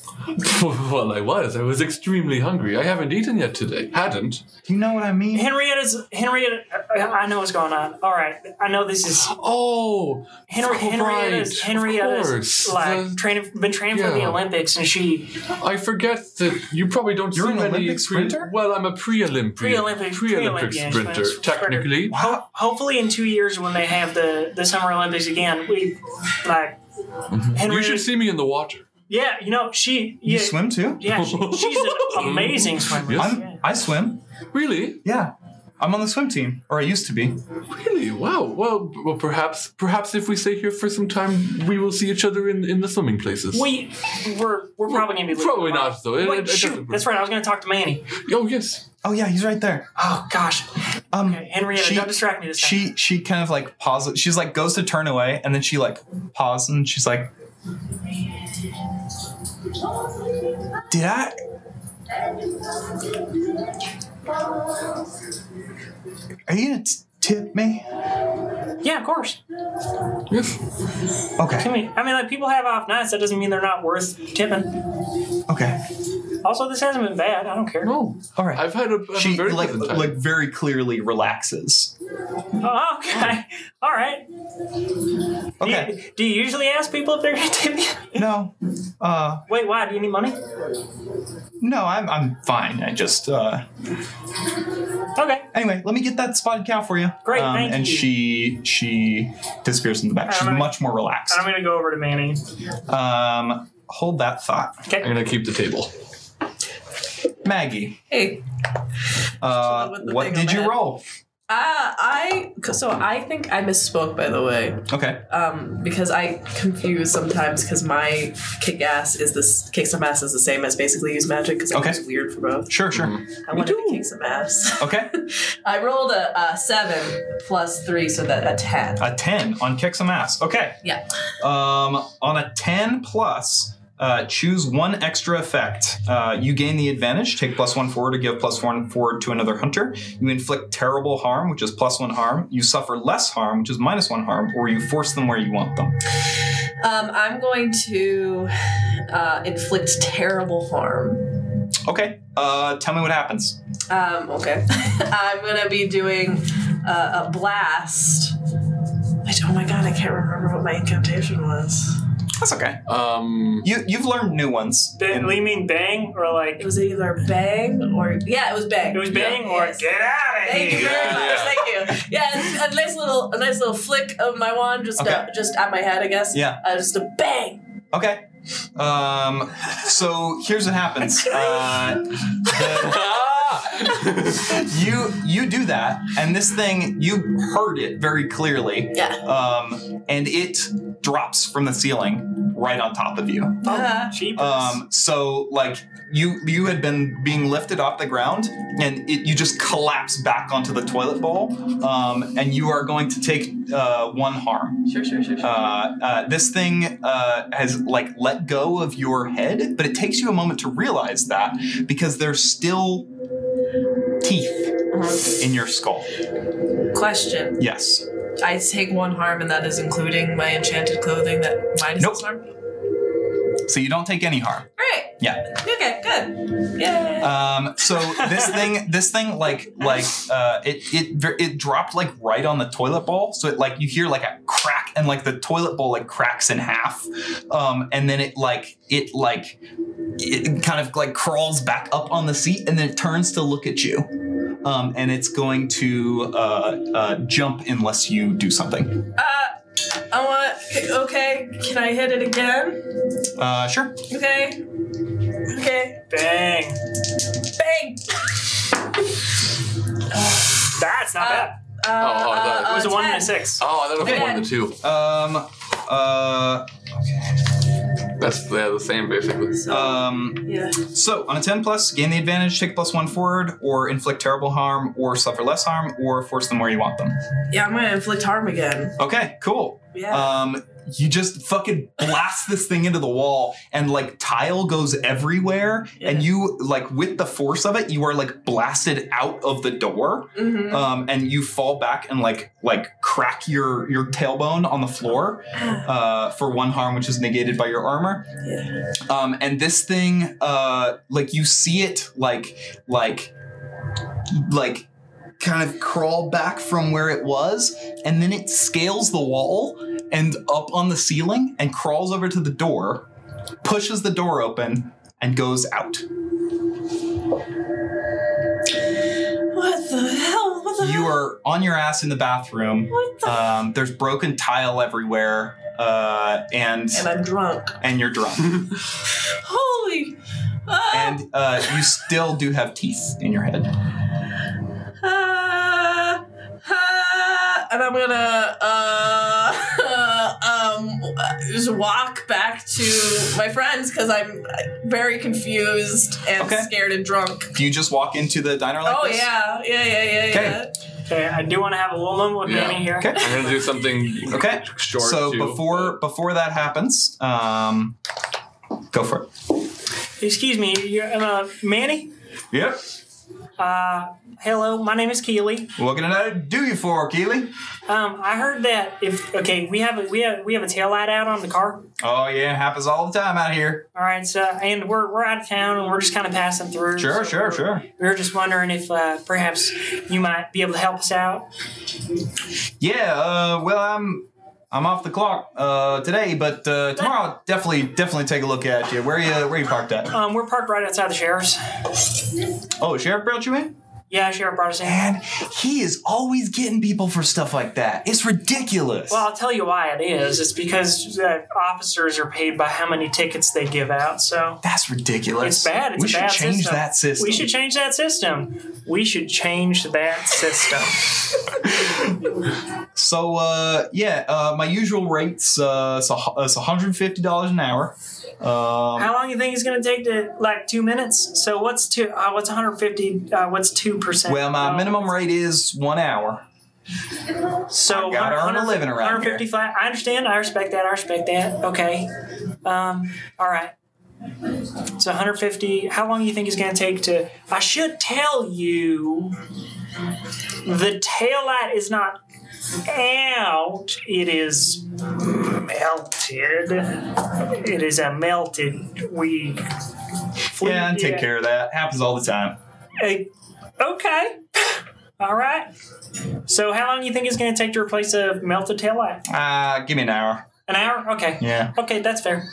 [SPEAKER 2] well, I was. I was extremely hungry. I haven't eaten yet today. Hadn't.
[SPEAKER 1] Do you know what I mean?
[SPEAKER 3] Henrietta's Henrietta. I- I know what's going on. All right, I know this is
[SPEAKER 2] Oh,
[SPEAKER 3] Henri-
[SPEAKER 2] right,
[SPEAKER 3] Henrietta's.
[SPEAKER 2] of
[SPEAKER 3] Henrietta's
[SPEAKER 2] course.
[SPEAKER 3] like
[SPEAKER 2] The-
[SPEAKER 3] training, been trained for the
[SPEAKER 2] Yeah.
[SPEAKER 3] Olympics, and she
[SPEAKER 2] I forget that you probably don't
[SPEAKER 1] You're
[SPEAKER 2] see
[SPEAKER 1] an
[SPEAKER 2] many
[SPEAKER 1] Olympic sprinter?
[SPEAKER 2] Well, I'm a pre-Olympic,
[SPEAKER 3] Pre-Olympic-
[SPEAKER 2] pre-Olympic
[SPEAKER 3] pre-Olympian
[SPEAKER 2] sprinter,
[SPEAKER 3] sprinter.
[SPEAKER 2] technically.
[SPEAKER 1] Wow.
[SPEAKER 3] hopefully in two years when they have the the Summer Olympics again, we like Henrietta.
[SPEAKER 2] Mm-hmm. You should see me in the water.
[SPEAKER 3] Yeah, you know she.
[SPEAKER 1] You
[SPEAKER 3] Yeah,
[SPEAKER 1] swim too?
[SPEAKER 3] yeah, she, she's an amazing swimmer.
[SPEAKER 2] Yes.
[SPEAKER 3] Yeah.
[SPEAKER 1] I'm, I swim.
[SPEAKER 2] Really,
[SPEAKER 1] Yeah. I'm on the swim team, or I used to be.
[SPEAKER 2] really. Wow. Well, well, perhaps, perhaps if we stay here for some time, we will see each other in in the swimming places.
[SPEAKER 3] We we're we're probably gonna be leaving
[SPEAKER 2] Probably
[SPEAKER 3] tomorrow.
[SPEAKER 2] not, though. It-
[SPEAKER 3] Wait,
[SPEAKER 2] it- it
[SPEAKER 3] shoot,
[SPEAKER 2] doesn't-
[SPEAKER 3] that's right. I was gonna talk to Manny.
[SPEAKER 2] Oh yes.
[SPEAKER 1] Oh yeah, he's right there.
[SPEAKER 3] Oh gosh,
[SPEAKER 1] Um,
[SPEAKER 3] okay, Henrietta,
[SPEAKER 1] she-
[SPEAKER 3] don't distract me this time.
[SPEAKER 1] she she kind of like pauses. She's like goes to turn away, and then she like pauses, and she's like, "Did I? Are you gonna t- tip me?
[SPEAKER 3] yeah, of course.
[SPEAKER 2] Yes.
[SPEAKER 3] I
[SPEAKER 1] Okay,
[SPEAKER 3] mean, I mean, like people have off nights. That doesn't mean they're not worth tipping.
[SPEAKER 1] okay.
[SPEAKER 3] Also, this hasn't been bad. I don't care.
[SPEAKER 2] No,
[SPEAKER 1] All right.
[SPEAKER 2] I've had a, I've had a
[SPEAKER 1] she
[SPEAKER 2] very
[SPEAKER 1] like
[SPEAKER 2] pleasant time.
[SPEAKER 1] like very clearly relaxes.
[SPEAKER 3] Oh, okay. All right. Do you-
[SPEAKER 1] Okay.
[SPEAKER 3] Do you, usually ask people if they're going to tip you?
[SPEAKER 1] No. Uh
[SPEAKER 3] Wait, why? Do you need money?
[SPEAKER 1] no, I'm I'm fine. I just uh
[SPEAKER 3] Okay.
[SPEAKER 1] anyway, let me get that spotted cow for you. Um,
[SPEAKER 3] Great, thank
[SPEAKER 1] and
[SPEAKER 3] you.
[SPEAKER 1] she she disappears in the back. She's
[SPEAKER 3] I'm gonna-
[SPEAKER 1] much more relaxed.
[SPEAKER 3] I'm going to go over to Manny.
[SPEAKER 1] Um hold that thought.
[SPEAKER 2] I'm gonna keep the table.
[SPEAKER 1] Maggie,
[SPEAKER 4] Hey,
[SPEAKER 1] uh,
[SPEAKER 4] Someone with the
[SPEAKER 1] what
[SPEAKER 4] thing
[SPEAKER 1] did
[SPEAKER 4] on
[SPEAKER 1] you
[SPEAKER 4] the head.
[SPEAKER 1] roll?
[SPEAKER 4] uh, I so I think I misspoke by the way,
[SPEAKER 1] Okay.
[SPEAKER 4] um, because I confuse sometimes because my kick ass is this kick some ass is the same as basically use magic because I
[SPEAKER 1] Okay.
[SPEAKER 4] was weird for both.
[SPEAKER 1] Sure, sure.
[SPEAKER 4] I wanted to kick some ass.
[SPEAKER 1] Okay.
[SPEAKER 4] I rolled a, uh seven plus three, so that a ten.
[SPEAKER 1] A 10 on kick some ass. Okay.
[SPEAKER 4] Yeah.
[SPEAKER 1] Um, on a 10 plus, uh, choose one extra effect. Uh, you gain the advantage, take plus one forward to give plus one forward to another hunter. You inflict terrible harm, which is plus one harm. You suffer less harm, which is minus one harm, or you force them where you want them.
[SPEAKER 4] Um, I'm going to uh, inflict terrible harm.
[SPEAKER 1] Okay. Uh, tell me what happens.
[SPEAKER 4] Um, okay. I'm gonna be doing uh, a blast. I, oh my god, I can't remember what my incantation was.
[SPEAKER 1] That's okay.
[SPEAKER 2] Um,
[SPEAKER 1] You, you've learned new ones.
[SPEAKER 3] Ba-
[SPEAKER 1] in-
[SPEAKER 3] you mean bang or like
[SPEAKER 4] It was either bang or yeah, it was bang.
[SPEAKER 3] it was bang or
[SPEAKER 4] Yes.
[SPEAKER 3] get out of
[SPEAKER 4] Thank you
[SPEAKER 3] here?
[SPEAKER 4] very much.
[SPEAKER 2] Yeah.
[SPEAKER 4] Thank you. Yeah, it's a nice little, a nice little flick of my wand, just uh,
[SPEAKER 1] Okay.
[SPEAKER 4] just at my head, I guess.
[SPEAKER 1] Yeah.
[SPEAKER 4] Uh, just a bang.
[SPEAKER 1] Okay. Um, so here's what happens. Uh, the- you you do that, and this thing you heard it very clearly,
[SPEAKER 4] Yeah.
[SPEAKER 1] um, and it drops from the ceiling right on top of you.
[SPEAKER 3] Oh.
[SPEAKER 4] Uh,
[SPEAKER 3] Cheapers.
[SPEAKER 1] Um, so like you you had been being lifted off the ground, and it, you just collapse back onto the toilet bowl, um, and you are going to take uh, one harm
[SPEAKER 4] sure, sure, sure. sure.
[SPEAKER 1] uh, uh, this thing uh, has like let go of your head, but it takes you a moment to realize that because there's still teeth in your skull.
[SPEAKER 4] Question:
[SPEAKER 1] Yes.
[SPEAKER 4] I take one harm, and that is including my enchanted clothing. That minus
[SPEAKER 1] Nope.
[SPEAKER 4] this harm.
[SPEAKER 1] So you don't take any harm.
[SPEAKER 4] Great.
[SPEAKER 1] Yeah.
[SPEAKER 4] Okay. Good. Yay.
[SPEAKER 1] Um, so this thing, this thing, like, like, uh, it, it, ver- it dropped like right on the toilet bowl. So it, like, you hear like a crack, and like the toilet bowl like cracks in half, um, and then it like, it like, it kind of like crawls back up on the seat, and then it turns to look at you, um, and it's going to uh, uh, jump unless you do something.
[SPEAKER 4] Uh, I want. Okay, can I hit it again?
[SPEAKER 1] Uh, sure.
[SPEAKER 4] Okay. Okay.
[SPEAKER 3] bang.
[SPEAKER 4] Bang.
[SPEAKER 3] That's not
[SPEAKER 4] Uh,
[SPEAKER 3] bad.
[SPEAKER 4] Uh, oh,
[SPEAKER 2] oh, that-
[SPEAKER 4] uh,
[SPEAKER 3] It was a
[SPEAKER 4] uh,
[SPEAKER 3] one and
[SPEAKER 4] 10.
[SPEAKER 3] a six.
[SPEAKER 2] oh, I thought it was one of the two.
[SPEAKER 1] Um, uh,
[SPEAKER 2] That's they're the same basically.
[SPEAKER 4] So,
[SPEAKER 1] um.
[SPEAKER 4] yeah.
[SPEAKER 1] So on a 10 plus, gain the advantage, take plus one forward, or inflict terrible harm, or suffer less harm, or force them where you want them.
[SPEAKER 4] Yeah, I'm gonna inflict harm again.
[SPEAKER 1] Okay, cool.
[SPEAKER 4] Yeah.
[SPEAKER 1] Um, you just fucking blast this thing into the wall, and like tile goes everywhere, and you like with the force of it, you are like blasted out of the door,
[SPEAKER 4] Mhm.
[SPEAKER 1] um, and you fall back and like like crack your your tailbone on the floor uh, for one harm, which is negated by your armor.
[SPEAKER 4] yeah.
[SPEAKER 1] Um, and this thing, uh, like you see it, like, like, like, kind of crawl back from where it was, and then it scales the wall and up on the ceiling and crawls over to the door, pushes the door open, and goes out.
[SPEAKER 4] What the hell? What the
[SPEAKER 1] You
[SPEAKER 4] hell?
[SPEAKER 1] are on your ass in the bathroom.
[SPEAKER 4] What the?
[SPEAKER 1] Um, there's broken tile everywhere, uh, and
[SPEAKER 4] and I'm drunk.
[SPEAKER 1] and you're drunk,
[SPEAKER 4] Oh. Holy. Ah,
[SPEAKER 1] and uh, you still do have teeth in your head.
[SPEAKER 4] ah, ah, and I'm gonna uh, um, just walk back to my friends because I'm very confused and
[SPEAKER 1] Okay.
[SPEAKER 4] scared and drunk.
[SPEAKER 1] Do you just walk into the diner like
[SPEAKER 4] oh
[SPEAKER 1] this?
[SPEAKER 4] yeah, yeah, yeah, yeah,
[SPEAKER 1] Okay.
[SPEAKER 3] Okay, I do want to have a little moment with
[SPEAKER 2] Yeah.
[SPEAKER 3] Manny here.
[SPEAKER 1] Okay.
[SPEAKER 2] I'm gonna do something
[SPEAKER 1] Okay.
[SPEAKER 2] short.
[SPEAKER 1] so
[SPEAKER 2] too.
[SPEAKER 1] before before that happens, um, go for it.
[SPEAKER 3] Excuse me, you're uh, Manny?
[SPEAKER 1] Yep.
[SPEAKER 3] Uh, hello, my name is Keeley.
[SPEAKER 1] What can I do you for, Keely?
[SPEAKER 3] Um, I heard that if okay, we have a we have we have a tail light out on the car.
[SPEAKER 1] Oh yeah, happens all the time out here.
[SPEAKER 3] All right, so and we're we're out of town and we're just kind of passing through.
[SPEAKER 1] Sure,
[SPEAKER 3] so
[SPEAKER 1] sure, sure.
[SPEAKER 3] We were just wondering if uh, perhaps you might be able to help us out.
[SPEAKER 1] Yeah, uh, well, I'm I'm off the clock uh, today, but uh, tomorrow I'll definitely definitely take a look at you. Where you where you parked at?
[SPEAKER 3] Um, we're parked right outside the sheriff's.
[SPEAKER 1] Oh, sheriff brought you in.
[SPEAKER 3] Yeah, sheriff brought us in.
[SPEAKER 1] Man, he is always getting people for stuff like that. It's ridiculous.
[SPEAKER 3] Well, I'll tell you why it is. It's because uh, officers are paid by how many tickets they give out. So
[SPEAKER 1] that's ridiculous.
[SPEAKER 3] it's bad. It's
[SPEAKER 1] we
[SPEAKER 3] a
[SPEAKER 1] should
[SPEAKER 3] bad
[SPEAKER 1] change
[SPEAKER 3] system.
[SPEAKER 1] that system.
[SPEAKER 3] We should change that system. We should change that system.
[SPEAKER 1] So uh, yeah, uh, my usual rates. Uh, it's, a, hu- it's $150 an hour. Um,
[SPEAKER 3] how long you think it's going to take to like two minutes? So what's two? Uh, what's 150? Uh, what's two percent? Uh,
[SPEAKER 1] Well, my minimum rate is one hour.
[SPEAKER 3] So
[SPEAKER 1] I gotta earn a
[SPEAKER 3] 100
[SPEAKER 1] living around
[SPEAKER 3] 150
[SPEAKER 1] here.
[SPEAKER 3] flat. I understand. I respect that. I respect that. Okay. Um, all right. So 150. How long do you think it's going to take to? I should tell you. The taillight is not out. It is melted. It is a melted wig.
[SPEAKER 1] Yeah, and take care of that. Happens all the time.
[SPEAKER 3] Hey, okay. All right. So, how long do you think it's going to take to replace a melted taillight?
[SPEAKER 1] Uh, give me an hour.
[SPEAKER 3] An hour? Okay.
[SPEAKER 1] Yeah.
[SPEAKER 3] Okay, that's fair.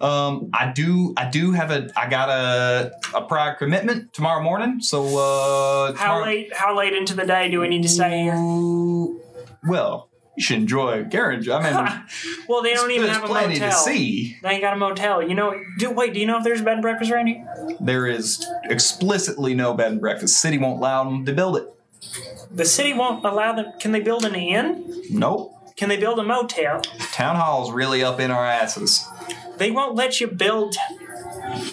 [SPEAKER 1] Um, I do. I do have a. I got a a prior commitment tomorrow morning. So uh,
[SPEAKER 3] How
[SPEAKER 1] tomorrow,
[SPEAKER 3] late? How late into the day do we need to stay here?
[SPEAKER 1] Ooh, Well, you should enjoy a garage. I mean,
[SPEAKER 3] Well, they don't even
[SPEAKER 1] there's
[SPEAKER 3] have a
[SPEAKER 1] plenty
[SPEAKER 3] motel.
[SPEAKER 1] to see.
[SPEAKER 3] They ain't got a motel. You know? Do wait. Do you know if there's a bed and breakfast around here?
[SPEAKER 1] There is explicitly no bed and breakfast. City won't allow them to build it.
[SPEAKER 3] The city won't allow them. Can they build an inn?
[SPEAKER 1] Nope.
[SPEAKER 3] Can they build a motel?
[SPEAKER 1] Town hall's really up in our asses.
[SPEAKER 3] They won't let you build.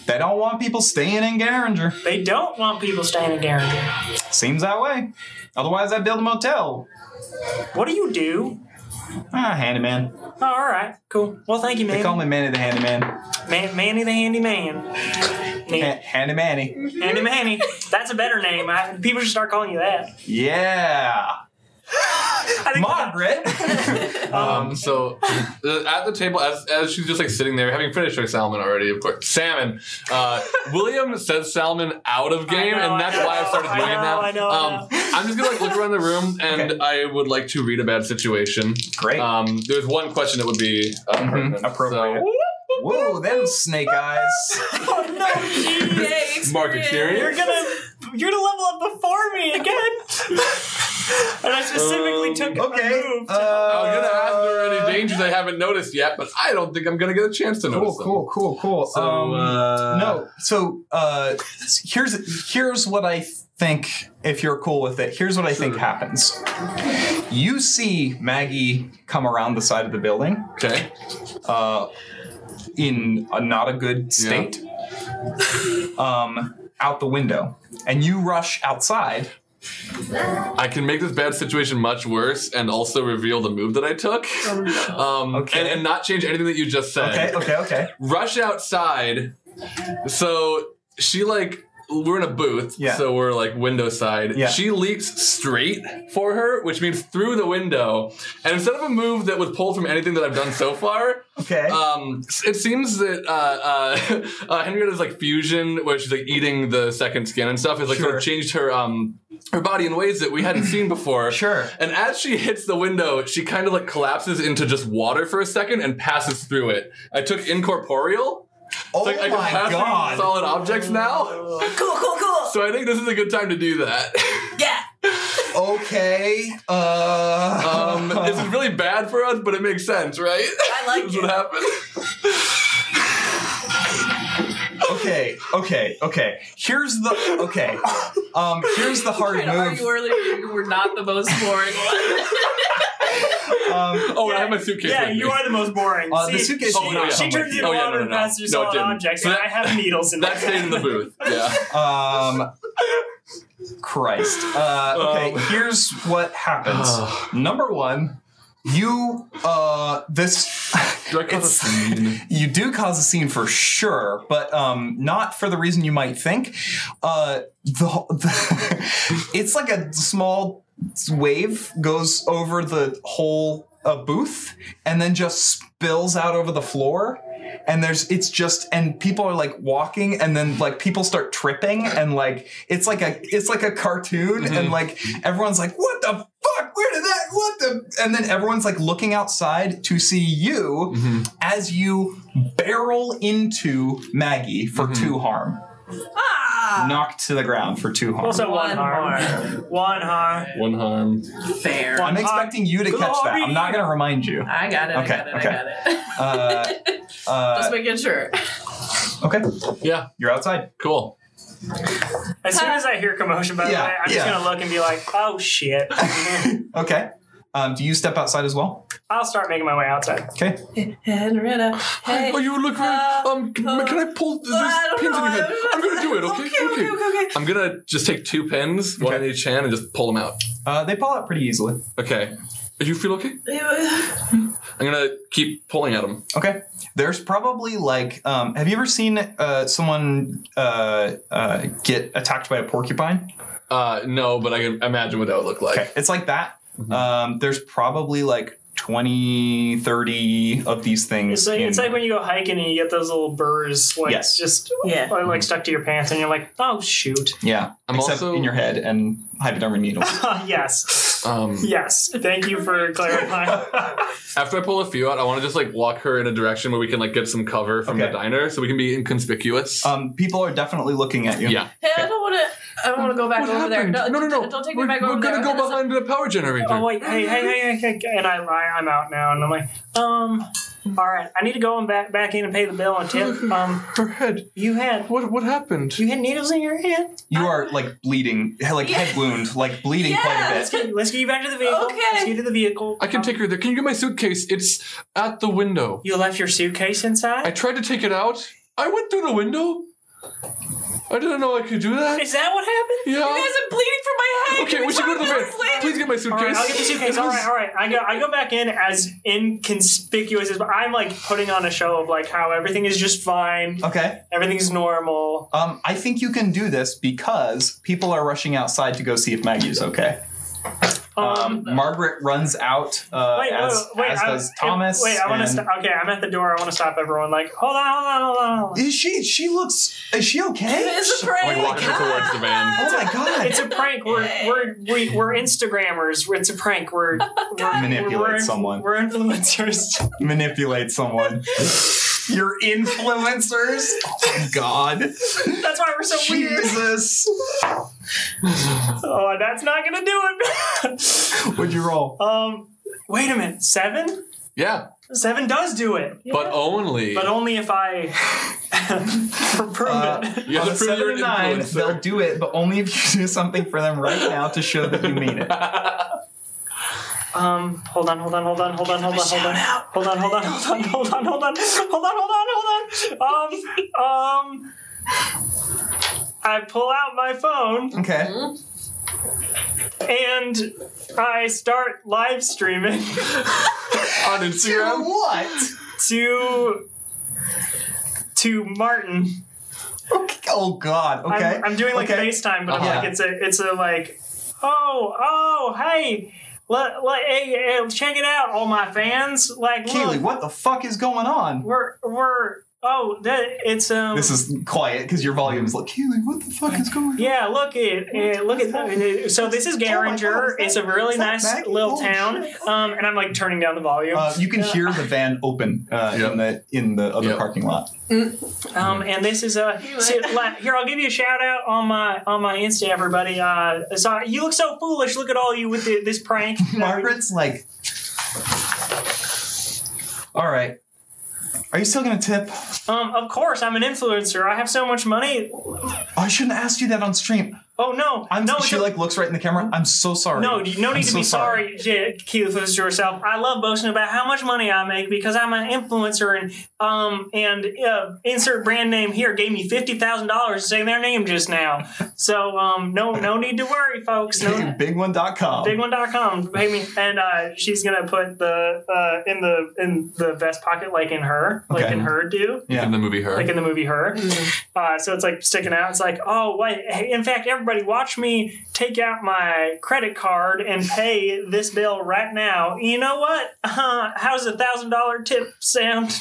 [SPEAKER 1] They don't want people staying in Garinger.
[SPEAKER 3] They don't want people staying in Derringer.
[SPEAKER 1] Seems that way. Otherwise, I build a motel.
[SPEAKER 3] What do you do?
[SPEAKER 1] Ah, handyman.
[SPEAKER 3] Oh, all right, cool. Well, thank you,
[SPEAKER 1] They
[SPEAKER 3] man.
[SPEAKER 1] call me Manny the Handyman.
[SPEAKER 3] Man- Manny the Handy Man.
[SPEAKER 1] Ha- Handy Manny.
[SPEAKER 3] Handy Manny. That's a better name. I, people should start calling you that.
[SPEAKER 1] Yeah.
[SPEAKER 3] I think
[SPEAKER 1] Margaret.
[SPEAKER 2] Um, so uh, at the table, as, as she's just like sitting there, having finished her salmon already, of course, salmon. Uh, William says salmon out of game,
[SPEAKER 3] know,
[SPEAKER 2] and that's
[SPEAKER 3] I
[SPEAKER 2] why I
[SPEAKER 3] know,
[SPEAKER 2] started
[SPEAKER 3] I
[SPEAKER 2] doing
[SPEAKER 3] know,
[SPEAKER 2] that.
[SPEAKER 3] I know, I
[SPEAKER 2] um, I'm just gonna like look around the room, and I would like to read a bad situation.
[SPEAKER 1] Great. Mm-hmm.
[SPEAKER 2] Um, there's one question that would be uh, pertinent.
[SPEAKER 1] Appropriate.
[SPEAKER 2] So,
[SPEAKER 1] Whoa, them snake eyes.
[SPEAKER 3] Oh no,
[SPEAKER 4] Yay,
[SPEAKER 2] Mark,
[SPEAKER 4] experience.
[SPEAKER 2] experience?
[SPEAKER 3] you're gonna you're gonna level up before me again. and I specifically
[SPEAKER 2] Um,
[SPEAKER 3] took
[SPEAKER 1] Okay. uh,
[SPEAKER 3] a move. To,
[SPEAKER 2] I was gonna ask if there are any dangers I haven't noticed yet, but I don't think I'm gonna get a chance to
[SPEAKER 1] Cool,
[SPEAKER 2] notice them.
[SPEAKER 1] cool, cool, cool.
[SPEAKER 2] So,
[SPEAKER 1] um,
[SPEAKER 2] uh,
[SPEAKER 1] no, so uh, here's here's what I think. If you're cool with it, here's what I think
[SPEAKER 2] Sure.
[SPEAKER 1] happens. You see Maggie come around the side of the building
[SPEAKER 2] Okay.
[SPEAKER 1] uh, in a not a good state, um, out the window, and you rush outside.
[SPEAKER 2] I can make this bad situation much worse and also reveal the move that I took. Um,
[SPEAKER 1] Oh, Okay.
[SPEAKER 2] and, and not change anything that you just said.
[SPEAKER 1] Okay, okay, okay.
[SPEAKER 2] Rush outside. So she like we're in a booth,
[SPEAKER 1] Yeah.
[SPEAKER 2] so we're like window side.
[SPEAKER 1] Yeah.
[SPEAKER 2] She leaps straight for her, which means through the window. And instead of a move that was pulled from anything that I've done so far,
[SPEAKER 1] Okay.
[SPEAKER 2] um, it seems that uh, uh, uh, Henrietta's like fusion, where she's like eating the second skin and stuff, has like sort
[SPEAKER 1] Sure.
[SPEAKER 2] of changed her um her body in ways that we hadn't seen before.
[SPEAKER 1] Sure.
[SPEAKER 2] And as she hits the window, she kind of like collapses into just water for a second and passes through it. I took incorporeal.
[SPEAKER 1] oh
[SPEAKER 2] So I- I can
[SPEAKER 1] my
[SPEAKER 2] pass through
[SPEAKER 1] god.
[SPEAKER 2] Solid objects now.
[SPEAKER 5] Cool, cool, cool.
[SPEAKER 2] So I think this is a good time to do that.
[SPEAKER 5] Yeah.
[SPEAKER 1] Okay. Uh,
[SPEAKER 2] Um, this is really bad for us, but it makes sense, right?
[SPEAKER 5] I like
[SPEAKER 2] This is what
[SPEAKER 5] it.
[SPEAKER 2] happened.
[SPEAKER 1] okay. Okay. Okay. Here's the okay. Um, here's the hard
[SPEAKER 4] Tried to argue
[SPEAKER 1] move.
[SPEAKER 4] earlier you were not the most boring one.
[SPEAKER 1] Um,
[SPEAKER 2] Oh, and I have my suitcase.
[SPEAKER 3] yeah,
[SPEAKER 2] with
[SPEAKER 3] you
[SPEAKER 2] me.
[SPEAKER 3] are the most boring.
[SPEAKER 1] Uh,
[SPEAKER 3] See,
[SPEAKER 1] the suitcase-
[SPEAKER 3] She,
[SPEAKER 2] Oh, no, yeah,
[SPEAKER 3] she
[SPEAKER 2] I'm
[SPEAKER 3] turns
[SPEAKER 2] with
[SPEAKER 3] into
[SPEAKER 2] you. Oh, yeah,
[SPEAKER 3] water
[SPEAKER 2] no, no,
[SPEAKER 3] and
[SPEAKER 2] no.
[SPEAKER 3] passes through
[SPEAKER 2] No,
[SPEAKER 3] solid
[SPEAKER 2] it didn't.
[SPEAKER 3] objects,
[SPEAKER 2] So
[SPEAKER 3] and
[SPEAKER 2] that-
[SPEAKER 3] I have needles in my
[SPEAKER 2] That stayed in the booth. Yeah.
[SPEAKER 1] um, Christ. Uh, okay.
[SPEAKER 2] Um.
[SPEAKER 1] Here's what happens. Number one, you uh, this
[SPEAKER 2] Do I cause a
[SPEAKER 1] It's-
[SPEAKER 2] scene?
[SPEAKER 1] You do cause a scene for sure, but um, not for the reason you might think. Uh, the, the it's like a small wave goes over the whole uh, booth and then just spills out over the floor. And there's it's just and people are like walking and then like people start tripping and like it's like a it's like a cartoon and like everyone's like what the fuck where did that what the and then everyone's like looking outside to see you as you barrel into Maggie for two harm.
[SPEAKER 5] Ah!
[SPEAKER 1] Knocked to the ground for two harm.
[SPEAKER 3] Also one,
[SPEAKER 5] One
[SPEAKER 3] harm. One harm.
[SPEAKER 2] One harm.
[SPEAKER 4] Fair.
[SPEAKER 1] I'm expecting you to catch that. I'm not going to remind you.
[SPEAKER 4] I got it.
[SPEAKER 1] Okay,
[SPEAKER 4] I got it.
[SPEAKER 1] okay.
[SPEAKER 4] I got it.
[SPEAKER 1] Uh, uh,
[SPEAKER 4] Just making sure.
[SPEAKER 1] okay,
[SPEAKER 2] Yeah,
[SPEAKER 1] you're outside.
[SPEAKER 2] cool.
[SPEAKER 3] As soon as I hear commotion, by the
[SPEAKER 1] Yeah,
[SPEAKER 3] way, I'm just
[SPEAKER 1] yeah.
[SPEAKER 3] gonna look and be like, "Oh shit!"
[SPEAKER 1] Okay. Um, do you step outside as well?
[SPEAKER 3] I'll start making my way outside.
[SPEAKER 1] Okay.
[SPEAKER 4] Henrietta. Hey.
[SPEAKER 2] oh, you look very. um, can,
[SPEAKER 4] uh,
[SPEAKER 2] can I pull these
[SPEAKER 4] I don't
[SPEAKER 2] pins in
[SPEAKER 4] know,
[SPEAKER 2] your head?
[SPEAKER 4] I'm-
[SPEAKER 2] I'm gonna do it. Okay.
[SPEAKER 4] okay, okay, okay.
[SPEAKER 2] I'm gonna just take two pins, one
[SPEAKER 1] Okay.
[SPEAKER 2] in each hand, and just pull them out.
[SPEAKER 1] Uh, they pull out pretty easily.
[SPEAKER 2] Okay. Do you feel okay? I'm gonna keep pulling at them.
[SPEAKER 1] Okay. There's probably like, um, have you ever seen uh, someone uh, uh, get attacked by a porcupine?
[SPEAKER 2] Uh, no, but I can imagine what that would look like.
[SPEAKER 1] Okay, it's like that.
[SPEAKER 2] Mm-hmm.
[SPEAKER 1] Um, there's probably like 20, 30 of these things.
[SPEAKER 3] It's like,
[SPEAKER 1] in-
[SPEAKER 3] it's like when you go hiking and you get those little burrs, like
[SPEAKER 1] Yes.
[SPEAKER 3] just
[SPEAKER 5] Yeah.
[SPEAKER 3] or, like stuck to your pants, and you're like, "Oh shoot!"
[SPEAKER 1] yeah,
[SPEAKER 2] I'm
[SPEAKER 1] except
[SPEAKER 2] also-
[SPEAKER 1] in your head and hypodermic needles.
[SPEAKER 3] yes,
[SPEAKER 2] Um,
[SPEAKER 3] yes. Thank you for clarifying.
[SPEAKER 2] after I pull a few out, I want to just like walk her in a direction where we can like get some cover from
[SPEAKER 1] Okay.
[SPEAKER 2] the diner, so we can be inconspicuous.
[SPEAKER 1] um, people are definitely looking at you.
[SPEAKER 2] yeah.
[SPEAKER 4] Hey, I don't want to. I don't want to go back over there.
[SPEAKER 2] No, no, no.
[SPEAKER 4] Don't take
[SPEAKER 2] we're
[SPEAKER 4] me back
[SPEAKER 2] we're
[SPEAKER 4] over
[SPEAKER 2] gonna
[SPEAKER 4] there.
[SPEAKER 2] go behind the power generator.
[SPEAKER 3] oh wait, hey, hey, hey, hey, hey, and I, I, I'm out now, and I'm like, um, all right, I need to go and back back in and pay the bill and tip. Um,
[SPEAKER 2] Her head.
[SPEAKER 3] you had
[SPEAKER 2] What what happened?
[SPEAKER 3] you had needles in your hand.
[SPEAKER 1] You are like bleeding, like
[SPEAKER 4] Yeah.
[SPEAKER 1] head wound, like bleeding quite a
[SPEAKER 4] Yes.
[SPEAKER 1] bit.
[SPEAKER 3] Let's get, let's get you back to the vehicle.
[SPEAKER 4] Okay.
[SPEAKER 3] Let's get you to the vehicle.
[SPEAKER 2] I can
[SPEAKER 3] Um,
[SPEAKER 2] take her there. Can you get my suitcase? It's at the window.
[SPEAKER 3] You left your suitcase
[SPEAKER 2] I
[SPEAKER 3] inside.
[SPEAKER 2] tried to take it out. I went through the window. I didn't know I could do that.
[SPEAKER 3] Is that what happened?
[SPEAKER 2] Yeah.
[SPEAKER 4] I'm bleeding from my head.
[SPEAKER 2] Okay, we should go to the van. Please get my
[SPEAKER 3] All
[SPEAKER 2] suitcase.
[SPEAKER 3] right, I'll get the suitcase. All right, all right. I go, I go back in as inconspicuous as I'm like putting on a show of like how everything is just fine,
[SPEAKER 1] Okay.
[SPEAKER 3] everything's normal.
[SPEAKER 1] Um, I think you can do this because people are rushing outside to go see if Maggie's okay. Um, Margaret runs out uh,
[SPEAKER 3] wait,
[SPEAKER 1] as,
[SPEAKER 3] wait, wait,
[SPEAKER 1] as
[SPEAKER 3] I,
[SPEAKER 1] does Thomas.
[SPEAKER 3] Wait, I want to.
[SPEAKER 1] and-
[SPEAKER 3] St- okay, I'm at the door. I want to stop everyone. Like, hold on, hold on, hold on. Hold on.
[SPEAKER 1] Is she? She looks. Is she okay?
[SPEAKER 4] It is a
[SPEAKER 2] Like
[SPEAKER 4] prank.
[SPEAKER 2] walking towards the van.
[SPEAKER 1] oh my god!
[SPEAKER 3] It's a prank. We're we're we, we're Instagrammers. It's a prank. We're, we're
[SPEAKER 1] Manipulate
[SPEAKER 3] we're,
[SPEAKER 1] someone.
[SPEAKER 3] We're influencers.
[SPEAKER 1] manipulate someone. Your influencers. Oh my god.
[SPEAKER 3] That's why we're so weird.
[SPEAKER 1] Jesus.
[SPEAKER 3] Oh, that's not gonna do it.
[SPEAKER 1] What'd you roll?
[SPEAKER 3] um, wait a minute. Seven.
[SPEAKER 2] Yeah,
[SPEAKER 3] Seven does do it.
[SPEAKER 2] but only.
[SPEAKER 3] But only if I prove it.
[SPEAKER 2] You
[SPEAKER 1] On
[SPEAKER 2] have
[SPEAKER 1] a
[SPEAKER 2] to prove
[SPEAKER 1] seven
[SPEAKER 2] you're
[SPEAKER 1] and
[SPEAKER 2] an
[SPEAKER 1] nine, they'll
[SPEAKER 2] influencer.
[SPEAKER 1] do it, but only if you do something for them right now to show that you mean it.
[SPEAKER 3] Um, hold on, hold on, hold on, hold on, hold on, hold on, hold on, hold on, hold on, hold on, hold on, hold on, hold on, hold on. Um, um, I pull out my phone
[SPEAKER 1] Okay.
[SPEAKER 3] and I start live streaming
[SPEAKER 2] on
[SPEAKER 1] To
[SPEAKER 2] Instagram.
[SPEAKER 1] what?
[SPEAKER 3] to to Martin.
[SPEAKER 1] Okay. Oh god.
[SPEAKER 3] I'm,
[SPEAKER 1] Okay.
[SPEAKER 3] I'm doing like
[SPEAKER 1] okay.
[SPEAKER 3] FaceTime, but I'm
[SPEAKER 2] Uh-huh.
[SPEAKER 3] like it's a it's a like, oh oh hey, let, let, hey, hey, check it out, all my fans. Like,
[SPEAKER 1] Keely,
[SPEAKER 3] look,
[SPEAKER 1] what the fuck is going on?
[SPEAKER 3] we're we're oh that it's um
[SPEAKER 1] This is quiet because your volume's like Keely. What the fuck is going on?
[SPEAKER 3] yeah look at uh, look at that. so this is Garinger.
[SPEAKER 1] is that-
[SPEAKER 3] it's a really
[SPEAKER 1] is that
[SPEAKER 3] nice
[SPEAKER 1] Maggie?
[SPEAKER 3] little
[SPEAKER 1] Holy
[SPEAKER 3] town.
[SPEAKER 1] shit.
[SPEAKER 3] Um, and I'm like turning down the volume.
[SPEAKER 1] Uh, you can hear the van open uh,
[SPEAKER 2] Yep.
[SPEAKER 1] in the in the other
[SPEAKER 2] Yep.
[SPEAKER 1] parking lot.
[SPEAKER 3] Um, and this is a so, like, here. I'll give you a shout out on my on my Insta, everybody. Uh, sorry, you look so foolish. Look at all you with the, this prank,
[SPEAKER 1] Margaret's like, all right. Are you still gonna tip?
[SPEAKER 3] Um, of course, I'm an influencer. I have so much money.
[SPEAKER 1] I shouldn't Oh, ask you that on stream.
[SPEAKER 3] Oh no!
[SPEAKER 1] I'm,
[SPEAKER 3] no,
[SPEAKER 1] she
[SPEAKER 3] it's-
[SPEAKER 1] like looks right in the camera. I'm so sorry.
[SPEAKER 3] No, you- no
[SPEAKER 1] I'm
[SPEAKER 3] need to
[SPEAKER 1] so
[SPEAKER 3] be sorry, sorry. Keith, to yourself. I love boasting about how much money I make because I'm an influencer and um and uh, insert brand name here gave me fifty thousand dollars to say their name just now. So um no no need to worry, folks. No.
[SPEAKER 1] Big1.com.
[SPEAKER 3] Big1.com pay me, and uh, she's gonna put the uh, in the in the vest pocket, like in her, like
[SPEAKER 1] Okay.
[SPEAKER 3] in her do,
[SPEAKER 1] Yeah.
[SPEAKER 2] in the movie Her.
[SPEAKER 3] like in the movie Her. Uh, so it's like sticking out. It's like, oh, what? In fact, everybody, watch me take out my credit card and pay this bill right now. You know what? Uh, how's a thousand dollar tip sound?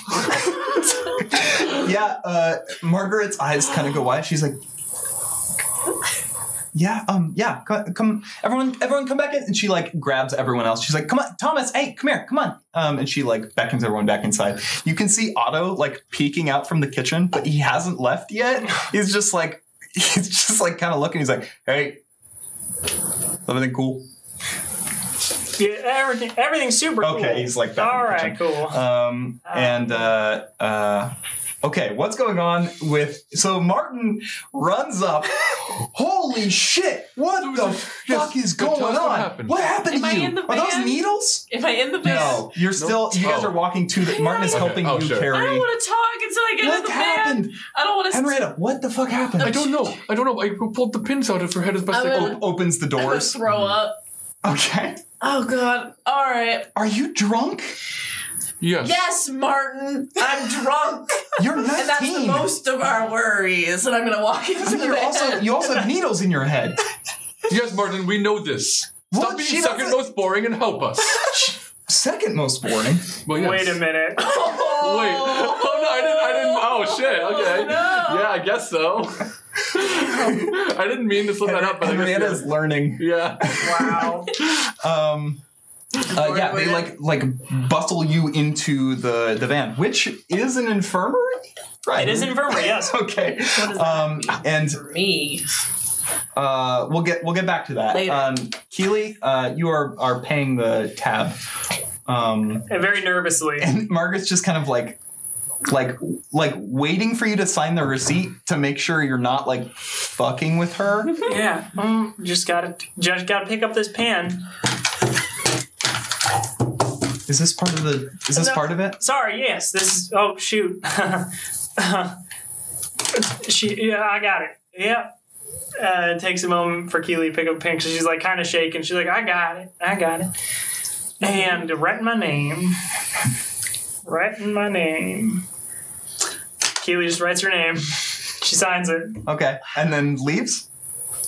[SPEAKER 1] yeah, uh, Margaret's eyes kind of go wide. She's like, "Yeah, um, yeah, co- come, everyone, everyone, come back in." And she like grabs everyone else. She's like, "Come on, Thomas, hey, come here, come on!" Um, and she like beckons everyone back inside. You can see Otto like peeking out from the kitchen, but he hasn't left yet. He's just like, he's just like kind of looking. He's like, "Hey, everything cool?"
[SPEAKER 3] yeah, everything, everything's super cool.
[SPEAKER 1] Okay, he's like, back in
[SPEAKER 3] all
[SPEAKER 1] the
[SPEAKER 3] right,
[SPEAKER 1] kitchen.
[SPEAKER 3] cool.
[SPEAKER 1] Um,
[SPEAKER 4] Ah.
[SPEAKER 1] and uh, uh, okay, what's going on with? So Martin runs up. Holy shit! What the
[SPEAKER 2] yes,
[SPEAKER 1] fuck is
[SPEAKER 2] go tell
[SPEAKER 1] going
[SPEAKER 2] us what
[SPEAKER 1] on?
[SPEAKER 2] happened.
[SPEAKER 1] What happened
[SPEAKER 4] Am
[SPEAKER 1] to
[SPEAKER 4] I
[SPEAKER 1] you?
[SPEAKER 4] in the
[SPEAKER 1] Are those
[SPEAKER 4] van?
[SPEAKER 1] needles?
[SPEAKER 4] Am I in the van?
[SPEAKER 1] No, you're still. You guys
[SPEAKER 2] Oh.
[SPEAKER 1] are walking to the. Martin is
[SPEAKER 4] Okay,
[SPEAKER 1] helping
[SPEAKER 2] oh,
[SPEAKER 1] you
[SPEAKER 2] sure.
[SPEAKER 4] I
[SPEAKER 1] carry.
[SPEAKER 4] don't want to talk until I get in
[SPEAKER 1] What
[SPEAKER 4] the van.
[SPEAKER 1] happened,
[SPEAKER 4] I don't want to.
[SPEAKER 1] Henrietta? What the fuck happened?
[SPEAKER 2] I don't know. I don't know. I pulled the pins out of her head as best I,
[SPEAKER 4] I
[SPEAKER 2] could.
[SPEAKER 4] would-
[SPEAKER 1] Op- opens the
[SPEAKER 4] I'm gonna
[SPEAKER 1] doors.
[SPEAKER 4] throw up.
[SPEAKER 1] Okay.
[SPEAKER 4] Oh god. All right.
[SPEAKER 1] Are you drunk?
[SPEAKER 2] Yes.
[SPEAKER 4] Yes, Martin. I'm drunk,
[SPEAKER 1] You're 19.
[SPEAKER 4] and that's the most of our worries. And I'm gonna walk into the
[SPEAKER 1] You're
[SPEAKER 4] van.
[SPEAKER 1] also. You also have needles in your head.
[SPEAKER 2] Yes, Martin, we know this.
[SPEAKER 1] What?
[SPEAKER 2] Stop
[SPEAKER 1] She
[SPEAKER 2] being second
[SPEAKER 1] doesn't-
[SPEAKER 2] most boring and help us.
[SPEAKER 1] Second most boring.
[SPEAKER 2] Well, yes.
[SPEAKER 3] Wait a minute.
[SPEAKER 2] Wait. Oh no, I didn't. I didn't. Oh shit. Okay.
[SPEAKER 4] no.
[SPEAKER 2] Yeah, I guess so. I didn't mean to slip that up, but I
[SPEAKER 1] Henrietta
[SPEAKER 2] guess
[SPEAKER 1] is learning.
[SPEAKER 2] yeah.
[SPEAKER 3] wow.
[SPEAKER 1] um uh, yeah they like like bustle you into the the van which is an infirmary right
[SPEAKER 3] It is infirmary. Yes.
[SPEAKER 1] okay
[SPEAKER 4] does that
[SPEAKER 1] um and
[SPEAKER 4] For me.
[SPEAKER 1] uh we'll get we'll get back to that
[SPEAKER 4] Later.
[SPEAKER 1] um keely uh you are are paying the tab um
[SPEAKER 3] And very nervously.
[SPEAKER 1] and margaret's just kind of like like like waiting for you to sign the receipt to make sure you're not like fucking with her
[SPEAKER 3] Yeah. Um, just gotta just gotta pick up this pen.
[SPEAKER 1] is this part of the is this
[SPEAKER 3] No.
[SPEAKER 1] part of it
[SPEAKER 3] Sorry, yes, this is. Oh, shoot. she, yeah, I got it. Yep. Uh, it takes a moment for Keely to pick up the pen 'cause she's like kind of shaking. She's like, I got it. I got it. And write my name. Write my name. Keely just writes her name. She signs it.
[SPEAKER 1] okay and then leaves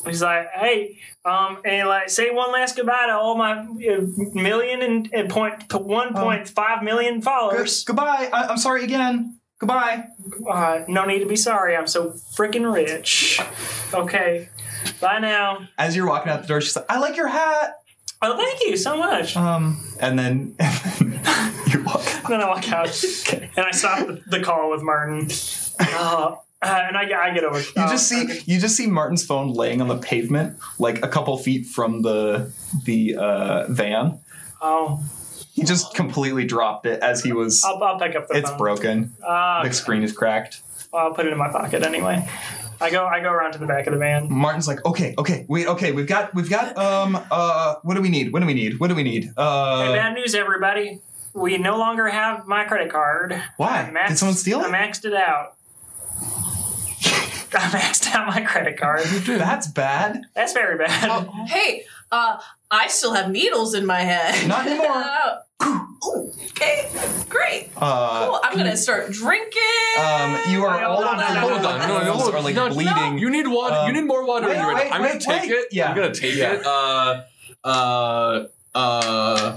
[SPEAKER 3] He's like, hey, um, and like, say one last goodbye to all my uh, million and, and point to one point five million
[SPEAKER 1] Good-
[SPEAKER 3] followers.
[SPEAKER 1] goodbye I- i'm sorry again goodbye
[SPEAKER 3] Uh, no need to be sorry. I'm so freaking rich. Okay. Bye now.
[SPEAKER 1] as you're walking out the door, she's like, "I like your hat."
[SPEAKER 3] Oh, thank you so much.
[SPEAKER 1] Um, and then you walk.
[SPEAKER 3] then I walk out and I stop the, the call with Martin. Uh, uh, and I, I get over. Uh,
[SPEAKER 1] You just see you just see Martin's phone laying on the pavement, like a couple feet from the the uh, van.
[SPEAKER 3] Oh,
[SPEAKER 1] He just completely dropped it as he was.
[SPEAKER 3] I'll, I'll pick up the
[SPEAKER 1] It's
[SPEAKER 3] phone.
[SPEAKER 1] broken.
[SPEAKER 3] Uh,
[SPEAKER 1] The screen is cracked.
[SPEAKER 3] I'll put it in my pocket anyway. I go. I go around to the back of the van.
[SPEAKER 1] Martin's like, "Okay, okay, wait, okay, we've got we've got um uh what do we need? What do we need? What do we need?
[SPEAKER 3] hey,
[SPEAKER 1] Uh,
[SPEAKER 3] bad news, everybody. We no longer have my credit card. I
[SPEAKER 1] why
[SPEAKER 3] maxed-
[SPEAKER 1] did someone steal
[SPEAKER 3] I
[SPEAKER 1] it?
[SPEAKER 3] maxed it out. I maxed out my credit card.
[SPEAKER 1] That's bad.
[SPEAKER 3] That's very bad.
[SPEAKER 4] Hey, uh, I still have needles in my head.
[SPEAKER 1] Not anymore.
[SPEAKER 4] Uh, ooh, okay, great.
[SPEAKER 1] Uh,
[SPEAKER 4] Cool. I'm gonna start drinking.
[SPEAKER 1] um, you are
[SPEAKER 3] Wait,
[SPEAKER 1] all over
[SPEAKER 3] hold on,
[SPEAKER 1] the
[SPEAKER 3] no, no,
[SPEAKER 1] road.
[SPEAKER 3] no,
[SPEAKER 1] Like,
[SPEAKER 3] no,
[SPEAKER 2] no,
[SPEAKER 1] animals
[SPEAKER 2] no,
[SPEAKER 1] are like
[SPEAKER 2] no, no.
[SPEAKER 1] bleeding.
[SPEAKER 2] You need water.
[SPEAKER 1] Um,
[SPEAKER 2] you need more water.
[SPEAKER 1] wait,
[SPEAKER 2] in your
[SPEAKER 1] wait,
[SPEAKER 2] I'm
[SPEAKER 1] wait,
[SPEAKER 2] gonna take
[SPEAKER 1] wait.
[SPEAKER 2] it.
[SPEAKER 1] Yeah.
[SPEAKER 2] I'm gonna take
[SPEAKER 1] Yeah.
[SPEAKER 2] it. Uh, uh, uh.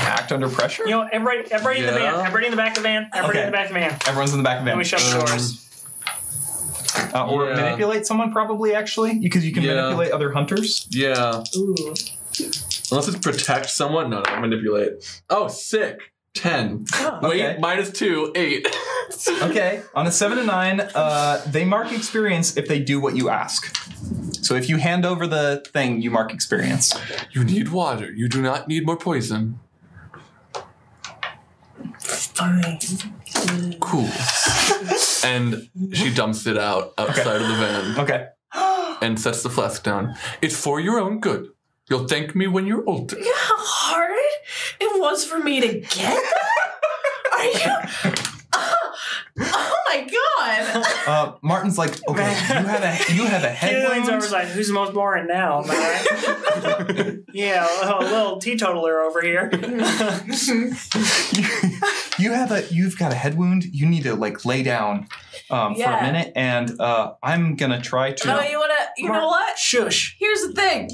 [SPEAKER 1] Act under pressure.
[SPEAKER 3] You know, everybody, everybody in the
[SPEAKER 2] Yeah.
[SPEAKER 3] van, everybody in the back of the van, everybody in
[SPEAKER 1] Okay.
[SPEAKER 3] the back of the van.
[SPEAKER 1] Everyone's in the back of the van.
[SPEAKER 3] And we shut the
[SPEAKER 2] Um,
[SPEAKER 3] doors.
[SPEAKER 1] Uh, or
[SPEAKER 2] Yeah.
[SPEAKER 1] manipulate someone, probably actually, because you can
[SPEAKER 2] Yeah.
[SPEAKER 1] manipulate other hunters.
[SPEAKER 2] Yeah.
[SPEAKER 4] Ooh.
[SPEAKER 2] Unless it's protect someone. No, no. Manipulate. Oh, sick. Ten.
[SPEAKER 1] Oh, okay.
[SPEAKER 2] Wait, minus two. Eight.
[SPEAKER 1] Okay. On a seven to nine, uh, they mark experience if they do what you ask. So if you hand over the thing, you mark experience.
[SPEAKER 2] you need water. You do not need more poison.
[SPEAKER 4] Fine.
[SPEAKER 2] Cool. and she dumps it out outside of the van.
[SPEAKER 1] Okay.
[SPEAKER 2] and sets the flask down. It's for your own good. You'll thank me when you're older.
[SPEAKER 4] You know how hard it was for me to get that? Are you? oh my god!
[SPEAKER 1] Uh, Martin's like, okay, you had a you had a
[SPEAKER 3] Kid leans over,
[SPEAKER 1] headwind.
[SPEAKER 3] is like, "Who's the most boring now?" Am I right? yeah, a little teetotaler over here.
[SPEAKER 1] you, you have a you've got a head wound. You need to like lay down um, for a
[SPEAKER 4] Yeah. Oh,
[SPEAKER 1] minute, and uh, I'm gonna try to.
[SPEAKER 4] No, you wanna? You know what?
[SPEAKER 3] Shush.
[SPEAKER 4] Here's the thing.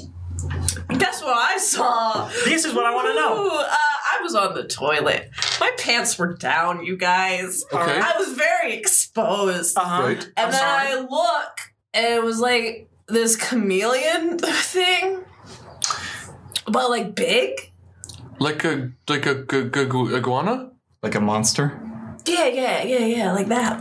[SPEAKER 4] Guess what I saw?
[SPEAKER 3] This is what I want to know.
[SPEAKER 4] Ooh, uh, I was on the toilet. My pants were down, you guys.
[SPEAKER 2] Okay.
[SPEAKER 4] I was very exposed.
[SPEAKER 3] Uh-huh.
[SPEAKER 2] Right.
[SPEAKER 4] and
[SPEAKER 3] I'm
[SPEAKER 4] then
[SPEAKER 3] sorry.
[SPEAKER 4] I look, and it was like this chameleon thing, but like big.
[SPEAKER 2] Like a like a gu- gu- gu- iguana?
[SPEAKER 1] like a monster.
[SPEAKER 4] Yeah, yeah, yeah, yeah, like that.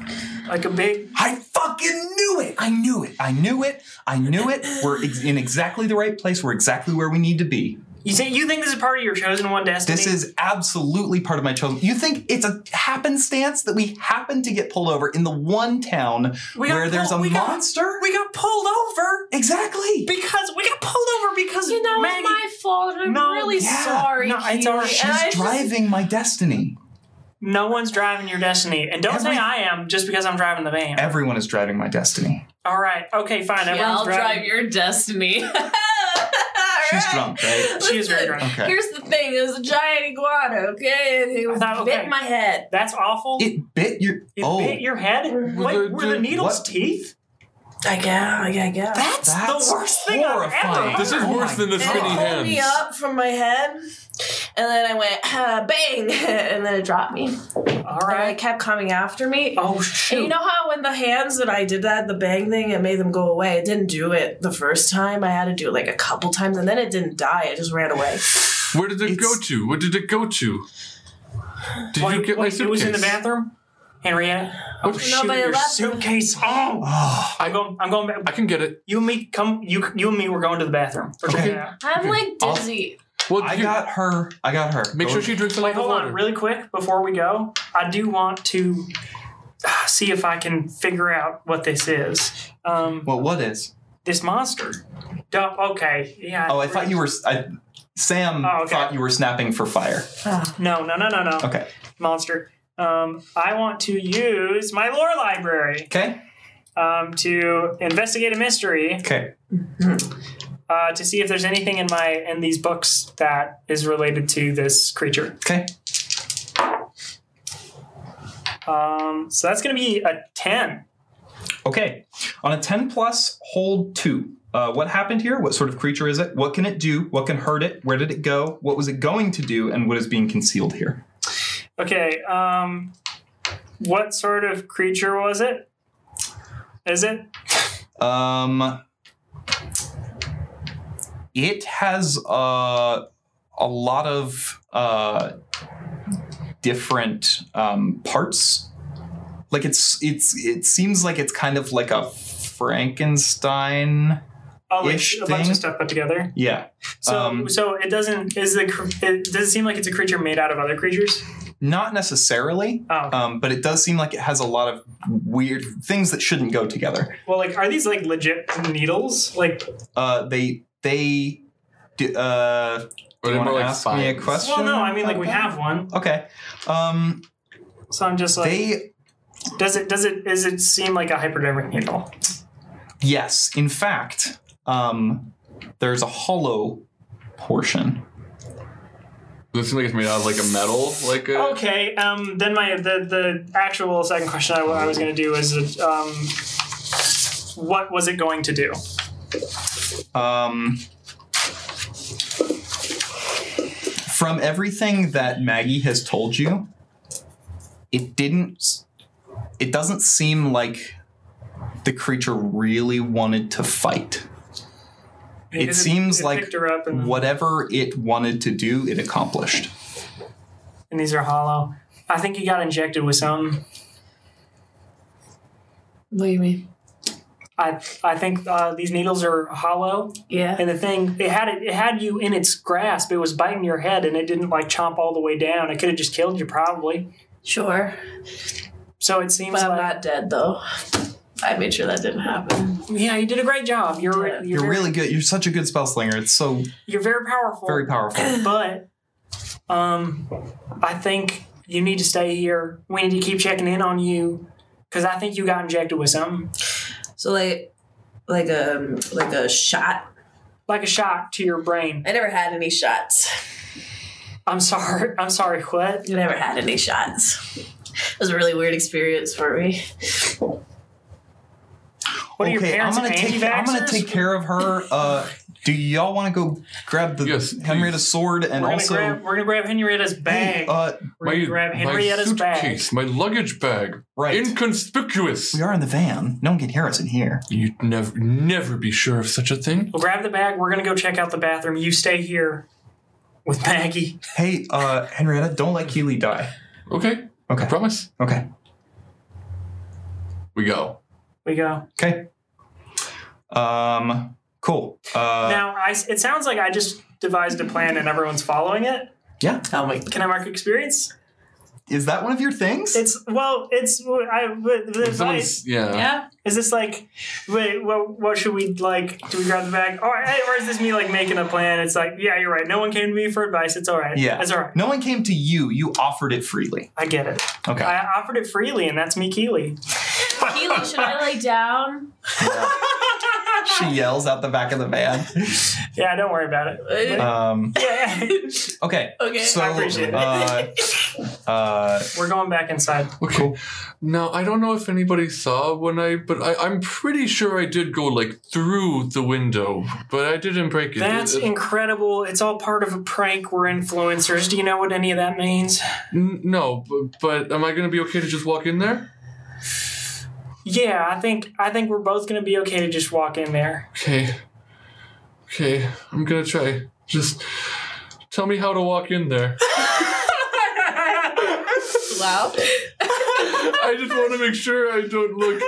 [SPEAKER 3] Like a big.
[SPEAKER 1] I fucking knew it. I knew it. I knew it. I knew it. We're ex- in exactly the right place. We're exactly where we need to be.
[SPEAKER 3] You think you think this is part of your chosen one destiny?
[SPEAKER 1] This is absolutely part of my chosen. You think it's a happenstance that we happen to get pulled over in the one town
[SPEAKER 3] We got
[SPEAKER 1] where there's a
[SPEAKER 3] pulled- we got-
[SPEAKER 1] monster?
[SPEAKER 3] We got pulled over
[SPEAKER 1] exactly.
[SPEAKER 3] because we got pulled over because
[SPEAKER 4] You know,
[SPEAKER 3] Maggie.
[SPEAKER 4] it's my fault. and I'm
[SPEAKER 3] No,
[SPEAKER 4] really
[SPEAKER 1] yeah,
[SPEAKER 4] sorry.
[SPEAKER 3] no, it's all right.
[SPEAKER 4] Keely,
[SPEAKER 1] She's
[SPEAKER 4] and I just-
[SPEAKER 1] driving my destiny.
[SPEAKER 3] no one's driving your destiny, and don't
[SPEAKER 1] Every-
[SPEAKER 3] say I am just because I'm driving the van.
[SPEAKER 1] Everyone is driving my destiny.
[SPEAKER 3] All right. Okay. Fine.
[SPEAKER 4] yeah,
[SPEAKER 3] Everyone's
[SPEAKER 4] I'll drive
[SPEAKER 3] driving.
[SPEAKER 4] your destiny.
[SPEAKER 1] She's
[SPEAKER 4] Alright.
[SPEAKER 1] drunk, right?
[SPEAKER 3] She is very
[SPEAKER 4] Listen,
[SPEAKER 3] drunk.
[SPEAKER 1] Okay.
[SPEAKER 4] Here's the thing: it was a giant iguana. Okay, and it
[SPEAKER 3] I thought,
[SPEAKER 4] bit
[SPEAKER 3] okay.
[SPEAKER 4] my head.
[SPEAKER 3] That's awful.
[SPEAKER 1] It bit your.
[SPEAKER 3] It
[SPEAKER 1] oh,
[SPEAKER 3] bit your head.
[SPEAKER 4] Were
[SPEAKER 3] Wait,
[SPEAKER 2] the-
[SPEAKER 3] were the
[SPEAKER 2] the-
[SPEAKER 3] needle's
[SPEAKER 1] what?
[SPEAKER 3] teeth?
[SPEAKER 4] I guess. I guess.
[SPEAKER 3] That's, the worst thing I've ever.
[SPEAKER 1] horrifying.
[SPEAKER 3] heard.
[SPEAKER 2] This is
[SPEAKER 1] Oh
[SPEAKER 2] worse
[SPEAKER 1] my
[SPEAKER 2] than the
[SPEAKER 4] and it
[SPEAKER 2] skinny
[SPEAKER 4] pulled
[SPEAKER 2] hands.
[SPEAKER 4] me up from my head, and then I went bang, and then it dropped me.
[SPEAKER 3] All
[SPEAKER 4] And it
[SPEAKER 3] right.
[SPEAKER 4] kept coming after me.
[SPEAKER 3] Oh
[SPEAKER 4] And
[SPEAKER 3] shoot.
[SPEAKER 4] you know how when the hands that I did that, the bang thing, it made them go away. It didn't do it the first time. I had to do it like a couple times, and then it didn't die. It just ran away.
[SPEAKER 2] Where did it go
[SPEAKER 1] It's-
[SPEAKER 2] to? Where did it go to? Did
[SPEAKER 3] wait,
[SPEAKER 2] you get my
[SPEAKER 3] wait,
[SPEAKER 2] suitcase?
[SPEAKER 3] it was in the bathroom, Henrietta. Oh
[SPEAKER 2] No,
[SPEAKER 3] shoot,
[SPEAKER 4] but it
[SPEAKER 3] your
[SPEAKER 4] left-
[SPEAKER 3] suitcase. Oh,
[SPEAKER 1] Oh,
[SPEAKER 2] I-
[SPEAKER 3] I'm going. I'm going back.
[SPEAKER 2] I can get it.
[SPEAKER 3] You and me, come. You, you and me, we're going to the bathroom. We're
[SPEAKER 1] Okay.
[SPEAKER 3] checking it out.
[SPEAKER 4] I'm like
[SPEAKER 2] I'll-
[SPEAKER 4] dizzy.
[SPEAKER 2] Well,
[SPEAKER 1] I
[SPEAKER 2] here,
[SPEAKER 1] got Oh. her. I got her.
[SPEAKER 2] Make
[SPEAKER 1] Go-
[SPEAKER 2] sure she drinks a lot
[SPEAKER 3] Wait,
[SPEAKER 2] of
[SPEAKER 3] hold
[SPEAKER 2] water.
[SPEAKER 3] on, really quick before we go. I do want to ah, see if I can figure out what this is. Um,
[SPEAKER 1] Well, what is?
[SPEAKER 3] this monster. Duh, okay. Yeah.
[SPEAKER 1] Oh, I thought you were. I, Sam
[SPEAKER 3] Oh, okay.
[SPEAKER 1] thought you were snapping for fire.
[SPEAKER 4] Ah,
[SPEAKER 3] No, no, no, no, no.
[SPEAKER 1] Okay.
[SPEAKER 3] Monster. Um, I want to use my lore library
[SPEAKER 1] Okay.
[SPEAKER 3] um, to investigate a mystery
[SPEAKER 1] Okay.
[SPEAKER 3] uh, to see if there's anything in my in these books that is related to this creature.
[SPEAKER 1] Okay.
[SPEAKER 3] Um, so that's going to be a ten.
[SPEAKER 1] Okay. On a 10 plus, hold two. Uh, what happened here? What sort of creature is it? What can it do? What can hurt it? Where did it go? What was it going to do? And what is being concealed here?
[SPEAKER 3] Okay. Um, what sort of creature was it? Is it?
[SPEAKER 1] Um, it has uh, a lot of uh, different um, parts. Like it's it's it seems like it's kind of like a Frankenstein.
[SPEAKER 3] Oh, like
[SPEAKER 1] Ish
[SPEAKER 3] a bunch
[SPEAKER 1] thing?
[SPEAKER 3] of stuff put together.
[SPEAKER 1] Yeah.
[SPEAKER 3] So,
[SPEAKER 1] Um,
[SPEAKER 3] so it doesn't is the cr- it, does it seem like it's a creature made out of other creatures?
[SPEAKER 1] Not necessarily.
[SPEAKER 3] Oh,
[SPEAKER 1] um, but it does seem like it has a lot of weird things that shouldn't go together.
[SPEAKER 3] well, like are these like legit needles? Like,
[SPEAKER 1] Uh, they they do, uh,
[SPEAKER 2] Or
[SPEAKER 1] do
[SPEAKER 2] they
[SPEAKER 1] you want
[SPEAKER 2] more
[SPEAKER 1] to
[SPEAKER 2] like
[SPEAKER 1] ask me a
[SPEAKER 2] spines?
[SPEAKER 1] question?
[SPEAKER 3] well, no, I mean like
[SPEAKER 1] about
[SPEAKER 3] we
[SPEAKER 1] that?
[SPEAKER 3] have one.
[SPEAKER 1] Okay, um,
[SPEAKER 3] So I'm just like,
[SPEAKER 1] they
[SPEAKER 3] does it does it does it seem like a hypodermic needle?
[SPEAKER 1] yes, in fact, um, there's a hollow portion.
[SPEAKER 2] Does it seem like it's made out of like a metal? Like a.
[SPEAKER 3] Okay. Um. Then my the the actual second question I, I was going to do is um, what was it going to do?
[SPEAKER 1] Um, from everything that Maggie has told you, it didn't. It doesn't seem like the creature really wanted to fight.
[SPEAKER 3] Because
[SPEAKER 1] seems
[SPEAKER 3] it
[SPEAKER 1] like
[SPEAKER 3] picked her up and,
[SPEAKER 1] Whatever it wanted to do, it accomplished.
[SPEAKER 3] and these are hollow. I think he got injected with something.
[SPEAKER 4] What do you mean?
[SPEAKER 3] I I think uh, these needles are hollow,
[SPEAKER 4] Yeah.
[SPEAKER 3] and the thing it had it, it had you in its grasp. It was biting your head, and it didn't like chomp all the way down. It could have just killed you probably.
[SPEAKER 4] Sure.
[SPEAKER 3] So it seems
[SPEAKER 4] But I'm
[SPEAKER 3] like
[SPEAKER 4] not dead though.
[SPEAKER 5] I made sure that didn't happen.
[SPEAKER 3] Yeah, you did a great job. You're you're,
[SPEAKER 1] You're
[SPEAKER 3] very,
[SPEAKER 1] really good. You're such a good spell slinger. It's so
[SPEAKER 3] you're very powerful.
[SPEAKER 1] very powerful.
[SPEAKER 3] But um, I think you need to stay here. We need to keep checking in on you because I think you got injected with something
[SPEAKER 5] So like, like
[SPEAKER 4] um,
[SPEAKER 5] a like a shot.
[SPEAKER 3] like a shot to your brain.
[SPEAKER 5] I never had any shots.
[SPEAKER 3] I'm sorry. I'm sorry. What?
[SPEAKER 5] I never had any shots. It was a really weird experience for me.
[SPEAKER 3] What are your
[SPEAKER 1] okay, I'm
[SPEAKER 3] parents?
[SPEAKER 1] gonna take I'm gonna
[SPEAKER 3] anti-vaxxers?
[SPEAKER 1] take care of her. Uh, do y'all want to go grab the
[SPEAKER 2] Yes,
[SPEAKER 1] Henrietta's sword and
[SPEAKER 3] We're gonna
[SPEAKER 1] also
[SPEAKER 3] grab, we're gonna grab Henrietta's bag.
[SPEAKER 1] uh,
[SPEAKER 3] we're gonna grab Henrietta's
[SPEAKER 2] my
[SPEAKER 3] bag.
[SPEAKER 2] suitcase, my luggage bag,
[SPEAKER 1] right?
[SPEAKER 2] inconspicuous.
[SPEAKER 1] we are in the van. No one can hear us in here.
[SPEAKER 2] You'd never, never be sure of such a thing.
[SPEAKER 3] We'll grab the bag. We're gonna go check out the bathroom. You stay here with Maggie.
[SPEAKER 1] Hey, uh, Henrietta, don't let Keely die.
[SPEAKER 2] Okay, I
[SPEAKER 1] Okay.
[SPEAKER 2] promise.
[SPEAKER 1] Okay.
[SPEAKER 2] We go.
[SPEAKER 3] We go.
[SPEAKER 1] Okay. Um. Cool. Uh.
[SPEAKER 3] now, I, it sounds like I just devised a plan and everyone's following it.
[SPEAKER 1] yeah.
[SPEAKER 5] Oh my
[SPEAKER 3] Can I mark experience?
[SPEAKER 1] Is that one of your things?
[SPEAKER 3] It's well, it's I. But the advice
[SPEAKER 2] Someone's, yeah.
[SPEAKER 4] Yeah.
[SPEAKER 3] is this like, wait, what? What should we like? Do we grab the bag, or eh, or is this me like making a plan? It's like, yeah, you're right. No one came to me for advice. It's all right.
[SPEAKER 1] Yeah.
[SPEAKER 3] it's all right.
[SPEAKER 1] No one came to you. You offered it freely.
[SPEAKER 3] I get it.
[SPEAKER 1] Okay.
[SPEAKER 3] I offered it freely, and that's me, Keely.
[SPEAKER 4] Keely, should I lay down?
[SPEAKER 1] she yells out the back of the van.
[SPEAKER 3] Yeah, don't worry about it.
[SPEAKER 4] Uh,
[SPEAKER 1] Um.
[SPEAKER 3] Yeah,
[SPEAKER 1] Okay.
[SPEAKER 4] Okay.
[SPEAKER 1] So.
[SPEAKER 3] I appreciate it.
[SPEAKER 1] uh, uh,
[SPEAKER 3] we're going back inside.
[SPEAKER 2] Okay. Now I don't know if anybody saw when I, but I, I'm pretty sure I did go like through the window, but I didn't break it. Uh,
[SPEAKER 3] That's
[SPEAKER 2] It- it-
[SPEAKER 3] incredible. It's all part of a prank. We're influencers. Do you know what any of that means?
[SPEAKER 2] n- no, but, but am I going to be okay to just walk in there?
[SPEAKER 3] Yeah, I think I think we're both gonna be okay to just walk in there.
[SPEAKER 2] Okay. Okay, I'm gonna try. Just tell me how to walk in there.
[SPEAKER 4] wow.
[SPEAKER 2] I just want to make sure I don't look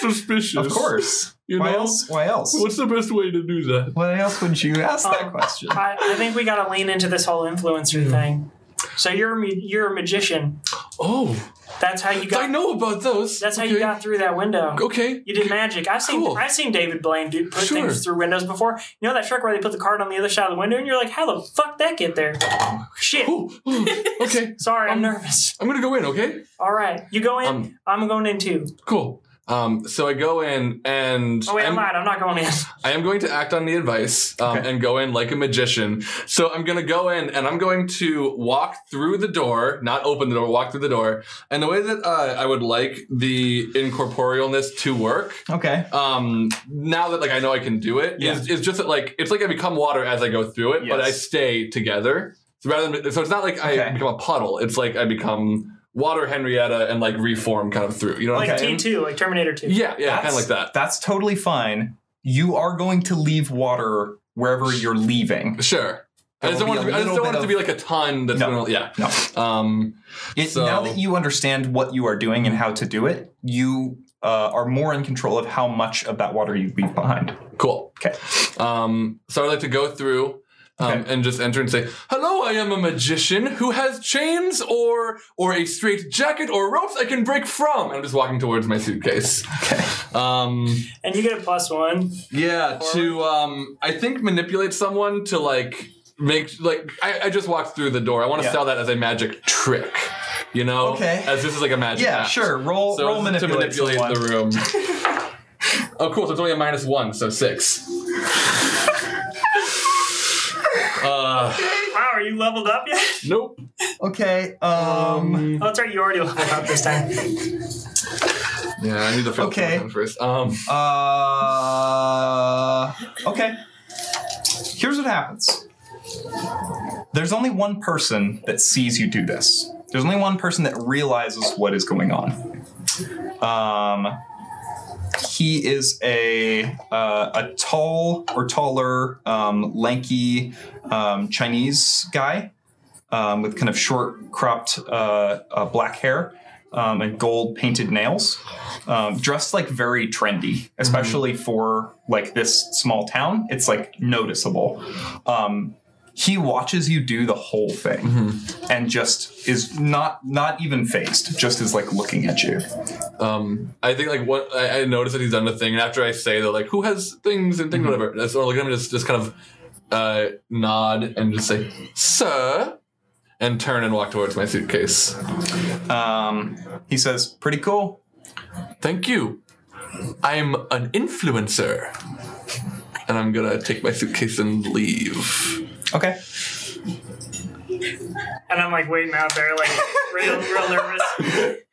[SPEAKER 2] suspicious.
[SPEAKER 1] of course.
[SPEAKER 2] You
[SPEAKER 1] Why
[SPEAKER 2] know?
[SPEAKER 1] else? Why else?
[SPEAKER 2] What's the best way to do that?
[SPEAKER 1] Why else would you ask that
[SPEAKER 3] Um,
[SPEAKER 1] question?
[SPEAKER 3] I, I think we gotta lean into this whole influencer thing. So you're a ma- you're a magician.
[SPEAKER 2] Oh,
[SPEAKER 3] That's how you got.
[SPEAKER 2] I know about those.
[SPEAKER 3] That's how
[SPEAKER 2] okay.
[SPEAKER 3] you got through that window.
[SPEAKER 2] Okay.
[SPEAKER 3] You did magic. I've seen
[SPEAKER 2] Cool.
[SPEAKER 3] I've seen David Blaine do put
[SPEAKER 2] Sure.
[SPEAKER 3] things through windows before. You know that trick where they put the card on the other side of the window, and you're like, "How the fuck that get there?" Shit.
[SPEAKER 2] Ooh, ooh, okay.
[SPEAKER 3] Sorry, I'm
[SPEAKER 2] Um,
[SPEAKER 3] nervous.
[SPEAKER 2] I'm gonna go in, okay?
[SPEAKER 3] All right, you go in.
[SPEAKER 2] Um,
[SPEAKER 3] I'm going in too.
[SPEAKER 2] Cool. Um, so I go in and
[SPEAKER 3] Oh wait, I'm,
[SPEAKER 2] I'm,
[SPEAKER 3] lied. I'm not going in.
[SPEAKER 2] I am going to act on the advice um,
[SPEAKER 1] Okay.
[SPEAKER 2] and go in like a magician. So I'm going to go in and I'm going to walk through the door, not open the door, walk through the door. And the way that uh, I would like the incorporealness to work,
[SPEAKER 1] Okay.
[SPEAKER 2] um, now that like I know I can do it, is
[SPEAKER 1] Yeah.
[SPEAKER 2] is just that like it's like I become water as I go through it, but
[SPEAKER 1] Yes.
[SPEAKER 2] I stay together. So rather than so it's not like I
[SPEAKER 1] Okay.
[SPEAKER 2] become a puddle. It's like I become water Henrietta and like reform kind of through. You know what
[SPEAKER 3] Like
[SPEAKER 2] I'm saying?
[SPEAKER 3] T two, like Terminator two.
[SPEAKER 2] Yeah, yeah, kind of like that.
[SPEAKER 1] That's totally fine. You are going to leave water wherever you're leaving.
[SPEAKER 2] Sure. I
[SPEAKER 1] There
[SPEAKER 2] just
[SPEAKER 1] will
[SPEAKER 2] don't want,
[SPEAKER 1] be
[SPEAKER 2] it to be,
[SPEAKER 1] a
[SPEAKER 2] I just
[SPEAKER 1] little
[SPEAKER 2] don't want
[SPEAKER 1] bit
[SPEAKER 2] it to be like a ton that's
[SPEAKER 1] No.
[SPEAKER 2] going to, yeah.
[SPEAKER 1] No.
[SPEAKER 2] Um,
[SPEAKER 1] It,
[SPEAKER 2] So-
[SPEAKER 1] now that you understand what you are doing and how to do it, you uh, are more in control of how much of that water you leave behind.
[SPEAKER 2] cool.
[SPEAKER 1] Okay.
[SPEAKER 2] Um, so I'd like to go through um,
[SPEAKER 1] Okay.
[SPEAKER 2] and just enter and say, hello, I am a magician who has chains or or a straight jacket or ropes I can break from. And I'm just walking towards my suitcase.
[SPEAKER 1] Okay.
[SPEAKER 2] Um,
[SPEAKER 3] And you get a plus one.
[SPEAKER 2] yeah, to, um, I think manipulate someone to like make, like, I, I just walked through the door. I want to
[SPEAKER 1] Yeah.
[SPEAKER 2] sell that as a magic trick, you know?
[SPEAKER 1] Okay.
[SPEAKER 2] As this is like a magic
[SPEAKER 1] Yeah,
[SPEAKER 2] act.
[SPEAKER 1] sure. Roll,
[SPEAKER 2] So
[SPEAKER 1] roll
[SPEAKER 2] it's to
[SPEAKER 1] manipulate,
[SPEAKER 2] manipulate
[SPEAKER 1] someone.
[SPEAKER 2] the room. oh, cool. So it's only a minus one, so six. uh,
[SPEAKER 3] Wow, are you leveled up yet?
[SPEAKER 2] nope.
[SPEAKER 1] Okay. Um,
[SPEAKER 2] Mm.
[SPEAKER 3] Oh, that's right. You already leveled up this time.
[SPEAKER 2] Yeah, I need to fill
[SPEAKER 1] Okay.
[SPEAKER 2] someone first. Um,
[SPEAKER 1] uh, okay. Here's what happens. There's only one person that sees you do this. There's only one person that realizes what is going on. Um, he is a uh, a tall or taller, um, lanky um, Chinese guy um, with kind of short, cropped uh, uh, black hair um, and gold painted nails, um, dressed like very trendy, especially for like this small town. It's like noticeable. Um, He watches you do the whole thing and just is not not even phased, just is like looking at you.
[SPEAKER 2] Um, I think like what I, I noticed that he's done the thing, and after I say that, like, who has things and things, whatever, and I sort of look at him and just, just kind of uh, nod and just say, "Sir," and turn and walk towards my suitcase.
[SPEAKER 1] Um, he says, "Pretty cool."
[SPEAKER 2] Thank you. I'm an influencer, and I'm gonna take my suitcase and leave.
[SPEAKER 1] Okay.
[SPEAKER 3] And I'm like waiting out there, like real, real nervous.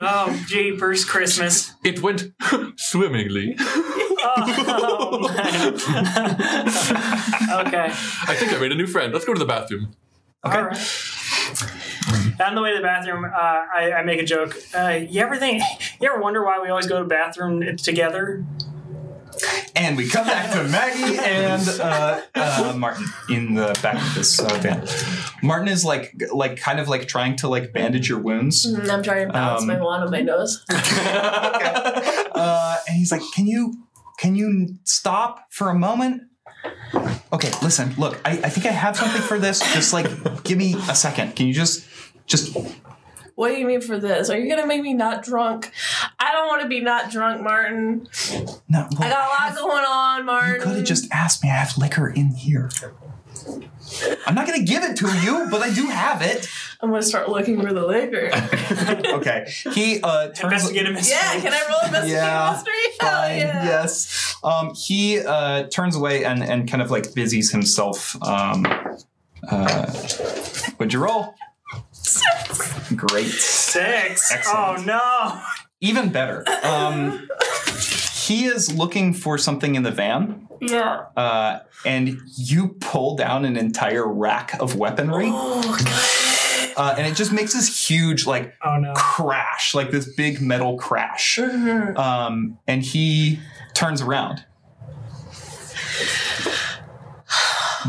[SPEAKER 3] Oh, gee, first Christmas.
[SPEAKER 2] It went swimmingly.
[SPEAKER 3] Oh, man. okay.
[SPEAKER 2] I think I made a new friend. Let's go to the bathroom.
[SPEAKER 1] Okay.
[SPEAKER 3] All right. On the way to the bathroom, uh, I, I make a joke. Uh, you ever think? You ever wonder why we always go to the bathroom together?
[SPEAKER 1] And we come back to Maggie and uh, uh, Martin in the back of this uh, van. Martin is like, like, kind of like trying to like bandage your wounds.
[SPEAKER 4] Mm, I'm trying to balance
[SPEAKER 1] Um,
[SPEAKER 4] my wand on my nose.
[SPEAKER 1] Uh, and he's like, "Can you, can you stop for a moment?" Okay, listen, look, I, I think I have something for this. Just like, give me a second. Can you just, just
[SPEAKER 4] What do you mean for this? Are you gonna make me not drunk? I don't want to be not drunk, Martin.
[SPEAKER 1] no?
[SPEAKER 4] I got a lot going on, Martin.
[SPEAKER 1] You could have just asked me. I have liquor in here. I'm not gonna give it to you, but I do have it.
[SPEAKER 4] I'm gonna start looking for the liquor.
[SPEAKER 1] Okay. He uh, turns.
[SPEAKER 3] Investigate a mystery.
[SPEAKER 4] yeah, can I roll a mystery
[SPEAKER 1] Yeah,
[SPEAKER 4] mystery? Hell
[SPEAKER 1] Fine.
[SPEAKER 4] yeah.
[SPEAKER 1] Yes. Um, he uh, turns away and and kind of like busies himself. Um, uh, what'd you roll? Great.
[SPEAKER 3] Six.
[SPEAKER 1] Excellent.
[SPEAKER 3] Oh no.
[SPEAKER 1] Even better. Um, he is looking for something in the van,
[SPEAKER 4] Yeah.
[SPEAKER 1] uh, and you pull down an entire rack of weaponry,
[SPEAKER 4] Oh god.
[SPEAKER 1] uh, and it just makes this huge like
[SPEAKER 3] Oh no.
[SPEAKER 1] crash, like this big metal crash.
[SPEAKER 4] Mhm.
[SPEAKER 1] Um, and he turns around.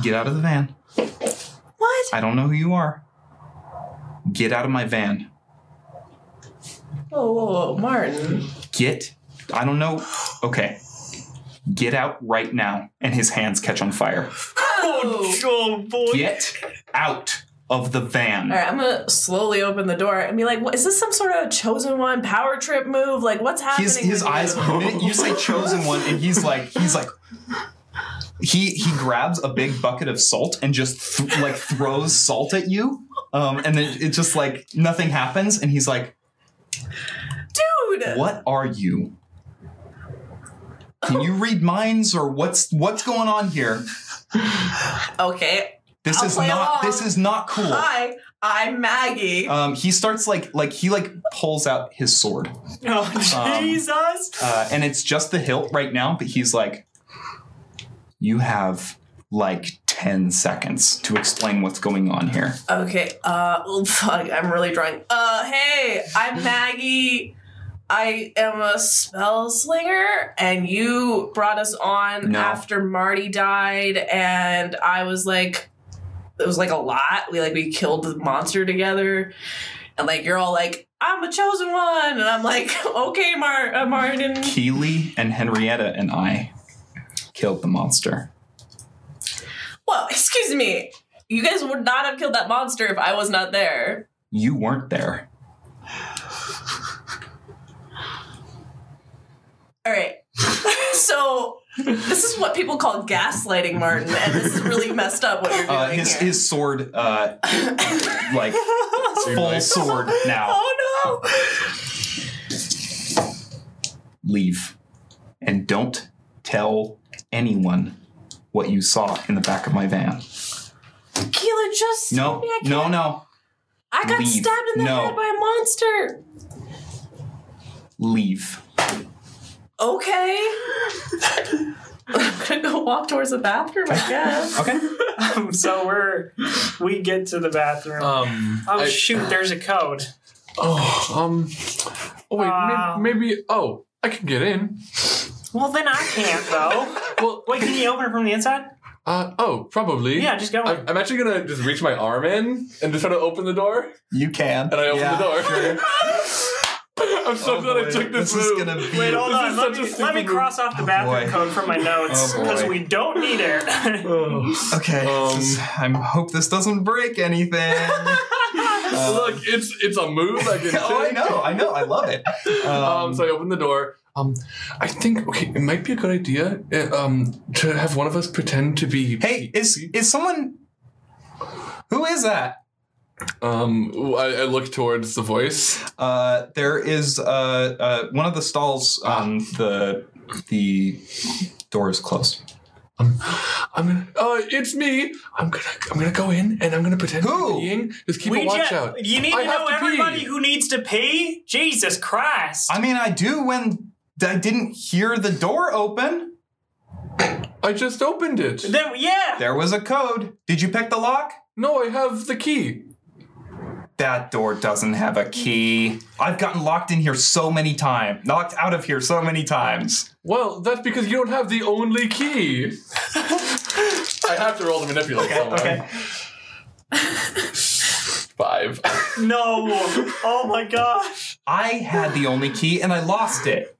[SPEAKER 1] Get out of the van.
[SPEAKER 4] What?
[SPEAKER 1] I don't know who you are. Get out of my van.
[SPEAKER 4] Whoa, whoa, whoa, Martin.
[SPEAKER 1] Get. I don't know. Okay. Get out right now. And his hands catch on fire.
[SPEAKER 4] Oh.
[SPEAKER 3] Oh boy.
[SPEAKER 1] Get out of the van.
[SPEAKER 4] All right, I'm gonna slowly open the door and be like, what, "Is this some sort of chosen one power trip move? Like, what's happening?"
[SPEAKER 1] His his
[SPEAKER 4] with you?"
[SPEAKER 1] eyes. the minute You say chosen one, and he's like he's like. He he grabs a big bucket of salt and just th- like throws salt at you, um, and then it just like nothing happens, and he's like,
[SPEAKER 4] dude.
[SPEAKER 1] "What are you? Can you read minds or what's what's going on here?
[SPEAKER 4] Okay,
[SPEAKER 1] This
[SPEAKER 4] I'll
[SPEAKER 1] is
[SPEAKER 4] play
[SPEAKER 1] not
[SPEAKER 4] along.
[SPEAKER 1] this is not cool."
[SPEAKER 4] hi, I'm Maggie.
[SPEAKER 1] Um, he starts like like he like pulls out his sword,
[SPEAKER 3] Oh
[SPEAKER 1] Um,
[SPEAKER 3] Jesus.
[SPEAKER 1] uh, and it's just the hilt right now. But he's like, "You have like ten seconds to explain what's going on here."
[SPEAKER 4] Okay, uh, oh, fuck, I'm really drunk. Uh, hey, I'm Maggie. I am a spell slinger, and you brought us on
[SPEAKER 1] No.
[SPEAKER 4] after Marty died, and I was like, it was like a lot. We like we killed the monster together, and like you're all like, I'm the chosen one, and I'm like, okay, Mar- uh, Martin.
[SPEAKER 1] Keely and Henrietta and I killed the monster.
[SPEAKER 4] Well, excuse me, you guys would not have killed that monster if I was not there.
[SPEAKER 1] You weren't there.
[SPEAKER 4] All right. so this is what people call gaslighting, Martin, and this is really messed up what you're doing
[SPEAKER 1] Uh, his
[SPEAKER 4] here.
[SPEAKER 1] his sword, uh, like full sword now.
[SPEAKER 4] oh no!
[SPEAKER 1] Leave and don't tell anyone what you saw in the back of my van.
[SPEAKER 4] Keela just
[SPEAKER 1] No,
[SPEAKER 4] told me I can't.
[SPEAKER 1] no, no.
[SPEAKER 4] I got
[SPEAKER 1] leave.
[SPEAKER 4] stabbed in the
[SPEAKER 1] No.
[SPEAKER 4] head by a monster.
[SPEAKER 1] Leave.
[SPEAKER 4] Okay. I'm gonna go walk towards the bathroom, I guess.
[SPEAKER 1] Okay.
[SPEAKER 3] so we're we get to the bathroom.
[SPEAKER 2] Um,
[SPEAKER 3] oh
[SPEAKER 2] I-
[SPEAKER 3] shoot, there's a code.
[SPEAKER 2] Oh, um. Oh wait,
[SPEAKER 3] Uh,
[SPEAKER 2] may- maybe. Oh, I can get in.
[SPEAKER 3] Well then I can't though.
[SPEAKER 2] Well,
[SPEAKER 3] Wait, can you open it from the inside?
[SPEAKER 2] uh, oh, probably.
[SPEAKER 3] Yeah, just go.
[SPEAKER 2] I- I'm actually gonna just reach my arm in and just try to open the door,
[SPEAKER 1] You can.
[SPEAKER 2] and I open
[SPEAKER 1] Yeah.
[SPEAKER 2] the door. I'm so
[SPEAKER 1] Oh
[SPEAKER 2] glad
[SPEAKER 1] boy,
[SPEAKER 2] I took this,
[SPEAKER 1] is
[SPEAKER 2] move.
[SPEAKER 1] gonna be.
[SPEAKER 3] Wait, hold
[SPEAKER 2] This
[SPEAKER 3] on.
[SPEAKER 2] is
[SPEAKER 3] Let me,
[SPEAKER 2] such a
[SPEAKER 3] let me
[SPEAKER 2] stupid
[SPEAKER 3] cross off the
[SPEAKER 1] boy.
[SPEAKER 3] bathroom code from my notes
[SPEAKER 1] Oh,
[SPEAKER 3] because
[SPEAKER 1] boy.
[SPEAKER 3] we don't need it.
[SPEAKER 1] okay.
[SPEAKER 2] Um,
[SPEAKER 1] this- I hope this doesn't break anything.
[SPEAKER 2] Look, it's it's a move I can
[SPEAKER 1] oh, I
[SPEAKER 2] take.
[SPEAKER 1] know, I know, I love it.
[SPEAKER 2] Um, so I open the door. Um, I think okay, it might be a good idea uh, um, to have one of us pretend to be.
[SPEAKER 1] hey, is is someone? Who is that?
[SPEAKER 2] um, I, I look towards the voice.
[SPEAKER 1] Uh, there is uh, uh, one of the stalls. Um, the the door is closed.
[SPEAKER 2] I'm gonna. Uh, it's me. I'm gonna. I'm gonna go in and I'm gonna pretend to
[SPEAKER 1] Who?
[SPEAKER 2] be peeing. Just keep
[SPEAKER 3] we
[SPEAKER 2] a watch
[SPEAKER 3] ju-
[SPEAKER 2] out.
[SPEAKER 3] You need
[SPEAKER 2] I
[SPEAKER 3] to
[SPEAKER 2] have
[SPEAKER 3] know
[SPEAKER 2] to pee.
[SPEAKER 3] everybody who needs to pee? Jesus Christ.
[SPEAKER 1] I mean, I do when I didn't hear the door open.
[SPEAKER 2] I just opened it.
[SPEAKER 3] Then, yeah.
[SPEAKER 1] There was a code. Did you pick the lock?
[SPEAKER 2] No, I have the key.
[SPEAKER 1] That door doesn't have a key. I've gotten locked in here so many times, locked out of here so many times.
[SPEAKER 2] Well, that's because you don't have the only key. I have to roll to manipulate someone.
[SPEAKER 1] okay.
[SPEAKER 2] Five.
[SPEAKER 3] No. Oh my gosh.
[SPEAKER 1] I had the only key and I lost it.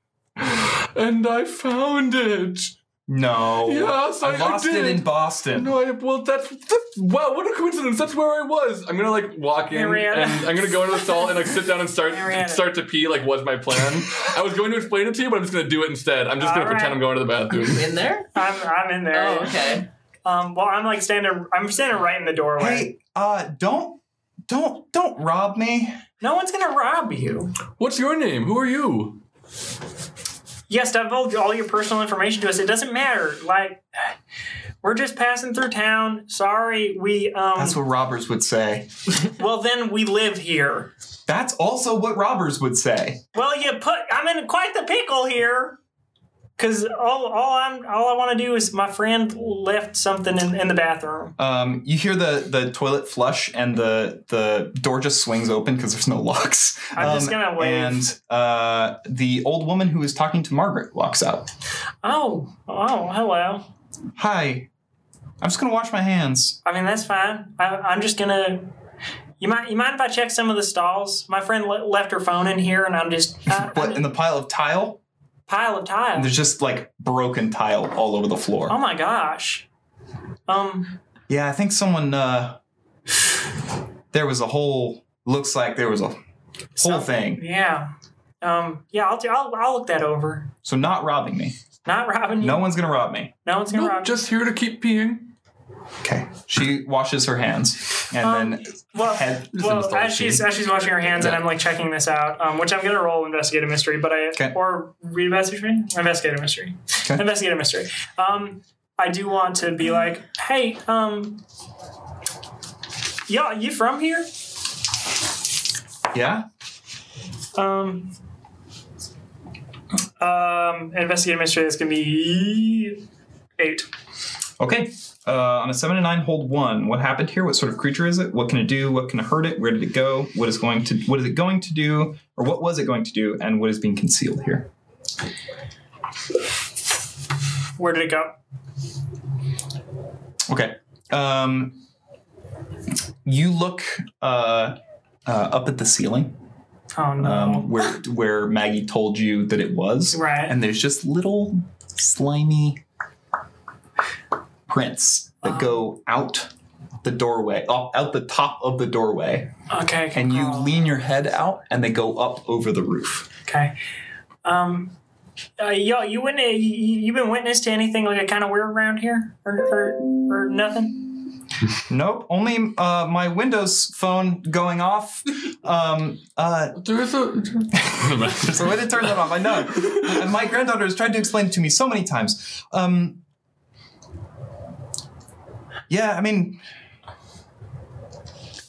[SPEAKER 2] and I found it.
[SPEAKER 1] No.
[SPEAKER 2] Yes, I- I
[SPEAKER 1] lost
[SPEAKER 2] did.
[SPEAKER 1] it in Boston.
[SPEAKER 2] No, I, well, that's, that's wow. What a coincidence. That's where I was. I'm gonna like walk in
[SPEAKER 3] Mariana.
[SPEAKER 2] and I'm gonna go into the stall and like sit down and start
[SPEAKER 3] Mariana.
[SPEAKER 2] start to pee. Like was my plan. I was going to explain it to you, but I'm just gonna do it instead. I'm just gonna
[SPEAKER 3] All
[SPEAKER 2] pretend
[SPEAKER 3] right.
[SPEAKER 2] I'm going to the bathroom.
[SPEAKER 4] In there?
[SPEAKER 3] I'm, I'm in there.
[SPEAKER 4] Oh, okay.
[SPEAKER 3] Um, well, I'm like standing, I'm standing right in the doorway.
[SPEAKER 1] Hey, uh, don't, don't, don't rob me.
[SPEAKER 3] No one's gonna rob you.
[SPEAKER 2] What's your name? Who are you?
[SPEAKER 3] Yes, divulge all your personal information to us. It doesn't matter. Like, we're just passing through town. Sorry, we. Um,
[SPEAKER 1] That's what robbers would say.
[SPEAKER 3] well, then we live here.
[SPEAKER 1] That's also what robbers would say.
[SPEAKER 3] Well, you put. I'm in quite the pickle here. Cause all, all I'm all I want to do is my friend left something in, in the bathroom.
[SPEAKER 1] Um, you hear the the toilet flush and the the door just swings open because there's no locks.
[SPEAKER 3] I'm just
[SPEAKER 1] Um,
[SPEAKER 3] gonna wave.
[SPEAKER 1] And uh, the old woman who is talking to Margaret walks out.
[SPEAKER 3] Oh, oh, hello.
[SPEAKER 1] Hi, I'm just gonna wash my hands.
[SPEAKER 3] I mean that's fine. I, I'm just gonna. You mind you mind if I check some of the stalls? My friend le- left her phone in here, and I'm just I, I'm
[SPEAKER 1] But in the pile of tile,
[SPEAKER 3] pile of tiles.
[SPEAKER 1] there's just like broken tile all over the floor.
[SPEAKER 3] Oh my gosh. Um,
[SPEAKER 1] Yeah, I think someone. Uh, there was a whole. Looks like there was a whole thing.
[SPEAKER 3] yeah. Um, yeah, I'll, do, I'll, I'll look that over.
[SPEAKER 1] So not robbing me.
[SPEAKER 3] Not robbing you.
[SPEAKER 1] No one's gonna rob me.
[SPEAKER 3] no one's gonna
[SPEAKER 2] No,
[SPEAKER 3] rob
[SPEAKER 2] just here to keep peeing.
[SPEAKER 1] Okay. She washes her hands and
[SPEAKER 3] Um,
[SPEAKER 1] then
[SPEAKER 3] you. Well,
[SPEAKER 1] head.
[SPEAKER 3] well as she's as she's washing her hands, and I'm like checking this out, um, which I'm gonna roll investigate a mystery, but I
[SPEAKER 1] Okay.
[SPEAKER 3] or read investigate investigate a mystery,
[SPEAKER 1] Okay.
[SPEAKER 3] investigate a mystery. Um, I do want to be like, hey, um, yeah, you from here?
[SPEAKER 1] Yeah.
[SPEAKER 3] Um, um, investigate a mystery. That's gonna be eight.
[SPEAKER 1] Okay. Uh, on a seven and nine, hold one. What happened here? What sort of creature is it? What can it do? What can hurt it? Where did it go? What is going to What is it going to do? Or what was it going to do? And what is being concealed here?
[SPEAKER 3] Where did it go?
[SPEAKER 1] Okay. Um, you look uh, uh, up at the ceiling
[SPEAKER 3] Oh no.
[SPEAKER 1] um, where where Maggie told you that it was,
[SPEAKER 3] right.
[SPEAKER 1] and there's just little slimy prints that go out the doorway, up out the top of the doorway.
[SPEAKER 3] okay.
[SPEAKER 1] and you
[SPEAKER 3] oh,
[SPEAKER 1] lean your head out and they go up over the roof
[SPEAKER 3] Okay. Um. Uh, yo, you win. You, you been witness to anything like kind of weird around here, or or, or nothing?
[SPEAKER 1] nope only uh, my windows phone going off um, uh,
[SPEAKER 2] There is a.
[SPEAKER 1] there's a way to turn that off i know and my granddaughter has tried to explain it to me so many times um, yeah i mean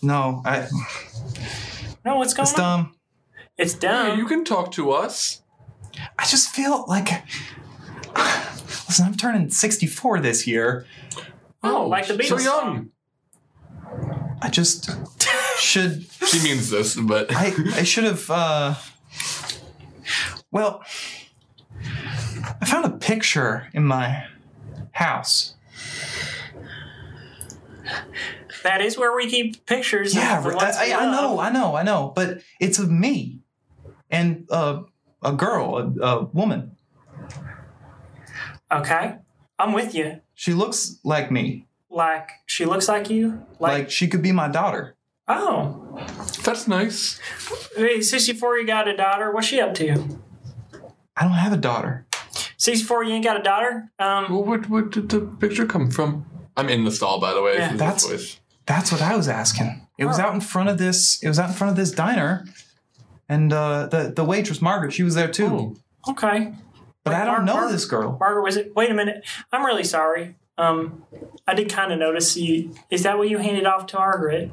[SPEAKER 1] no I,
[SPEAKER 3] No, what's going
[SPEAKER 1] it's
[SPEAKER 3] on?
[SPEAKER 1] dumb
[SPEAKER 3] It's
[SPEAKER 2] Hey,
[SPEAKER 3] dumb.
[SPEAKER 2] you can talk to us.
[SPEAKER 1] i just feel like listen i'm turning 64 this year
[SPEAKER 3] Oh, like the Beatles.
[SPEAKER 2] So young.
[SPEAKER 1] i just should
[SPEAKER 2] She means this, but
[SPEAKER 1] I I should have. Uh, well, I found a picture in my house.
[SPEAKER 3] That is where we keep pictures.
[SPEAKER 1] Yeah,
[SPEAKER 3] of the ones
[SPEAKER 1] I,
[SPEAKER 3] we
[SPEAKER 1] I, I
[SPEAKER 3] love.
[SPEAKER 1] know, I know, I know. But it's of me. and uh, a girl, a, a woman.
[SPEAKER 3] Okay. I'm with you.
[SPEAKER 1] She looks like me,
[SPEAKER 3] Like, she looks like you.
[SPEAKER 1] like, she could be my daughter.
[SPEAKER 3] oh.
[SPEAKER 2] That's nice.
[SPEAKER 3] Hey, 64, you got a daughter. What's she up to?
[SPEAKER 1] I don't have a daughter.
[SPEAKER 3] 64, you ain't got a daughter? Um,
[SPEAKER 2] Well, what, what did the picture come from? I'm in the stall, by the way.
[SPEAKER 3] Yeah.
[SPEAKER 2] This is
[SPEAKER 1] That's-
[SPEAKER 2] voice.
[SPEAKER 1] That's what I was asking. It was
[SPEAKER 3] Huh.
[SPEAKER 1] out in front of this. It was out in front of this diner, and uh, the the waitress Margaret, she was there too.
[SPEAKER 2] Oh.
[SPEAKER 3] okay.
[SPEAKER 1] But I don't
[SPEAKER 3] Mar-
[SPEAKER 1] know
[SPEAKER 3] Mar-
[SPEAKER 1] this girl.
[SPEAKER 3] Margaret, was it? Wait a minute. I'm really sorry. Um, I did kind of notice you. Is that what you handed off to Margaret?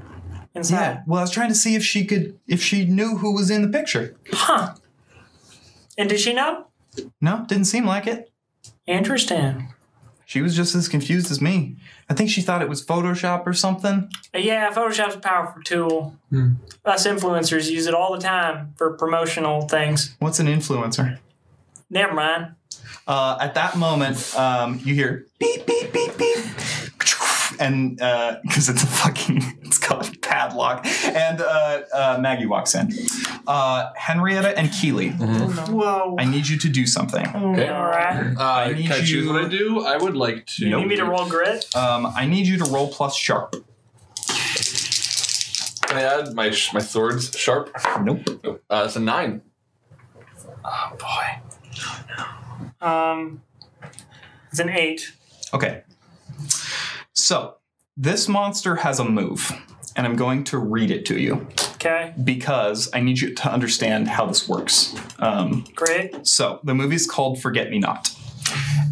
[SPEAKER 3] Inside?
[SPEAKER 1] Yeah. Well, I was trying to see if she could, if she knew who was in the picture.
[SPEAKER 3] Huh. And did she know?
[SPEAKER 1] No, didn't seem like it.
[SPEAKER 3] Interesting.
[SPEAKER 1] She was just as confused as me. I think she thought it was Photoshop or something.
[SPEAKER 3] Uh, Yeah, Photoshop's a powerful tool.
[SPEAKER 2] Hmm.
[SPEAKER 3] Us influencers use it all the time for promotional things.
[SPEAKER 1] What's an influencer?
[SPEAKER 3] Never mind.
[SPEAKER 1] Uh, at that moment, um, you hear beep beep beep beep, and because it's a fucking, it's called padlock. And uh, uh, Maggie walks in. Uh, Henrietta and Keely,
[SPEAKER 3] Whoa.
[SPEAKER 1] I need you to do something.
[SPEAKER 2] Okay.
[SPEAKER 3] All right.
[SPEAKER 2] Uh,
[SPEAKER 1] I need
[SPEAKER 2] can I choose
[SPEAKER 1] you-
[SPEAKER 2] what I do? I would like to.
[SPEAKER 3] You need me to roll grit?
[SPEAKER 1] Um, I need you to roll plus sharp.
[SPEAKER 2] Can I add my sh- my swords sharp?
[SPEAKER 1] Nope.
[SPEAKER 2] Uh, it's a nine. Oh boy.
[SPEAKER 3] Um, it's an eight.
[SPEAKER 1] Okay. So this monster has a move, and I'm going to read it to you.
[SPEAKER 3] Okay.
[SPEAKER 1] because I need you to understand how this works. Um,
[SPEAKER 3] Great.
[SPEAKER 1] so, the movie's called Forget Me Not.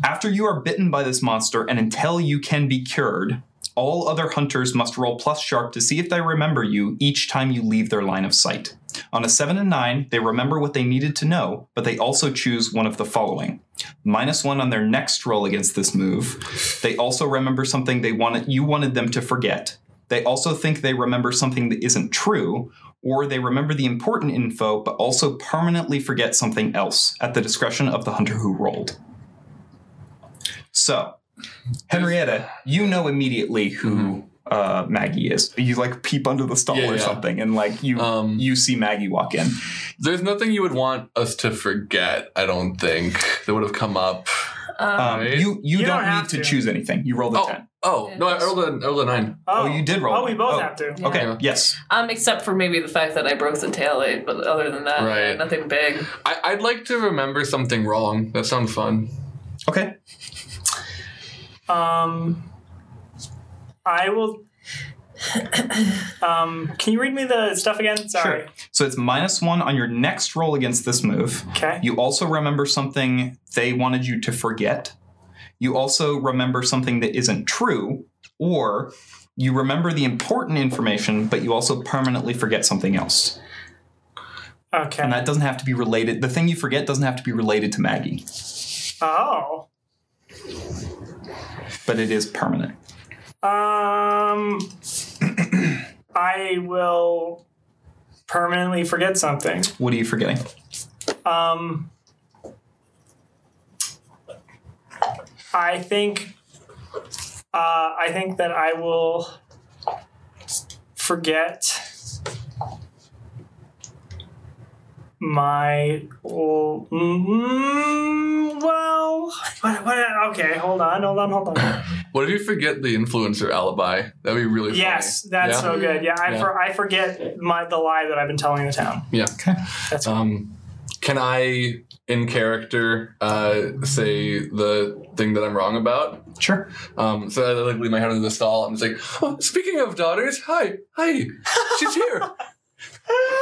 [SPEAKER 1] After you are bitten by this monster and until you can be cured, all other hunters must roll plus sharp to see if they remember you each time you leave their line of sight. On a 7 and 9, they remember what they needed to know, but they also choose one of the following. Minus 1 on their next roll against this move. They also remember something they wanted you wanted them to forget. They also think they remember something that isn't true, or they remember the important info but also permanently forget something else at the discretion of the hunter who rolled. So, Henrietta, you know immediately who uh, Maggie is. You like peep under the stall
[SPEAKER 2] Yeah,
[SPEAKER 1] or
[SPEAKER 2] yeah.
[SPEAKER 1] something, and like you
[SPEAKER 2] Um,
[SPEAKER 1] you see Maggie walk in.
[SPEAKER 2] There's nothing you would want us to forget. I don't think that would have come up.
[SPEAKER 1] Um,
[SPEAKER 2] right.
[SPEAKER 1] you, you
[SPEAKER 3] You
[SPEAKER 1] don't,
[SPEAKER 3] don't have
[SPEAKER 1] need to,
[SPEAKER 3] to.
[SPEAKER 1] choose anything. You rolled a
[SPEAKER 2] Oh.
[SPEAKER 1] ten.
[SPEAKER 2] Oh
[SPEAKER 4] Yeah.
[SPEAKER 2] no, I rolled a, I rolled a nine.
[SPEAKER 1] Oh, you did roll
[SPEAKER 3] Oh, we
[SPEAKER 1] one.
[SPEAKER 3] both
[SPEAKER 1] Oh.
[SPEAKER 3] have to.
[SPEAKER 4] Yeah.
[SPEAKER 1] Okay.
[SPEAKER 2] Yeah.
[SPEAKER 1] Yes.
[SPEAKER 4] Um, except for maybe the fact that I broke the tail aid, but other than that,
[SPEAKER 2] Right.
[SPEAKER 4] nothing big.
[SPEAKER 2] I, I'd like to remember something wrong. That sounds fun.
[SPEAKER 1] Okay.
[SPEAKER 3] Um, I will. Um, can you read me the stuff again? Sorry.
[SPEAKER 1] So it's minus one on your next roll against this move.
[SPEAKER 3] Okay.
[SPEAKER 1] You also remember something they wanted you to forget. You also remember something that isn't true, or you remember the important information, but you also permanently forget something else.
[SPEAKER 3] Okay.
[SPEAKER 1] And that doesn't have to be related. The thing you forget doesn't have to be related to Maggie,
[SPEAKER 3] oh.
[SPEAKER 1] but it is permanent.
[SPEAKER 3] Um, I will permanently forget something.
[SPEAKER 1] What are you forgetting?
[SPEAKER 3] Um, I think, uh, I think that I will forget my well, mm, well what, what, okay hold on hold on hold on
[SPEAKER 2] What if you forget the influencer alibi? That'd be really funny.
[SPEAKER 3] Yes, that's
[SPEAKER 2] Yeah?
[SPEAKER 3] so good. Yeah, I,
[SPEAKER 2] Yeah.
[SPEAKER 3] For, I forget my the lie that I've been telling the town.
[SPEAKER 2] Um, can I, in character, uh, say the thing that I'm wrong about?
[SPEAKER 1] Sure.
[SPEAKER 2] Um, so I like leave my hand under the stall. I'm just like, oh, speaking of daughters, hi, hi, she's here.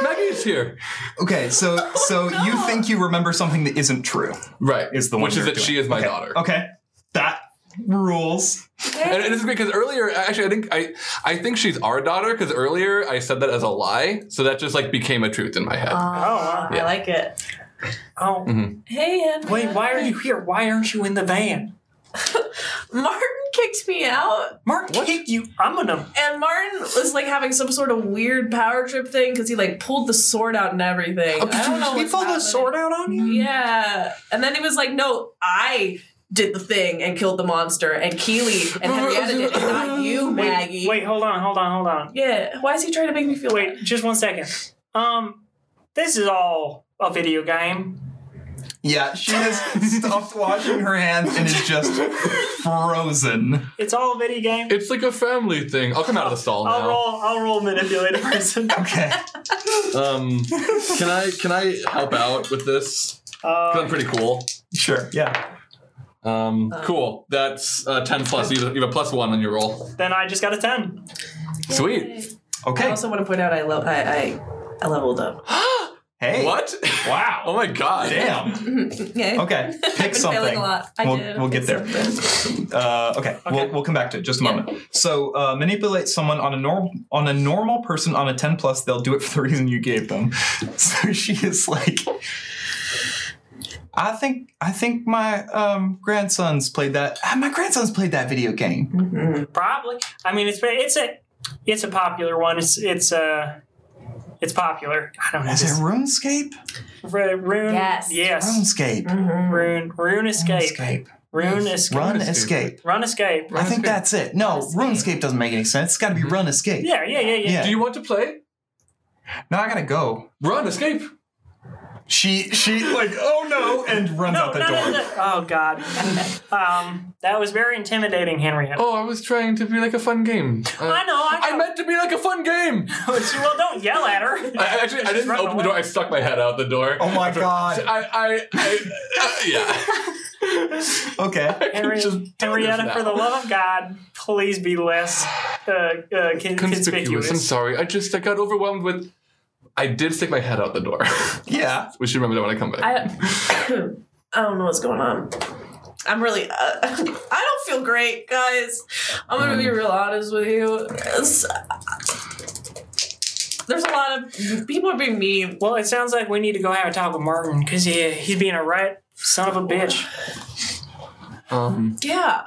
[SPEAKER 2] Maggie's here.
[SPEAKER 1] Okay,
[SPEAKER 4] Oh,
[SPEAKER 1] so so you think you remember something that isn't true
[SPEAKER 2] Right.
[SPEAKER 1] is the one
[SPEAKER 2] Which is
[SPEAKER 1] you're
[SPEAKER 2] that
[SPEAKER 1] doing.
[SPEAKER 2] she is my
[SPEAKER 1] Okay,
[SPEAKER 2] daughter.
[SPEAKER 1] Okay, that rules.
[SPEAKER 2] And, and this is because earlier, actually, I think I, I think she's our daughter because earlier I said that as a lie, so that just like became a truth in my
[SPEAKER 4] Uh,
[SPEAKER 2] head.
[SPEAKER 5] Ah,
[SPEAKER 2] Yeah.
[SPEAKER 5] I like it.
[SPEAKER 3] Oh,
[SPEAKER 4] Hey, Henry.
[SPEAKER 3] wait, why are you here? Why aren't you in the van?
[SPEAKER 4] Martin kicked me out,
[SPEAKER 3] Mark kicked you. I'm gonna.
[SPEAKER 4] and Martin was like having some sort of weird power trip thing because he like pulled the sword out and
[SPEAKER 1] Oh,
[SPEAKER 2] Oh,
[SPEAKER 4] everything. I don't know.
[SPEAKER 3] He
[SPEAKER 4] what's
[SPEAKER 3] pulled the
[SPEAKER 4] happening.
[SPEAKER 3] sword out on you.
[SPEAKER 4] Yeah, and then he was like, "No, I." Did the thing and killed the monster and Keely and Henrietta did it, not you, Maggie.
[SPEAKER 3] Wait, hold on, hold on, hold on.
[SPEAKER 4] Yeah, why is he trying to make me feel
[SPEAKER 3] Wait, just one second. Um, this is all a video game.
[SPEAKER 1] Yeah, she has stopped washing her hands and is just frozen.
[SPEAKER 3] It's all a video game.
[SPEAKER 2] It's like a family thing. I'll come out of the stall
[SPEAKER 3] I'll
[SPEAKER 2] now.
[SPEAKER 3] roll. I'll roll manipulate a person.
[SPEAKER 1] Okay.
[SPEAKER 2] Um, can I can I help out with this? 'Cause I'm
[SPEAKER 3] Um,
[SPEAKER 2] pretty cool.
[SPEAKER 1] Sure. Yeah.
[SPEAKER 2] Um, cool. That's uh, ten plus. You have, you have a plus one on your roll.
[SPEAKER 3] then I just got a ten.
[SPEAKER 2] Sweet.
[SPEAKER 4] I
[SPEAKER 1] Okay.
[SPEAKER 4] also want to point out I, lo- I, I, I leveled up.
[SPEAKER 1] Hey.
[SPEAKER 2] What?
[SPEAKER 1] Wow.
[SPEAKER 2] Oh my god.
[SPEAKER 1] Damn.
[SPEAKER 4] okay.
[SPEAKER 1] Okay. Pick
[SPEAKER 4] Failing
[SPEAKER 1] something.
[SPEAKER 4] a lot. I
[SPEAKER 1] We'll-
[SPEAKER 4] did.
[SPEAKER 1] we'll get there.
[SPEAKER 4] Something.
[SPEAKER 1] Uh, okay, We'll,
[SPEAKER 3] Okay.
[SPEAKER 1] we'll come back to it just a
[SPEAKER 4] Yeah.
[SPEAKER 1] moment. So uh, manipulate someone on a normal on a normal person on a ten plus. They'll do it for the reason you gave them. So she is like, I think I think my um, grandson's played that. ah, My grandson's played that video game.
[SPEAKER 3] Probably. I mean, it's it's a it's a popular one. It's it's uh it's popular. I don't know.
[SPEAKER 1] Is
[SPEAKER 3] this-
[SPEAKER 1] it RuneScape?
[SPEAKER 3] Ru- Rune.
[SPEAKER 4] Yes.
[SPEAKER 3] Yes.
[SPEAKER 1] RuneScape.
[SPEAKER 3] Rune. Rune escape.
[SPEAKER 1] RuneScape.
[SPEAKER 3] Rune escape.
[SPEAKER 1] Run
[SPEAKER 2] RuneScape.
[SPEAKER 1] escape.
[SPEAKER 3] Run escape.
[SPEAKER 1] I think
[SPEAKER 2] RuneScape.
[SPEAKER 1] that's it. No,
[SPEAKER 4] RuneScape.
[SPEAKER 1] RuneScape doesn't make any sense. It's got to be Run Escape.
[SPEAKER 3] Yeah. Yeah. Yeah. Yeah.
[SPEAKER 1] Yeah.
[SPEAKER 2] Do you want to play?
[SPEAKER 1] No, I gotta go.
[SPEAKER 2] Run, escape.
[SPEAKER 1] She she like oh no and runs
[SPEAKER 3] No,
[SPEAKER 1] out the
[SPEAKER 3] no,
[SPEAKER 1] door.
[SPEAKER 3] no, no. Oh God. um, that was very intimidating, Henrietta.
[SPEAKER 2] Oh, I was trying to be like a fun game. Uh,
[SPEAKER 3] I know. I
[SPEAKER 2] I
[SPEAKER 3] know.
[SPEAKER 2] meant to be like a fun game.
[SPEAKER 3] well, don't yell at her.
[SPEAKER 2] I actually I didn't
[SPEAKER 3] Run
[SPEAKER 2] open the door.
[SPEAKER 3] away.
[SPEAKER 2] I stuck my head out the door.
[SPEAKER 1] Oh my god.
[SPEAKER 2] I I, I uh, yeah.
[SPEAKER 1] Okay.
[SPEAKER 3] Henri-
[SPEAKER 2] Just tell her
[SPEAKER 3] Henrietta,
[SPEAKER 2] now.
[SPEAKER 3] for the love of God, please be less uh, uh, con-
[SPEAKER 2] Conspicuous. I'm
[SPEAKER 3] conspicuous.
[SPEAKER 2] sorry. I just I got overwhelmed with. I did stick my head out the door.
[SPEAKER 1] Yeah.
[SPEAKER 2] we should remember that when I come back.
[SPEAKER 4] I don't, I don't know what's going on. I'm really. Uh, I don't feel great, guys. I'm gonna be real honest with you. It's- there's a lot of people are being mean.
[SPEAKER 3] Well, it sounds like we need to go have a talk with Martin because he, he's being a right son of a bitch.
[SPEAKER 2] um,
[SPEAKER 4] Yeah,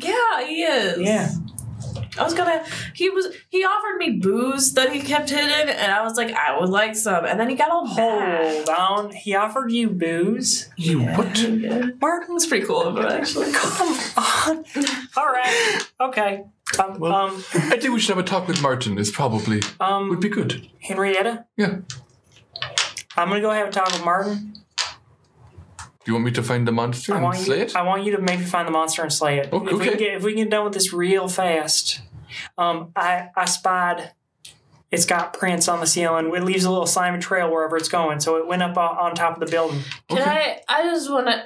[SPEAKER 4] yeah, he is.
[SPEAKER 3] Yeah.
[SPEAKER 4] I was gonna. He was. He offered me booze that he kept hidden, and I was like, I would like some. And then he got all
[SPEAKER 3] Hold
[SPEAKER 4] mad.
[SPEAKER 3] on. He offered you booze?
[SPEAKER 2] you what?
[SPEAKER 4] Yeah. Martin's pretty cool of it, actually.
[SPEAKER 3] Come on. All right. Okay. Um,
[SPEAKER 2] Well-
[SPEAKER 3] um,
[SPEAKER 2] I think we should have a talk with Martin. Is probably
[SPEAKER 3] um,
[SPEAKER 2] would be good.
[SPEAKER 3] Henrietta,
[SPEAKER 2] Yeah. Do
[SPEAKER 3] I'm going to go have a talk with Martin.
[SPEAKER 2] you want me to find the monster
[SPEAKER 3] I
[SPEAKER 2] and
[SPEAKER 3] want,
[SPEAKER 2] slay
[SPEAKER 3] you,
[SPEAKER 2] it?
[SPEAKER 3] I want you to maybe find the monster and slay it.
[SPEAKER 2] Oh,
[SPEAKER 3] If, we
[SPEAKER 2] okay.
[SPEAKER 3] can get, if we can get done with this real fast, um, I, I spied it's got prints on the ceiling. It leaves a little slimy trail wherever it's going, so it went up on, on top of the building.
[SPEAKER 4] Can
[SPEAKER 2] Okay.
[SPEAKER 4] I? I just want to,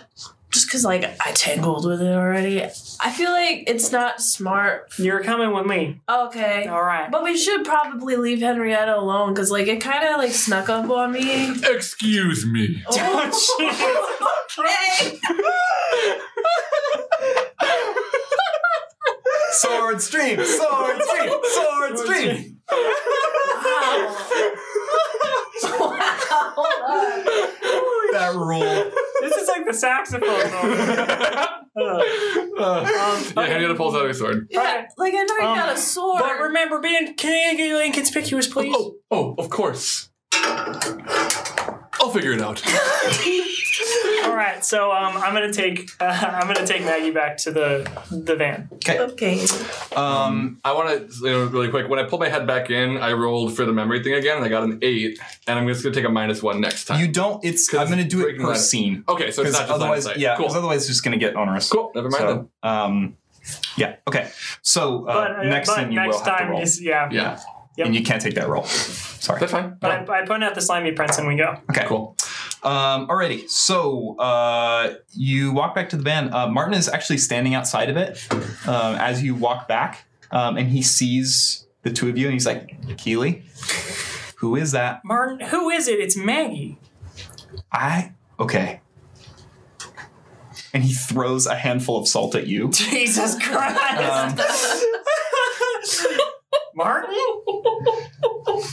[SPEAKER 4] just because like I tangled with it already. I feel like it's not smart.
[SPEAKER 3] You're coming with me.
[SPEAKER 4] Okay.
[SPEAKER 3] All right.
[SPEAKER 4] But we should probably leave Henrietta alone because like it kind of like snuck up on me.
[SPEAKER 2] Excuse me.
[SPEAKER 4] Oh, hey.
[SPEAKER 1] Sword stream. Sword stream. Sword stream.
[SPEAKER 3] stream.
[SPEAKER 4] Wow. wow.
[SPEAKER 1] That rule.
[SPEAKER 3] this is like the saxophone. moment. Uh,
[SPEAKER 2] yeah,
[SPEAKER 3] okay.
[SPEAKER 2] Henrietta pulls out a sword.
[SPEAKER 4] Yeah, like I know you
[SPEAKER 3] Um,
[SPEAKER 4] got a sword.
[SPEAKER 3] but remember being inconspicuous, please.
[SPEAKER 2] Oh, oh, of course. I'll figure it out.
[SPEAKER 3] All right, so um, I'm gonna take uh, I'm gonna take Maggie back to the the van.
[SPEAKER 4] okay.
[SPEAKER 1] Um.
[SPEAKER 2] I want to, you know, really quick. When I pulled my head back in, I rolled for the memory thing again, and I got an eight. And I'm just gonna take a minus one next time.
[SPEAKER 1] You don't. It's. I'm gonna do it
[SPEAKER 2] Breaking
[SPEAKER 1] per
[SPEAKER 2] that.
[SPEAKER 1] scene.
[SPEAKER 2] okay? So it's
[SPEAKER 1] Because
[SPEAKER 2] not just
[SPEAKER 1] otherwise,
[SPEAKER 2] line of sight.
[SPEAKER 1] yeah.
[SPEAKER 2] cool.
[SPEAKER 1] Because otherwise, it's just gonna get onerous.
[SPEAKER 2] cool. Never mind
[SPEAKER 1] So, um. Yeah. Okay. So uh,
[SPEAKER 3] But uh,
[SPEAKER 1] next
[SPEAKER 3] but
[SPEAKER 1] thing you
[SPEAKER 3] next
[SPEAKER 1] will have to
[SPEAKER 3] time
[SPEAKER 1] roll,
[SPEAKER 3] is yeah.
[SPEAKER 2] then. Yeah,
[SPEAKER 3] Yep.
[SPEAKER 1] and you can't take that roll. Sorry.
[SPEAKER 2] that's fine.
[SPEAKER 3] But I, I point out the slimy prints and we go.
[SPEAKER 1] Okay.
[SPEAKER 2] Cool.
[SPEAKER 1] Um. Alrighty. So uh, you walk back to the van. Uh, Martin is actually standing outside of it. Um, as you walk back, um, and he sees the two of you, and he's like, Keely, who is that?
[SPEAKER 3] Martin, who is it? It's Maggie.
[SPEAKER 1] I okay. And he throws a handful of salt at you.
[SPEAKER 3] Jesus Christ,
[SPEAKER 1] Um,
[SPEAKER 3] Martin.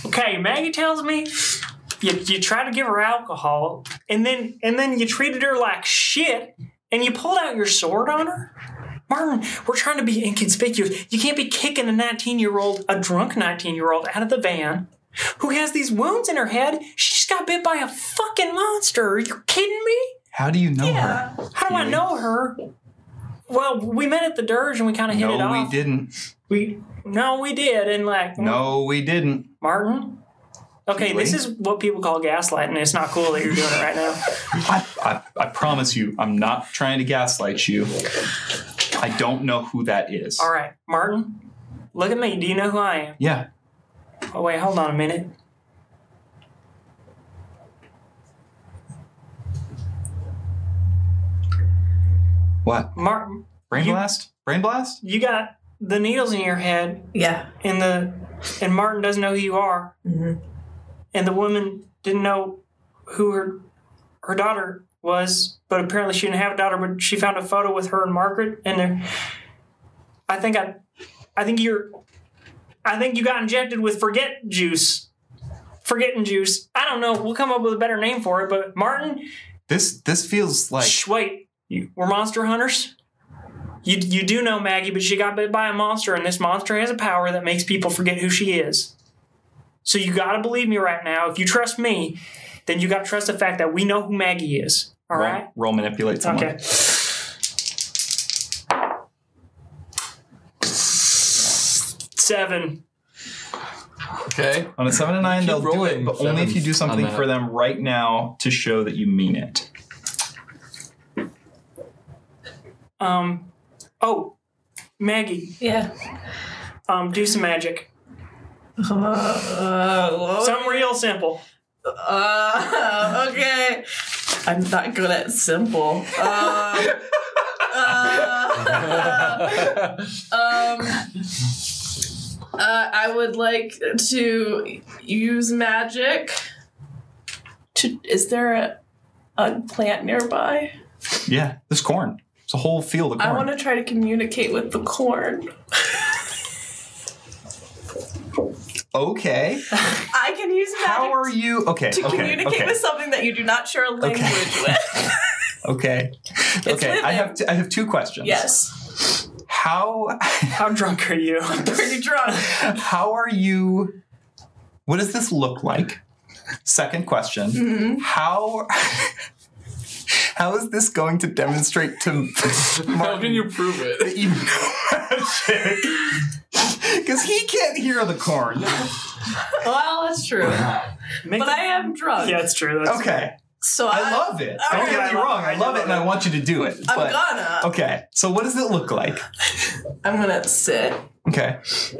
[SPEAKER 3] okay, Maggie tells me you you tried to give her alcohol and then and then you treated her like shit and you pulled out your sword on her. Martin, we're trying to be inconspicuous. You can't be kicking a 19 year old, a drunk 19 year old, out of the van who has these wounds in her head. She just got bit by a fucking monster. Are you kidding me?
[SPEAKER 1] How do you know
[SPEAKER 4] Yeah.
[SPEAKER 1] her?
[SPEAKER 3] How do I
[SPEAKER 1] Really?
[SPEAKER 3] know her? Well, we met at the Dirge and we kind of hit it
[SPEAKER 1] No,
[SPEAKER 3] off.
[SPEAKER 1] we didn't.
[SPEAKER 3] We no, we did, and like
[SPEAKER 1] No, we didn't.
[SPEAKER 3] Martin. Okay, this is what people call gaslighting. and It's not cool that you're doing it right now.
[SPEAKER 1] I, I, I promise you, I'm not trying to gaslight you. I don't know who that is.
[SPEAKER 3] All right, Martin, look at me. Do you know who I am?
[SPEAKER 1] Yeah.
[SPEAKER 3] Oh, wait, hold on a minute.
[SPEAKER 1] What?
[SPEAKER 3] Martin,
[SPEAKER 1] Brain
[SPEAKER 3] You-
[SPEAKER 1] blast? Brain blast?
[SPEAKER 3] you got the needles in your head,
[SPEAKER 5] Yeah.
[SPEAKER 3] and the and Martin doesn't know who you are,
[SPEAKER 5] Mhm.
[SPEAKER 3] and the woman didn't know who her her daughter was, but apparently she didn't have a daughter. But she found a photo with her and Margaret, and there. I think I, I think you're, I think you got injected with forget juice, forgetting juice. I don't know. We'll come up with a better name for it, but Martin,
[SPEAKER 1] This this feels like
[SPEAKER 3] Shh, wait. We're monster hunters. You you do know Maggie, but she got bit by a monster, and this monster has a power that makes people forget who she is. So you gotta believe me right now. If you trust me, then you gotta trust the fact that we know who Maggie is. All
[SPEAKER 1] roll,
[SPEAKER 3] right.
[SPEAKER 1] roll manipulate someone.
[SPEAKER 3] Okay. Seven.
[SPEAKER 2] Okay.
[SPEAKER 1] On a seven and nine,
[SPEAKER 2] Keep
[SPEAKER 1] they'll do
[SPEAKER 2] rolling
[SPEAKER 1] it, but only if you do
[SPEAKER 2] sevens on
[SPEAKER 1] something
[SPEAKER 2] that.
[SPEAKER 1] for them right now to show that you mean it.
[SPEAKER 3] Um. Oh, Maggie.
[SPEAKER 4] Yeah.
[SPEAKER 3] Um. Do some magic.
[SPEAKER 5] Uh,
[SPEAKER 4] Oh,
[SPEAKER 5] what?
[SPEAKER 3] Something real simple.
[SPEAKER 5] Uh, okay. I'm not good at simple. Um, uh,
[SPEAKER 4] Um, uh, I would like to use magic. To is there a, a plant nearby?
[SPEAKER 1] Yeah, this corn. It's a whole field of corn.
[SPEAKER 4] I want to try to communicate with the corn.
[SPEAKER 1] okay.
[SPEAKER 5] I can use magic
[SPEAKER 1] How are you? Okay.
[SPEAKER 5] to
[SPEAKER 1] okay,
[SPEAKER 5] communicate
[SPEAKER 1] okay,
[SPEAKER 5] with something that you do not share a language with.
[SPEAKER 1] Okay. okay. I
[SPEAKER 5] living.
[SPEAKER 1] have t- I have two questions.
[SPEAKER 5] yes.
[SPEAKER 1] How
[SPEAKER 3] How drunk are you?
[SPEAKER 5] Pretty drunk.
[SPEAKER 1] how are you? What does this look like? Second question. How how is this going to demonstrate to
[SPEAKER 2] How can you prove it?
[SPEAKER 1] even magic? Because he can't hear the corn.
[SPEAKER 4] Well, that's true.
[SPEAKER 3] Make
[SPEAKER 5] But I am drunk.
[SPEAKER 3] Yeah, it's true. That's
[SPEAKER 1] Okay.
[SPEAKER 5] So I,
[SPEAKER 1] I
[SPEAKER 4] Uh,
[SPEAKER 1] love it.
[SPEAKER 5] all
[SPEAKER 1] Don't
[SPEAKER 5] right,
[SPEAKER 1] get
[SPEAKER 3] I
[SPEAKER 1] me
[SPEAKER 3] love
[SPEAKER 1] wrong.
[SPEAKER 3] it.
[SPEAKER 1] I
[SPEAKER 3] I
[SPEAKER 1] love it and I
[SPEAKER 3] love
[SPEAKER 1] want you to do it.
[SPEAKER 5] I'm
[SPEAKER 1] but-
[SPEAKER 5] gonna.
[SPEAKER 1] Okay. So what does it look like?
[SPEAKER 5] I'm gonna sit.
[SPEAKER 1] Okay.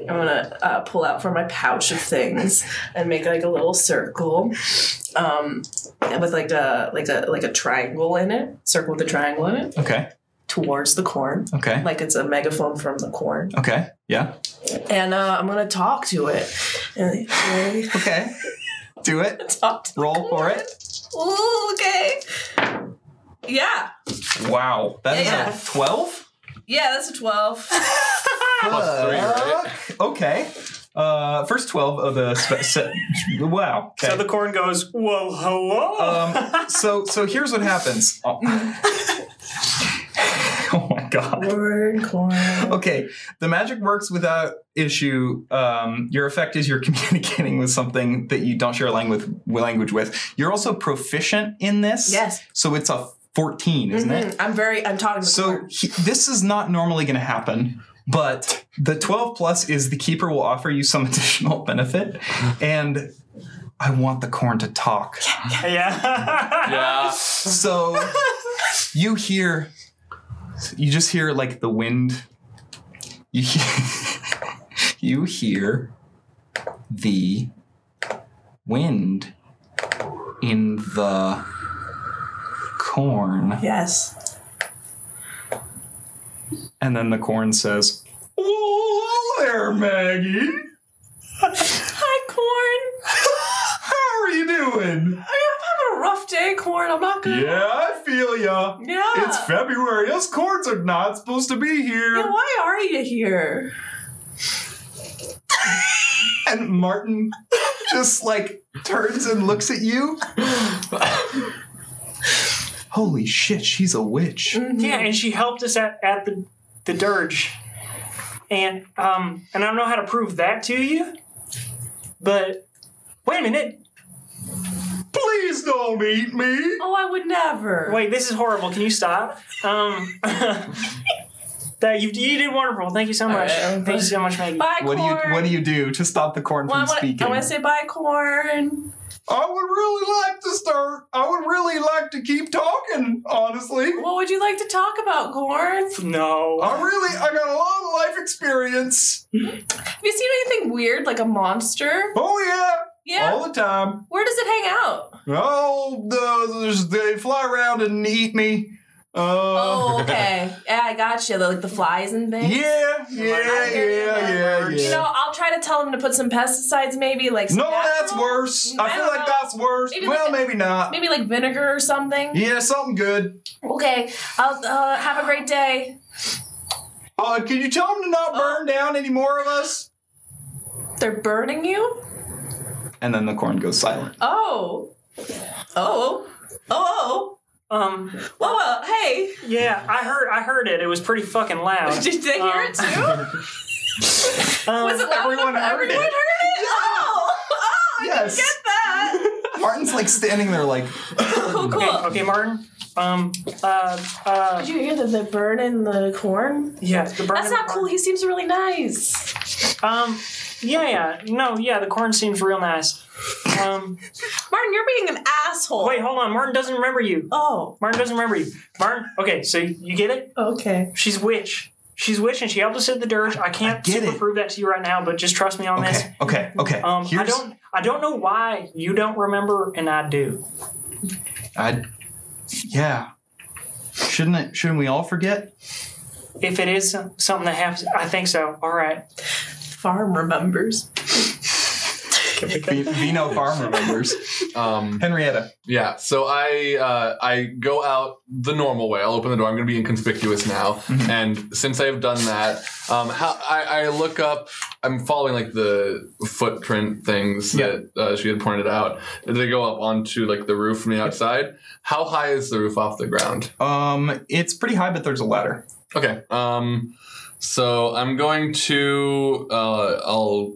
[SPEAKER 5] I'm gonna uh, pull out from my pouch of things and make like a little circle, um, with like a like a like a triangle in it. Circle with a triangle in it
[SPEAKER 1] Okay.
[SPEAKER 5] towards the corn,
[SPEAKER 1] Okay.
[SPEAKER 5] like it's a megaphone from the corn.
[SPEAKER 1] Okay. Yeah.
[SPEAKER 5] And uh, I'm gonna talk to it. And really
[SPEAKER 1] Okay. Do it.
[SPEAKER 5] talk to
[SPEAKER 1] Roll for it.
[SPEAKER 5] Ooh, okay. Yeah,
[SPEAKER 1] Wow. That is
[SPEAKER 5] Yeah.
[SPEAKER 1] a 12?
[SPEAKER 5] yeah, that's a twelve.
[SPEAKER 2] Plus three, right?
[SPEAKER 1] Fuck. Okay. Uh, first 12 of the. Spe- se- wow. Okay.
[SPEAKER 3] So the corn goes, whoa, hello.
[SPEAKER 1] um, so, so here's what happens. Oh. oh my god.
[SPEAKER 5] Word corn.
[SPEAKER 1] Okay, the magic works without issue. Um, your effect is you're communicating with something that you don't share a language language with. You're also proficient in this.
[SPEAKER 5] Yes.
[SPEAKER 1] So it's a 14, isn't it?
[SPEAKER 5] Mhm. I'm very. I'm talking to the
[SPEAKER 1] So
[SPEAKER 5] corn.
[SPEAKER 1] he, this is not normally going to happen, but the 12 plus is the keeper will offer you some additional benefit. And I want the corn to talk.
[SPEAKER 3] yeah.
[SPEAKER 2] Yeah.
[SPEAKER 1] So you hear, you just hear like the wind. You hear, you hear the wind in the corn.
[SPEAKER 5] Yes.
[SPEAKER 1] And then the corn says, Oh, there, Maggie.
[SPEAKER 5] Hi, corn.
[SPEAKER 1] How are you doing?
[SPEAKER 5] I'm having a rough day, corn. I'm not gonna.
[SPEAKER 1] Yeah, I feel ya.
[SPEAKER 5] Yeah.
[SPEAKER 1] It's February. Us corns are not supposed to be
[SPEAKER 5] Yeah,
[SPEAKER 1] here.
[SPEAKER 5] why are you here?
[SPEAKER 1] And Martin just like turns and looks at you. Holy shit, she's a witch.
[SPEAKER 3] Yeah, and she helped us at, at the, the dirge. And um and I don't know how to prove that to you. But wait a minute.
[SPEAKER 1] Please don't eat me.
[SPEAKER 5] Oh, I would never.
[SPEAKER 3] Wait, this is horrible. Can you stop? Um That you, you did wonderful. Thank you so
[SPEAKER 5] All
[SPEAKER 3] much.
[SPEAKER 5] right.
[SPEAKER 3] Thank you so much, Maggie.
[SPEAKER 5] Bye,
[SPEAKER 1] What do you
[SPEAKER 5] corn.
[SPEAKER 1] What do you do to stop the corn
[SPEAKER 5] Well, I
[SPEAKER 1] from
[SPEAKER 5] wanna-
[SPEAKER 1] speaking?
[SPEAKER 5] I want to say bye, corn.
[SPEAKER 1] I would really like to start. I would really like to keep talking. Honestly,
[SPEAKER 5] What would you like to talk about, corn?
[SPEAKER 3] No.
[SPEAKER 1] I really I got a lot of life experience.
[SPEAKER 5] Have you seen anything weird, like a monster?
[SPEAKER 1] Oh yeah,
[SPEAKER 5] Yeah.
[SPEAKER 1] all the time.
[SPEAKER 5] Where does it hang out?
[SPEAKER 1] Oh, the, there's- they fly around and eat me. Uh,
[SPEAKER 5] oh, okay. Yeah, I got you. Like the flies and things.
[SPEAKER 1] yeah, yeah,
[SPEAKER 5] I hear you,
[SPEAKER 1] yeah, yeah, yeah.
[SPEAKER 3] man.
[SPEAKER 5] You know, I'll try to tell them to put some pesticides, maybe like some
[SPEAKER 1] no, that's
[SPEAKER 5] natural-
[SPEAKER 1] worse. I,
[SPEAKER 5] I
[SPEAKER 1] feel
[SPEAKER 5] don't
[SPEAKER 1] like
[SPEAKER 5] know.
[SPEAKER 1] that's worse.
[SPEAKER 5] Maybe
[SPEAKER 1] well,
[SPEAKER 5] like a-
[SPEAKER 1] maybe not.
[SPEAKER 5] Maybe like vinegar or something.
[SPEAKER 1] yeah, something good.
[SPEAKER 5] Okay, I'll uh, have a great day.
[SPEAKER 1] Uh, can you tell them to
[SPEAKER 5] Oh.
[SPEAKER 1] not burn down any more of us?
[SPEAKER 5] They're burning you.
[SPEAKER 1] And then the corn goes silent.
[SPEAKER 5] Oh, oh, oh,
[SPEAKER 3] Um.
[SPEAKER 5] oh, whoa, whoa, hey!
[SPEAKER 3] Yeah, I heard. I heard it. It was pretty fucking loud.
[SPEAKER 5] Did they hear it too?
[SPEAKER 3] Um,
[SPEAKER 5] Was it loud
[SPEAKER 1] Uh, Everyone
[SPEAKER 5] enough?
[SPEAKER 1] heard
[SPEAKER 5] everyone heard
[SPEAKER 1] it.
[SPEAKER 5] it. Oh, oh, I
[SPEAKER 1] Yes.
[SPEAKER 5] didn't get that.
[SPEAKER 1] Martin's like standing there, like
[SPEAKER 5] Cool, cool.
[SPEAKER 3] okay, okay, Martin. Um. Uh. Uh.
[SPEAKER 4] Did you hear that they're burning the corn?
[SPEAKER 3] Yeah. The burn
[SPEAKER 5] That's not cool. He seems really nice.
[SPEAKER 3] Um. Yeah. Yeah. No. Yeah. The corn seems real nice. Um.
[SPEAKER 5] Martin, you're being an asshole.
[SPEAKER 3] Wait. Hold on. Martin doesn't remember you.
[SPEAKER 5] Oh,
[SPEAKER 3] Martin doesn't remember you. Martin. Okay. So you get it.
[SPEAKER 5] okay.
[SPEAKER 3] She's witch. She's witch, and she helped us at the dirge. I can't
[SPEAKER 1] get
[SPEAKER 3] super
[SPEAKER 1] it.
[SPEAKER 3] prove that to you right now, but just trust me on this.
[SPEAKER 1] okay, okay, okay.
[SPEAKER 3] Um, I
[SPEAKER 1] Here's-
[SPEAKER 3] don't. I don't know why you don't remember, and I do.
[SPEAKER 1] I, yeah. Shouldn't it? Shouldn't we all forget?
[SPEAKER 3] If it is some- something that happens, I think so. All right.
[SPEAKER 5] Farm remembers.
[SPEAKER 1] V- Vino Farm remembers
[SPEAKER 2] Um,
[SPEAKER 1] Henrietta.
[SPEAKER 2] Yeah, so I uh, I go out the normal way. I'll open the door. I'm going to be inconspicuous now, and since I've done that, um, how I, I look up. I'm following like the footprint things
[SPEAKER 1] Yeah.
[SPEAKER 2] that uh, she had pointed out. They go up onto like the roof from the outside. How high is the roof off the ground?
[SPEAKER 1] Um, it's pretty high, but there's a ladder.
[SPEAKER 2] Okay. Um, so I'm going to uh, I'll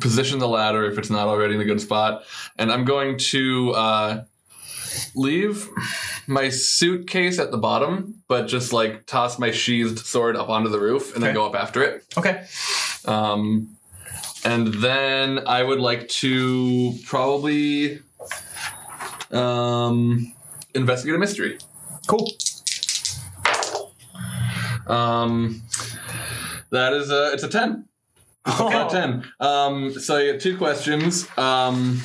[SPEAKER 2] position the ladder if it's not already in a good spot, and I'm going to uh, leave my suitcase at the bottom, but just like toss my sheathed sword up onto the roof and then
[SPEAKER 1] Okay.
[SPEAKER 2] go up after it.
[SPEAKER 1] Okay.
[SPEAKER 2] Um, and then I would like to probably um, investigate a mystery.
[SPEAKER 1] Cool.
[SPEAKER 2] Um, that is a it's a ten. It's a flat ten. Um, so you have two questions. Um,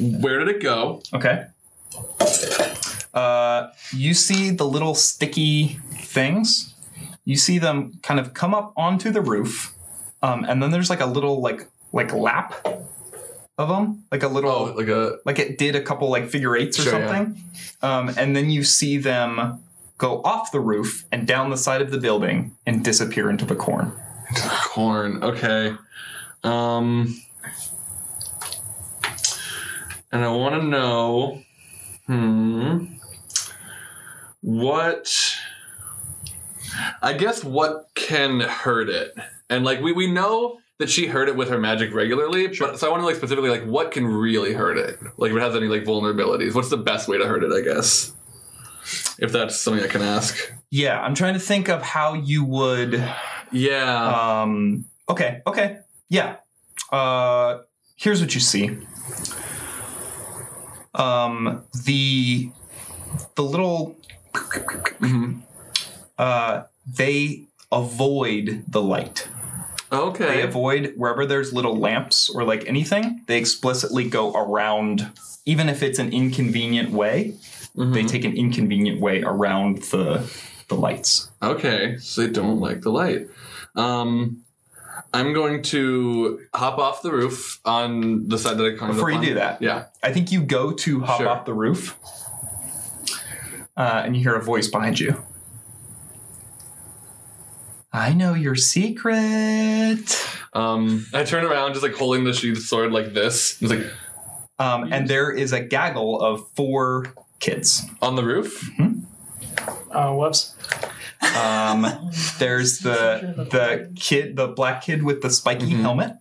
[SPEAKER 2] where did it go?
[SPEAKER 1] Okay. Uh, you see the little sticky things. You see them kind of come up onto the roof, um, and then there's like a little like like lap of them, like a little
[SPEAKER 2] Oh, like a
[SPEAKER 1] like it did a couple like figure eights or
[SPEAKER 2] Sure, yeah.
[SPEAKER 1] something. Um, and then you see them go off the roof and down the side of the building and disappear into the corn.
[SPEAKER 2] corn. Okay. Um, and I want to know, hmm, what? I guess what can hurt it, and like we we know that she hurt it with her magic regularly, but so I want to like specifically like what can really hurt it, like if it has any like vulnerabilities. What's the best way to hurt it? I guess. If that's something I can ask.
[SPEAKER 1] Yeah, I'm trying to think of how you would
[SPEAKER 2] Yeah.
[SPEAKER 1] um okay, okay. Yeah. Uh here's what you see. Um the the little mm-hmm.
[SPEAKER 2] Mhm.
[SPEAKER 1] uh they avoid the light. They
[SPEAKER 2] Okay.
[SPEAKER 1] avoid wherever there's little lamps or like anything. They explicitly go around, even if it's an inconvenient way. They
[SPEAKER 2] Mhm.
[SPEAKER 1] take an inconvenient way around the the lights.
[SPEAKER 2] Okay, so they don't like the light. Um, I'm going to hop off the roof on the side that I climbed
[SPEAKER 1] Before
[SPEAKER 2] up
[SPEAKER 1] you
[SPEAKER 2] on.
[SPEAKER 1] do that.
[SPEAKER 2] Yeah.
[SPEAKER 1] I think you go to hop
[SPEAKER 2] Sure.
[SPEAKER 1] off the roof, uh, and you hear a voice behind you. I know your secret.
[SPEAKER 2] Um, I turn around, just like holding the sheathed sword like this. It's like
[SPEAKER 1] Um, and there is a gaggle of four kids.
[SPEAKER 2] on the roof.
[SPEAKER 3] Oh, whoops.
[SPEAKER 1] Um, there's the the kid, the black kid with the spiky
[SPEAKER 2] Mhm.
[SPEAKER 1] helmet.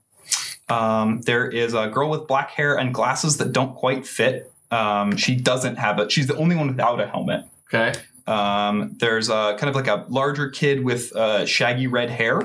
[SPEAKER 1] Um, there is a girl with black hair and glasses that don't quite fit. Um, she doesn't have it. She's the only one without a helmet.
[SPEAKER 2] Okay.
[SPEAKER 1] Um, there's a kind of like a larger kid with uh, shaggy red hair,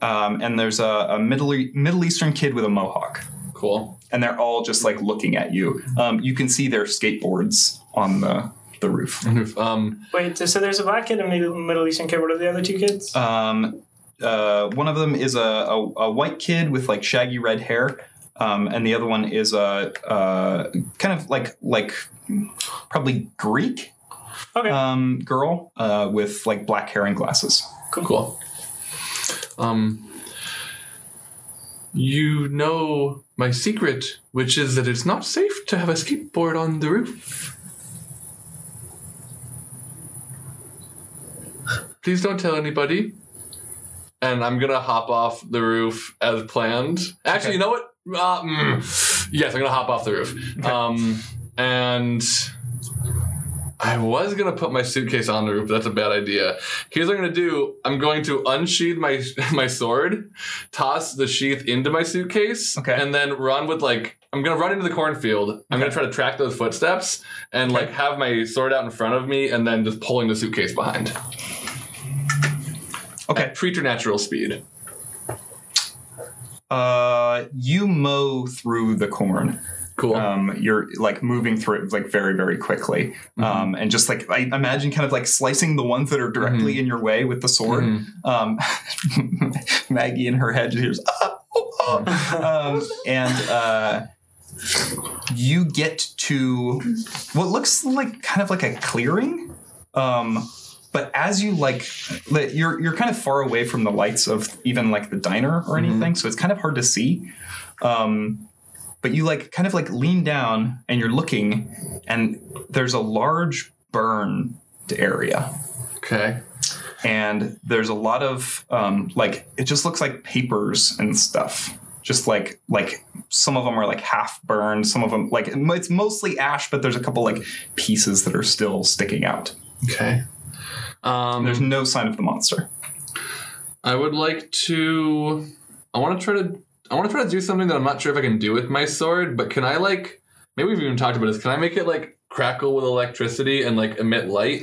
[SPEAKER 1] um, and there's a, a middle E- Middle Eastern kid with a mohawk,
[SPEAKER 2] Cool.
[SPEAKER 1] and they're all just like looking at you. Um, you can see their skateboards on the the roof.
[SPEAKER 2] Um,
[SPEAKER 3] Wait, so there's a black kid and a Middle Eastern kid. What are the other two kids?
[SPEAKER 1] Um, uh, one of them is a, a, a white kid with like shaggy red hair, um, and the other one is a, uh kind of like like probably Greek
[SPEAKER 3] Okay.
[SPEAKER 1] um, girl uh, with like black hair and glasses.
[SPEAKER 2] cool. Um, you know my secret, which is that it's not safe to have a skateboard on the roof. Please don't tell anybody. And I'm gonna hop off the roof as planned. Actually,
[SPEAKER 1] Okay.
[SPEAKER 2] you know what? Uh, mm, yes, I'm gonna hop off the roof. Um, and I was gonna put my suitcase on the roof. But that's a bad idea. Here's what I'm gonna do. I'm going to unsheath my my sword, toss the sheath into my suitcase,
[SPEAKER 1] Okay.
[SPEAKER 2] and then run with like I'm gonna run into the cornfield. I'm gonna try to track those footsteps and like have my sword out in front of me, and then just pulling the suitcase behind.
[SPEAKER 1] Okay.
[SPEAKER 2] At preternatural speed.
[SPEAKER 1] Uh, you mow through the corn.
[SPEAKER 2] Cool.
[SPEAKER 1] Um, you're like moving through it like very, very quickly. Um, and just like I imagine kind of like slicing the ones that are directly in your way with the sword.
[SPEAKER 2] Mhm.
[SPEAKER 1] Um, Maggie in her head hears, "Ah, oh, oh." um, and uh, you get to what looks like kind of like a clearing. Um, but as you like, li- you're you're kind of far away from the lights of even like the diner or anything, so it's kind of hard to see. Um, but you like kind of like lean down and you're looking, and there's a large burned area
[SPEAKER 2] Okay.
[SPEAKER 1] and there's a lot of um, like it just looks like papers and stuff just like like some of them are like half burned some of them like it's mostly ash but there's a couple like pieces that are still sticking out
[SPEAKER 2] Okay. Um,
[SPEAKER 1] there's no sign of the monster
[SPEAKER 2] I would like to. I want to try to. I want to try to do something that I'm not sure if I can do with my sword, but can I like? Maybe we've even talked about this. Can I make it like crackle with electricity and like emit light?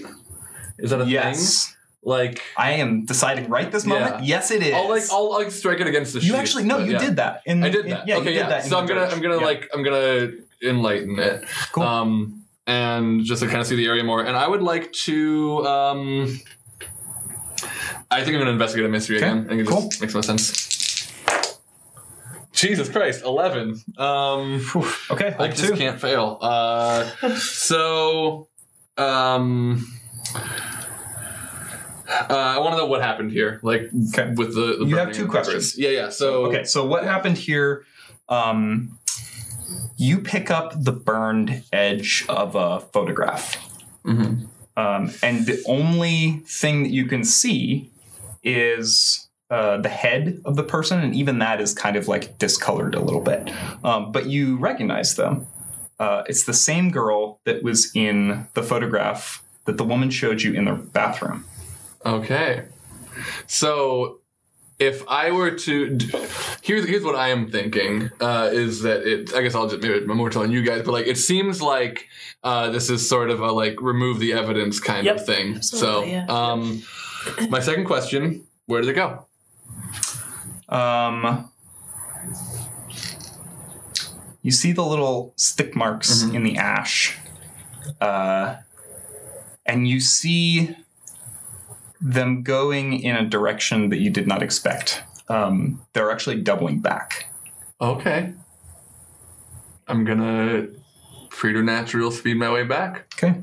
[SPEAKER 2] Is that a thing?
[SPEAKER 1] yes
[SPEAKER 2] Like
[SPEAKER 1] i am deciding right this moment
[SPEAKER 2] Yeah.
[SPEAKER 1] yes it is
[SPEAKER 2] I'll like I'll like strike it against the.
[SPEAKER 1] you
[SPEAKER 2] sheet,
[SPEAKER 1] actually no
[SPEAKER 2] but
[SPEAKER 1] you
[SPEAKER 2] yeah.
[SPEAKER 1] did that in,
[SPEAKER 2] I did
[SPEAKER 1] in-
[SPEAKER 2] that.
[SPEAKER 1] yeah
[SPEAKER 2] okay,
[SPEAKER 1] you did
[SPEAKER 2] yeah.
[SPEAKER 1] that in
[SPEAKER 2] so
[SPEAKER 1] the
[SPEAKER 2] I'm gonna
[SPEAKER 1] dirt.
[SPEAKER 2] I'm gonna
[SPEAKER 1] Yeah.
[SPEAKER 2] like I'm gonna enlighten it.
[SPEAKER 1] Cool.
[SPEAKER 2] Um, and just to kind of see the area more. And I would like to. Um, I think I'm gonna investigate a mystery
[SPEAKER 1] Okay,
[SPEAKER 2] again. I think it
[SPEAKER 1] cool.
[SPEAKER 2] just makes no sense. Jesus Christ, eleven. Um,
[SPEAKER 1] okay
[SPEAKER 2] I
[SPEAKER 1] like
[SPEAKER 2] just
[SPEAKER 1] two
[SPEAKER 2] can't fail. Uh, so, um, uh, I want to know what happened here, like
[SPEAKER 1] Okay.
[SPEAKER 2] with the. the
[SPEAKER 1] You have
[SPEAKER 2] burning
[SPEAKER 1] two
[SPEAKER 2] of the
[SPEAKER 1] questions.
[SPEAKER 2] papers. Yeah, yeah. So
[SPEAKER 1] okay so what happened here um you pick up the burned edge of a photograph
[SPEAKER 2] Mhm.
[SPEAKER 1] Um, and the only thing that you can see is uh, the head of the person, and even that is kind of like discolored a little bit. Um, but you recognize them. Uh, it's the same girl that was in the photograph that the woman showed you in the bathroom.
[SPEAKER 2] Okay. So if I were to d- here's here's what I am thinking uh, is that it I guess I'll just maybe I'm more telling you guys but like it seems like uh, this is sort of a like remove the evidence kind
[SPEAKER 3] Yep.
[SPEAKER 2] of thing
[SPEAKER 4] Absolutely,
[SPEAKER 2] so
[SPEAKER 4] yeah.
[SPEAKER 2] um my second question where did it go
[SPEAKER 1] Um, you see the little stick marks in the ash. Uh, and you see them going in a direction that you did not expect. Um, they're actually doubling back.
[SPEAKER 2] okay I'm gonna preternatural speed my way back
[SPEAKER 1] Okay.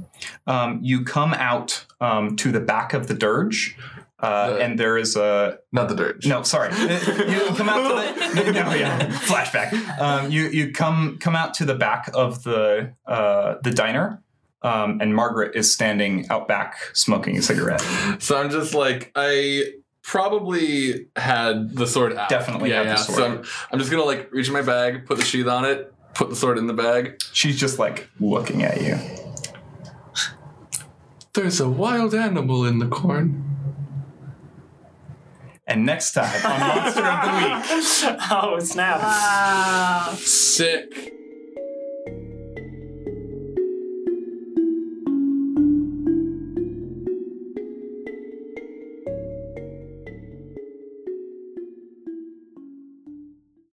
[SPEAKER 1] Um, you come out um, to the back of the dirge. Uh,
[SPEAKER 2] The-
[SPEAKER 1] and there is a
[SPEAKER 2] not the dirge
[SPEAKER 1] No, sorry. you come out to the no, yeah. Flashback. Um, you you come come out to the back of the uh, the diner, um, and Margaret is standing out back smoking a cigarette.
[SPEAKER 2] So I'm just like I probably had the sword out.
[SPEAKER 1] Definitely
[SPEAKER 2] yeah,
[SPEAKER 1] had the
[SPEAKER 2] yeah.
[SPEAKER 1] sword.
[SPEAKER 2] So I'm, I'm just gonna like reach in my bag, put the sheath on it, put the sword in the bag.
[SPEAKER 1] She's just like looking at you.
[SPEAKER 2] There's a wild animal in the corn.
[SPEAKER 1] And
[SPEAKER 4] Uh,
[SPEAKER 1] next time on Monster of the Week.
[SPEAKER 3] oh, snap.
[SPEAKER 4] Ah.
[SPEAKER 2] Sick.